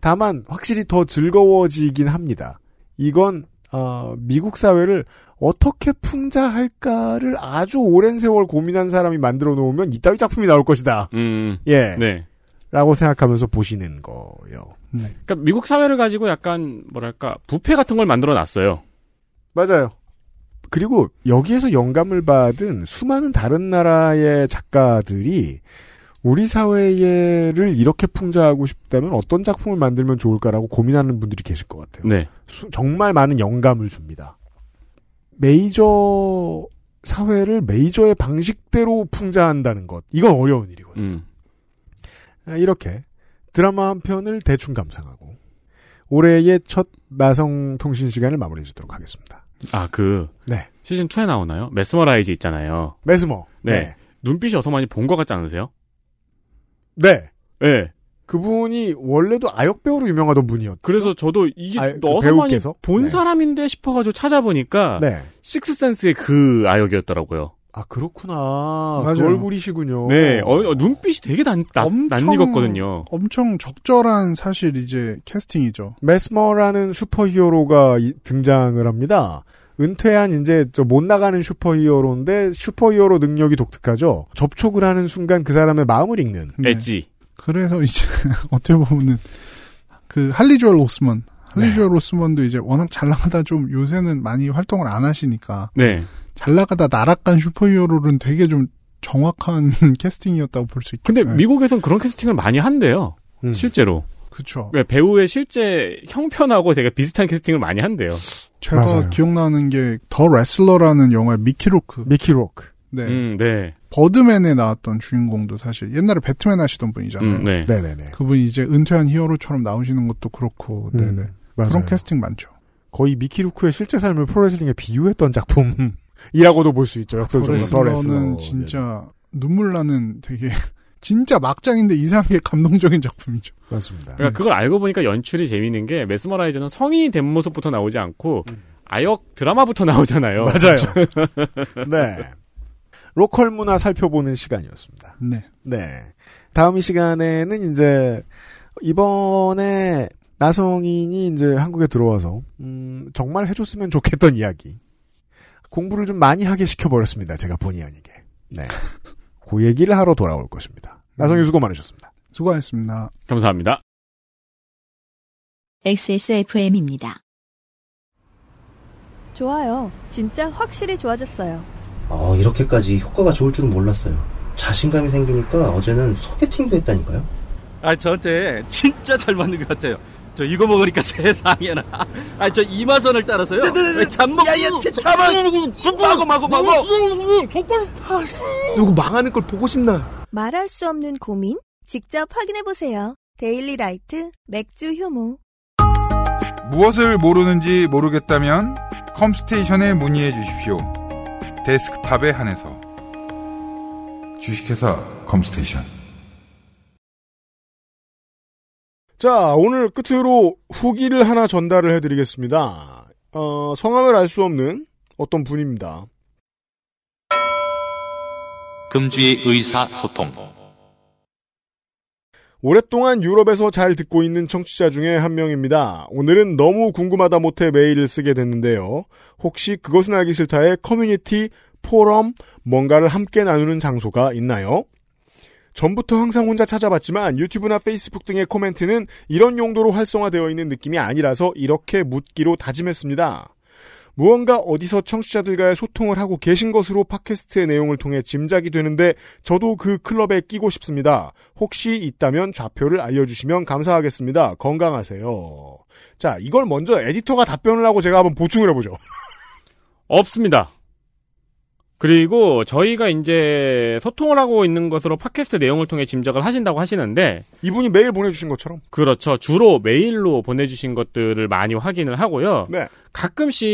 [SPEAKER 2] 다만, 확실히 더 즐거워지긴 합니다. 이건, 어, 미국 사회를 어떻게 풍자할까를 아주 오랜 세월 고민한 사람이 만들어 놓으면 이따위 작품이 나올 것이다.
[SPEAKER 3] 음.
[SPEAKER 2] 예.
[SPEAKER 3] 네.
[SPEAKER 2] 라고 생각하면서 보시는 거요.
[SPEAKER 9] 네.
[SPEAKER 3] 그러니까 미국 사회를 가지고 약간 뭐랄까 부패 같은 걸 만들어 놨어요.
[SPEAKER 2] 맞아요. 그리고 여기에서 영감을 받은 수많은 다른 나라의 작가들이 우리 사회를 이렇게 풍자하고 싶다면 어떤 작품을 만들면 좋을까라고 고민하는 분들이 계실 것 같아요.
[SPEAKER 3] 네.
[SPEAKER 2] 수- 정말 많은 영감을 줍니다. 메이저 사회를 메이저의 방식대로 풍자한다는 것. 이건 어려운 일이거든요.
[SPEAKER 3] 음.
[SPEAKER 2] 아, 이렇게 드라마 한 편을 대충 감상하고 올해의 첫 나성 통신 시간을 마무리해 주도록 하겠습니다.
[SPEAKER 3] 아, 그
[SPEAKER 2] 네.
[SPEAKER 3] 시즌 2에 나오나요? 메스머라이즈 있잖아요.
[SPEAKER 2] 매스머.
[SPEAKER 3] 네. 눈빛이 어서 많이 본 것 같지 않으세요?
[SPEAKER 2] 네.
[SPEAKER 3] 네.
[SPEAKER 2] 그분이 원래도 아역 배우로 유명하던 분이었.
[SPEAKER 3] 그래서 저도 이게
[SPEAKER 2] 아, 그
[SPEAKER 3] 어서 많이
[SPEAKER 2] 배우께서?
[SPEAKER 3] 본
[SPEAKER 2] 네.
[SPEAKER 3] 사람인데 싶어가지고 찾아보니까
[SPEAKER 2] 네.
[SPEAKER 3] 식스센스의 그 아역이었더라고요.
[SPEAKER 2] 아 그렇구나.
[SPEAKER 9] 맞아요.
[SPEAKER 2] 그 얼굴이시군요.
[SPEAKER 3] 네, 어, 어, 눈빛이 되게 난, 낯, 낯익었거든요.
[SPEAKER 9] 엄청 적절한 사실 이제 캐스팅이죠.
[SPEAKER 2] 메스머라는 슈퍼히어로가 이- 등장을 합니다. 은퇴한 이제 저 못 나가는 슈퍼히어로인데 슈퍼히어로 능력이 독특하죠. 접촉을 하는 순간 그 사람의 마음을 읽는.
[SPEAKER 9] 네.
[SPEAKER 3] 엣지.
[SPEAKER 9] 그래서 이제 어떻게 보면은 그 할리조엘 오스먼, 할리조엘 오스먼도 이제 워낙 잘 나가다 좀 요새는 많이 활동을 안 하시니까
[SPEAKER 3] 네.
[SPEAKER 9] 잘 나가다 나락간 슈퍼히어로는 되게 좀 정확한 캐스팅이었다고 볼 수 있죠. 네,
[SPEAKER 3] 근데 미국에선 그런 캐스팅을 많이 한대요.
[SPEAKER 9] 음.
[SPEAKER 2] 음.
[SPEAKER 3] 실제로.
[SPEAKER 9] 그렇죠.
[SPEAKER 3] 그러니까 배우의 실제 형편하고 되게 비슷한 캐스팅을 많이 한대요.
[SPEAKER 9] 제가
[SPEAKER 2] 맞아요.
[SPEAKER 9] 기억나는 게 더 레슬러라는 영화의 미키로크.
[SPEAKER 2] 미키로크.
[SPEAKER 9] 네.
[SPEAKER 3] 음, 네.
[SPEAKER 9] 버드맨에 나왔던 주인공도 사실 옛날에 배트맨 하시던 분이잖아요.
[SPEAKER 3] 음, 네.
[SPEAKER 2] 네네네.
[SPEAKER 9] 그분이 이제 은퇴한 히어로처럼 나오시는 것도 그렇고,
[SPEAKER 2] 음,
[SPEAKER 9] 네네.
[SPEAKER 2] 맞아요.
[SPEAKER 9] 그런 캐스팅 많죠.
[SPEAKER 2] 거의 미키루크의 실제 삶을 프로레슬링에 비유했던 작품이라고도 볼 수 있죠. 역설적으로
[SPEAKER 9] 저는 진짜 눈물 나는 되게 진짜 막장인데 이상하게 감동적인 작품이죠.
[SPEAKER 2] 맞습니다.
[SPEAKER 3] 그러니까 그걸 알고 보니까 연출이 재밌는 게 메스머라이저는 성인이 된 모습부터 나오지 않고 아역 드라마부터 나오잖아요.
[SPEAKER 2] 맞아요. 네. 로컬 문화 살펴보는 시간이었습니다.
[SPEAKER 9] 네.
[SPEAKER 2] 네. 다음 이 시간에는 이제 이번에 나성인이 이제 한국에 들어와서 음, 정말 해줬으면 좋겠던 이야기. 공부를 좀 많이 하게 시켜버렸습니다. 제가 본의 아니게. 네. 그 얘기를 하러 돌아올 것입니다. 나성인 수고 많으셨습니다.
[SPEAKER 9] 수고하셨습니다.
[SPEAKER 3] 감사합니다.
[SPEAKER 1] XSFM입니다.
[SPEAKER 12] 좋아요. 진짜 확실히 좋아졌어요.
[SPEAKER 15] 어, 이렇게까지 효과가 좋을 줄은 몰랐어요. 자신감이 생기니까 어제는 소개팅도 했다니까요.
[SPEAKER 16] 아 저한테 진짜 잘 맞는 것 같아요. 저 이거 먹으니까 세상에나. 아 저 이마선을 따라서요. 잠먹. 야야 잠만. 마고 마고 마고.
[SPEAKER 17] 누구 망하는 걸 보고 싶나?
[SPEAKER 18] 말할 수 없는 고민? 직접 확인해보세요. 데일리 라이트 맥주 효모.
[SPEAKER 10] 무엇을 모르는지 모르겠다면 컴스테이션에 문의해 주십시오. 데스크탑에 한해서 주식회사 컴스테이션.
[SPEAKER 2] 자, 오늘 끝으로 후기를 하나 전달을 해드리겠습니다. 어, 성함을 알 수 없는 어떤 분입니다.
[SPEAKER 14] 금주의 의사소통.
[SPEAKER 2] 오랫동안 유럽에서 잘 듣고 있는 청취자 중에 한 명입니다. 오늘은 너무 궁금하다 못해 메일을 쓰게 됐는데요. 혹시 그것은 알기 싫다의 커뮤니티, 포럼, 뭔가를 함께 나누는 장소가 있나요? 전부터 항상 혼자 찾아봤지만 유튜브나 페이스북 등의 코멘트는 이런 용도로 활성화되어 있는 느낌이 아니라서 이렇게 묻기로 다짐했습니다. 무언가 어디서 청취자들과의 소통을 하고 계신 것으로 팟캐스트의 내용을 통해 짐작이 되는데 저도 그 클럽에 끼고 싶습니다. 혹시 있다면 좌표를 알려주시면 감사하겠습니다. 건강하세요. 자, 이걸 먼저 에디터가 답변을 하고 제가 한번 보충을 해보죠.
[SPEAKER 3] 없습니다. 그리고 저희가 이제 소통을 하고 있는 것으로 팟캐스트 내용을 통해 짐작을 하신다고 하시는데
[SPEAKER 2] 이분이 메일 보내주신 것처럼
[SPEAKER 3] 그렇죠. 주로 메일로 보내주신 것들을 많이 확인을 하고요.
[SPEAKER 2] 네.
[SPEAKER 3] 가끔씩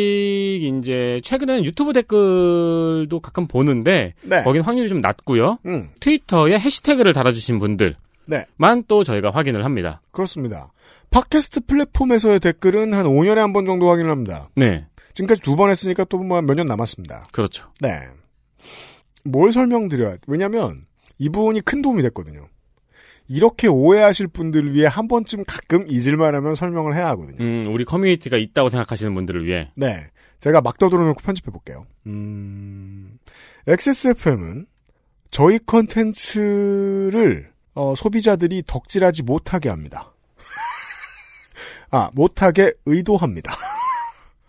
[SPEAKER 3] 이제 최근에는 유튜브 댓글도 가끔 보는데
[SPEAKER 2] 네.
[SPEAKER 3] 거긴 확률이 좀 낮고요.
[SPEAKER 2] 음.
[SPEAKER 3] 트위터에 해시태그를 달아주신 분들만
[SPEAKER 2] 네.
[SPEAKER 3] 또 저희가 확인을 합니다.
[SPEAKER 2] 그렇습니다. 팟캐스트 플랫폼에서의 댓글은 한 5년에 한 번 정도 확인을 합니다.
[SPEAKER 3] 네.
[SPEAKER 2] 지금까지 두 번 했으니까 또뭐 몇 년 남았습니다.
[SPEAKER 3] 그렇죠.
[SPEAKER 2] 네. 뭘 설명드려야, 왜냐면, 이분이 큰 도움이 됐거든요. 이렇게 오해하실 분들을 위해 한 번쯤 가끔 잊을만 하면 설명을 해야 하거든요.
[SPEAKER 3] 음, 우리 커뮤니티가 있다고 생각하시는 분들을 위해
[SPEAKER 2] 네. 제가 막 떠들어놓고 편집해볼게요. 음, XSFM은 저희 컨텐츠를, 어, 소비자들이 덕질하지 못하게 합니다. 아, 못하게 의도합니다.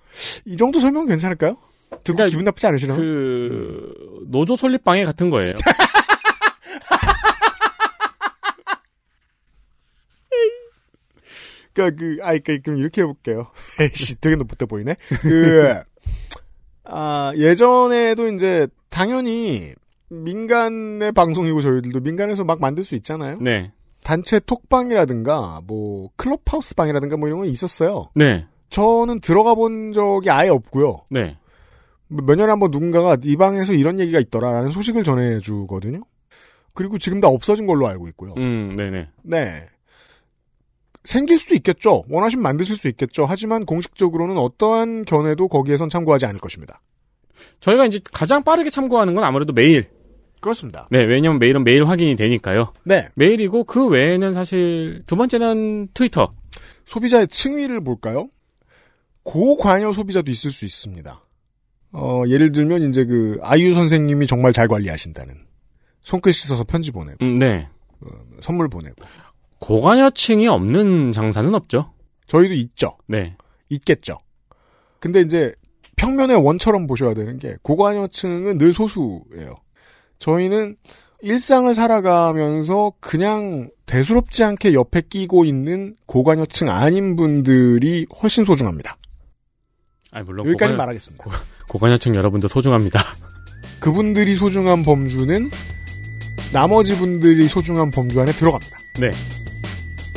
[SPEAKER 2] 이 정도 설명 괜찮을까요? 듣고 기분 나쁘지 않으시나요?
[SPEAKER 3] 그 노조 설립 방해 같은 거예요.
[SPEAKER 2] 그니까 그, 아이, 그, 그럼 이렇게 해볼게요. 에이씨, 되게 못돼 보이네? 그, 아, 예전에도 이제, 당연히, 민간의 방송이고 저희들도 민간에서 막 만들 수 있잖아요?
[SPEAKER 3] 네.
[SPEAKER 2] 단체 톡방이라든가, 뭐, 클럽하우스 방이라든가 뭐 이런 건 있었어요.
[SPEAKER 3] 네.
[SPEAKER 2] 저는 들어가 본 적이 아예 없고요. 뭐
[SPEAKER 3] 네.
[SPEAKER 2] 몇 년에 한 번 누군가가 이 방에서 이런 얘기가 있더라라는 소식을 전해주거든요. 그리고 지금 다 없어진 걸로 알고 있고요.
[SPEAKER 3] 음, 네네.
[SPEAKER 2] 네. 생길 수도 있겠죠. 원하시면 만드실 수 있겠죠. 하지만 공식적으로는 어떠한 견해도 거기에선 참고하지 않을 것입니다.
[SPEAKER 3] 저희가 이제 가장 빠르게 참고하는 건 아무래도 메일.
[SPEAKER 2] 그렇습니다.
[SPEAKER 3] 네, 왜냐면 메일은 메일 확인이 되니까요.
[SPEAKER 2] 네.
[SPEAKER 3] 메일이고 그 외에는 사실 두 번째는 트위터.
[SPEAKER 2] 소비자의 층위를 볼까요? 고관여 소비자도 있을 수 있습니다. 어, 예를 들면 이제 그 아이유 선생님이 정말 잘 관리하신다는 손글씨 써서 편지 보내고
[SPEAKER 3] 음, 네.
[SPEAKER 2] 선물 보내고
[SPEAKER 3] 고관여층이 없는 장사는 없죠.
[SPEAKER 2] 저희도 있죠.
[SPEAKER 3] 네.
[SPEAKER 2] 있겠죠. 근데 이제 평면의 원처럼 보셔야 되는 게 고관여층은 늘 소수예요. 저희는 일상을 살아가면서 그냥 대수롭지 않게 옆에 끼고 있는 고관여층 아닌 분들이 훨씬 소중합니다.
[SPEAKER 3] 아니, 물론
[SPEAKER 2] 여기까지
[SPEAKER 3] 고관-
[SPEAKER 2] 말하겠습니다.
[SPEAKER 3] 고관여층 여러분도 소중합니다.
[SPEAKER 2] 그분들이 소중한 범주는 나머지 분들이 소중한 범주 안에 들어갑니다.
[SPEAKER 3] 네.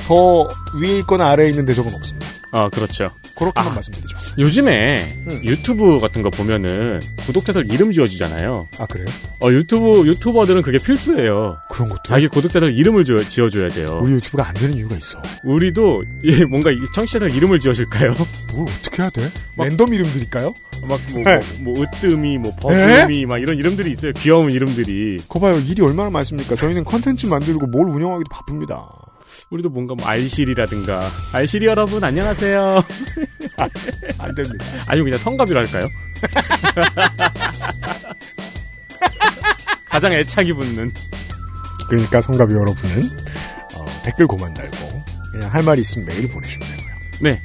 [SPEAKER 2] 더 위에 있거나 아래에 있는 대접은 없습니다.
[SPEAKER 3] 아, 그렇죠.
[SPEAKER 2] 그렇게만
[SPEAKER 3] 아,
[SPEAKER 2] 말씀드리죠.
[SPEAKER 3] 요즘에
[SPEAKER 2] 음.
[SPEAKER 3] 유튜브 같은 거 보면은 구독자들 이름 지어주잖아요.
[SPEAKER 2] 아, 그래요?
[SPEAKER 3] 어, 유튜브, 유튜버들은 그게 필수예요.
[SPEAKER 2] 그런 것도.
[SPEAKER 3] 자기 구독자들 이름을 지어, 지어줘야 돼요.
[SPEAKER 2] 우리 유튜브가 안 되는 이유가 있어.
[SPEAKER 3] 우리도 예, 뭔가 이 청취자들 이름을 지어줄까요?
[SPEAKER 2] 뭘 어떻게 해야 돼? 랜덤 이름 드릴까요?
[SPEAKER 3] 막 뭐,
[SPEAKER 2] 네.
[SPEAKER 3] 뭐, 뭐 으뜸이, 뭐 버금이, 막 이런 이름들이 있어요. 귀여운 이름들이.
[SPEAKER 2] 거봐요 일이 얼마나 많습니까? 저희는 컨텐츠 만들고 뭘 운영하기도 바쁩니다.
[SPEAKER 3] 우리도 뭔가 뭐 알실이라든가 알실이 여러분 안녕하세요.
[SPEAKER 2] 안 됩니다.
[SPEAKER 3] 아니면 그냥 성갑이라 할까요? 가장 애착이 붙는.
[SPEAKER 2] 그러니까 성갑이 여러분은 어, 댓글 고만 달고 그냥 할 말이 있으면 메일 보내시면 되고요.
[SPEAKER 3] 네.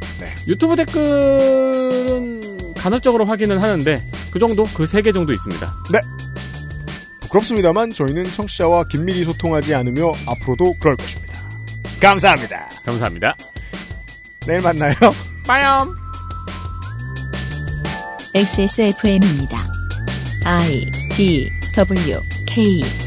[SPEAKER 3] 유튜브 댓글은 간헐적으로 확인은 하는데 그 정도 그 세 개 정도 있습니다.
[SPEAKER 2] 네. 부끄럽습니다만 저희는 청취자와 긴밀히 소통하지 않으며 앞으로도 그럴 것입니다. 감사합니다.
[SPEAKER 3] 감사합니다.
[SPEAKER 2] 내일 만나요.
[SPEAKER 3] 빠염.
[SPEAKER 1] XSFM입니다. I D W K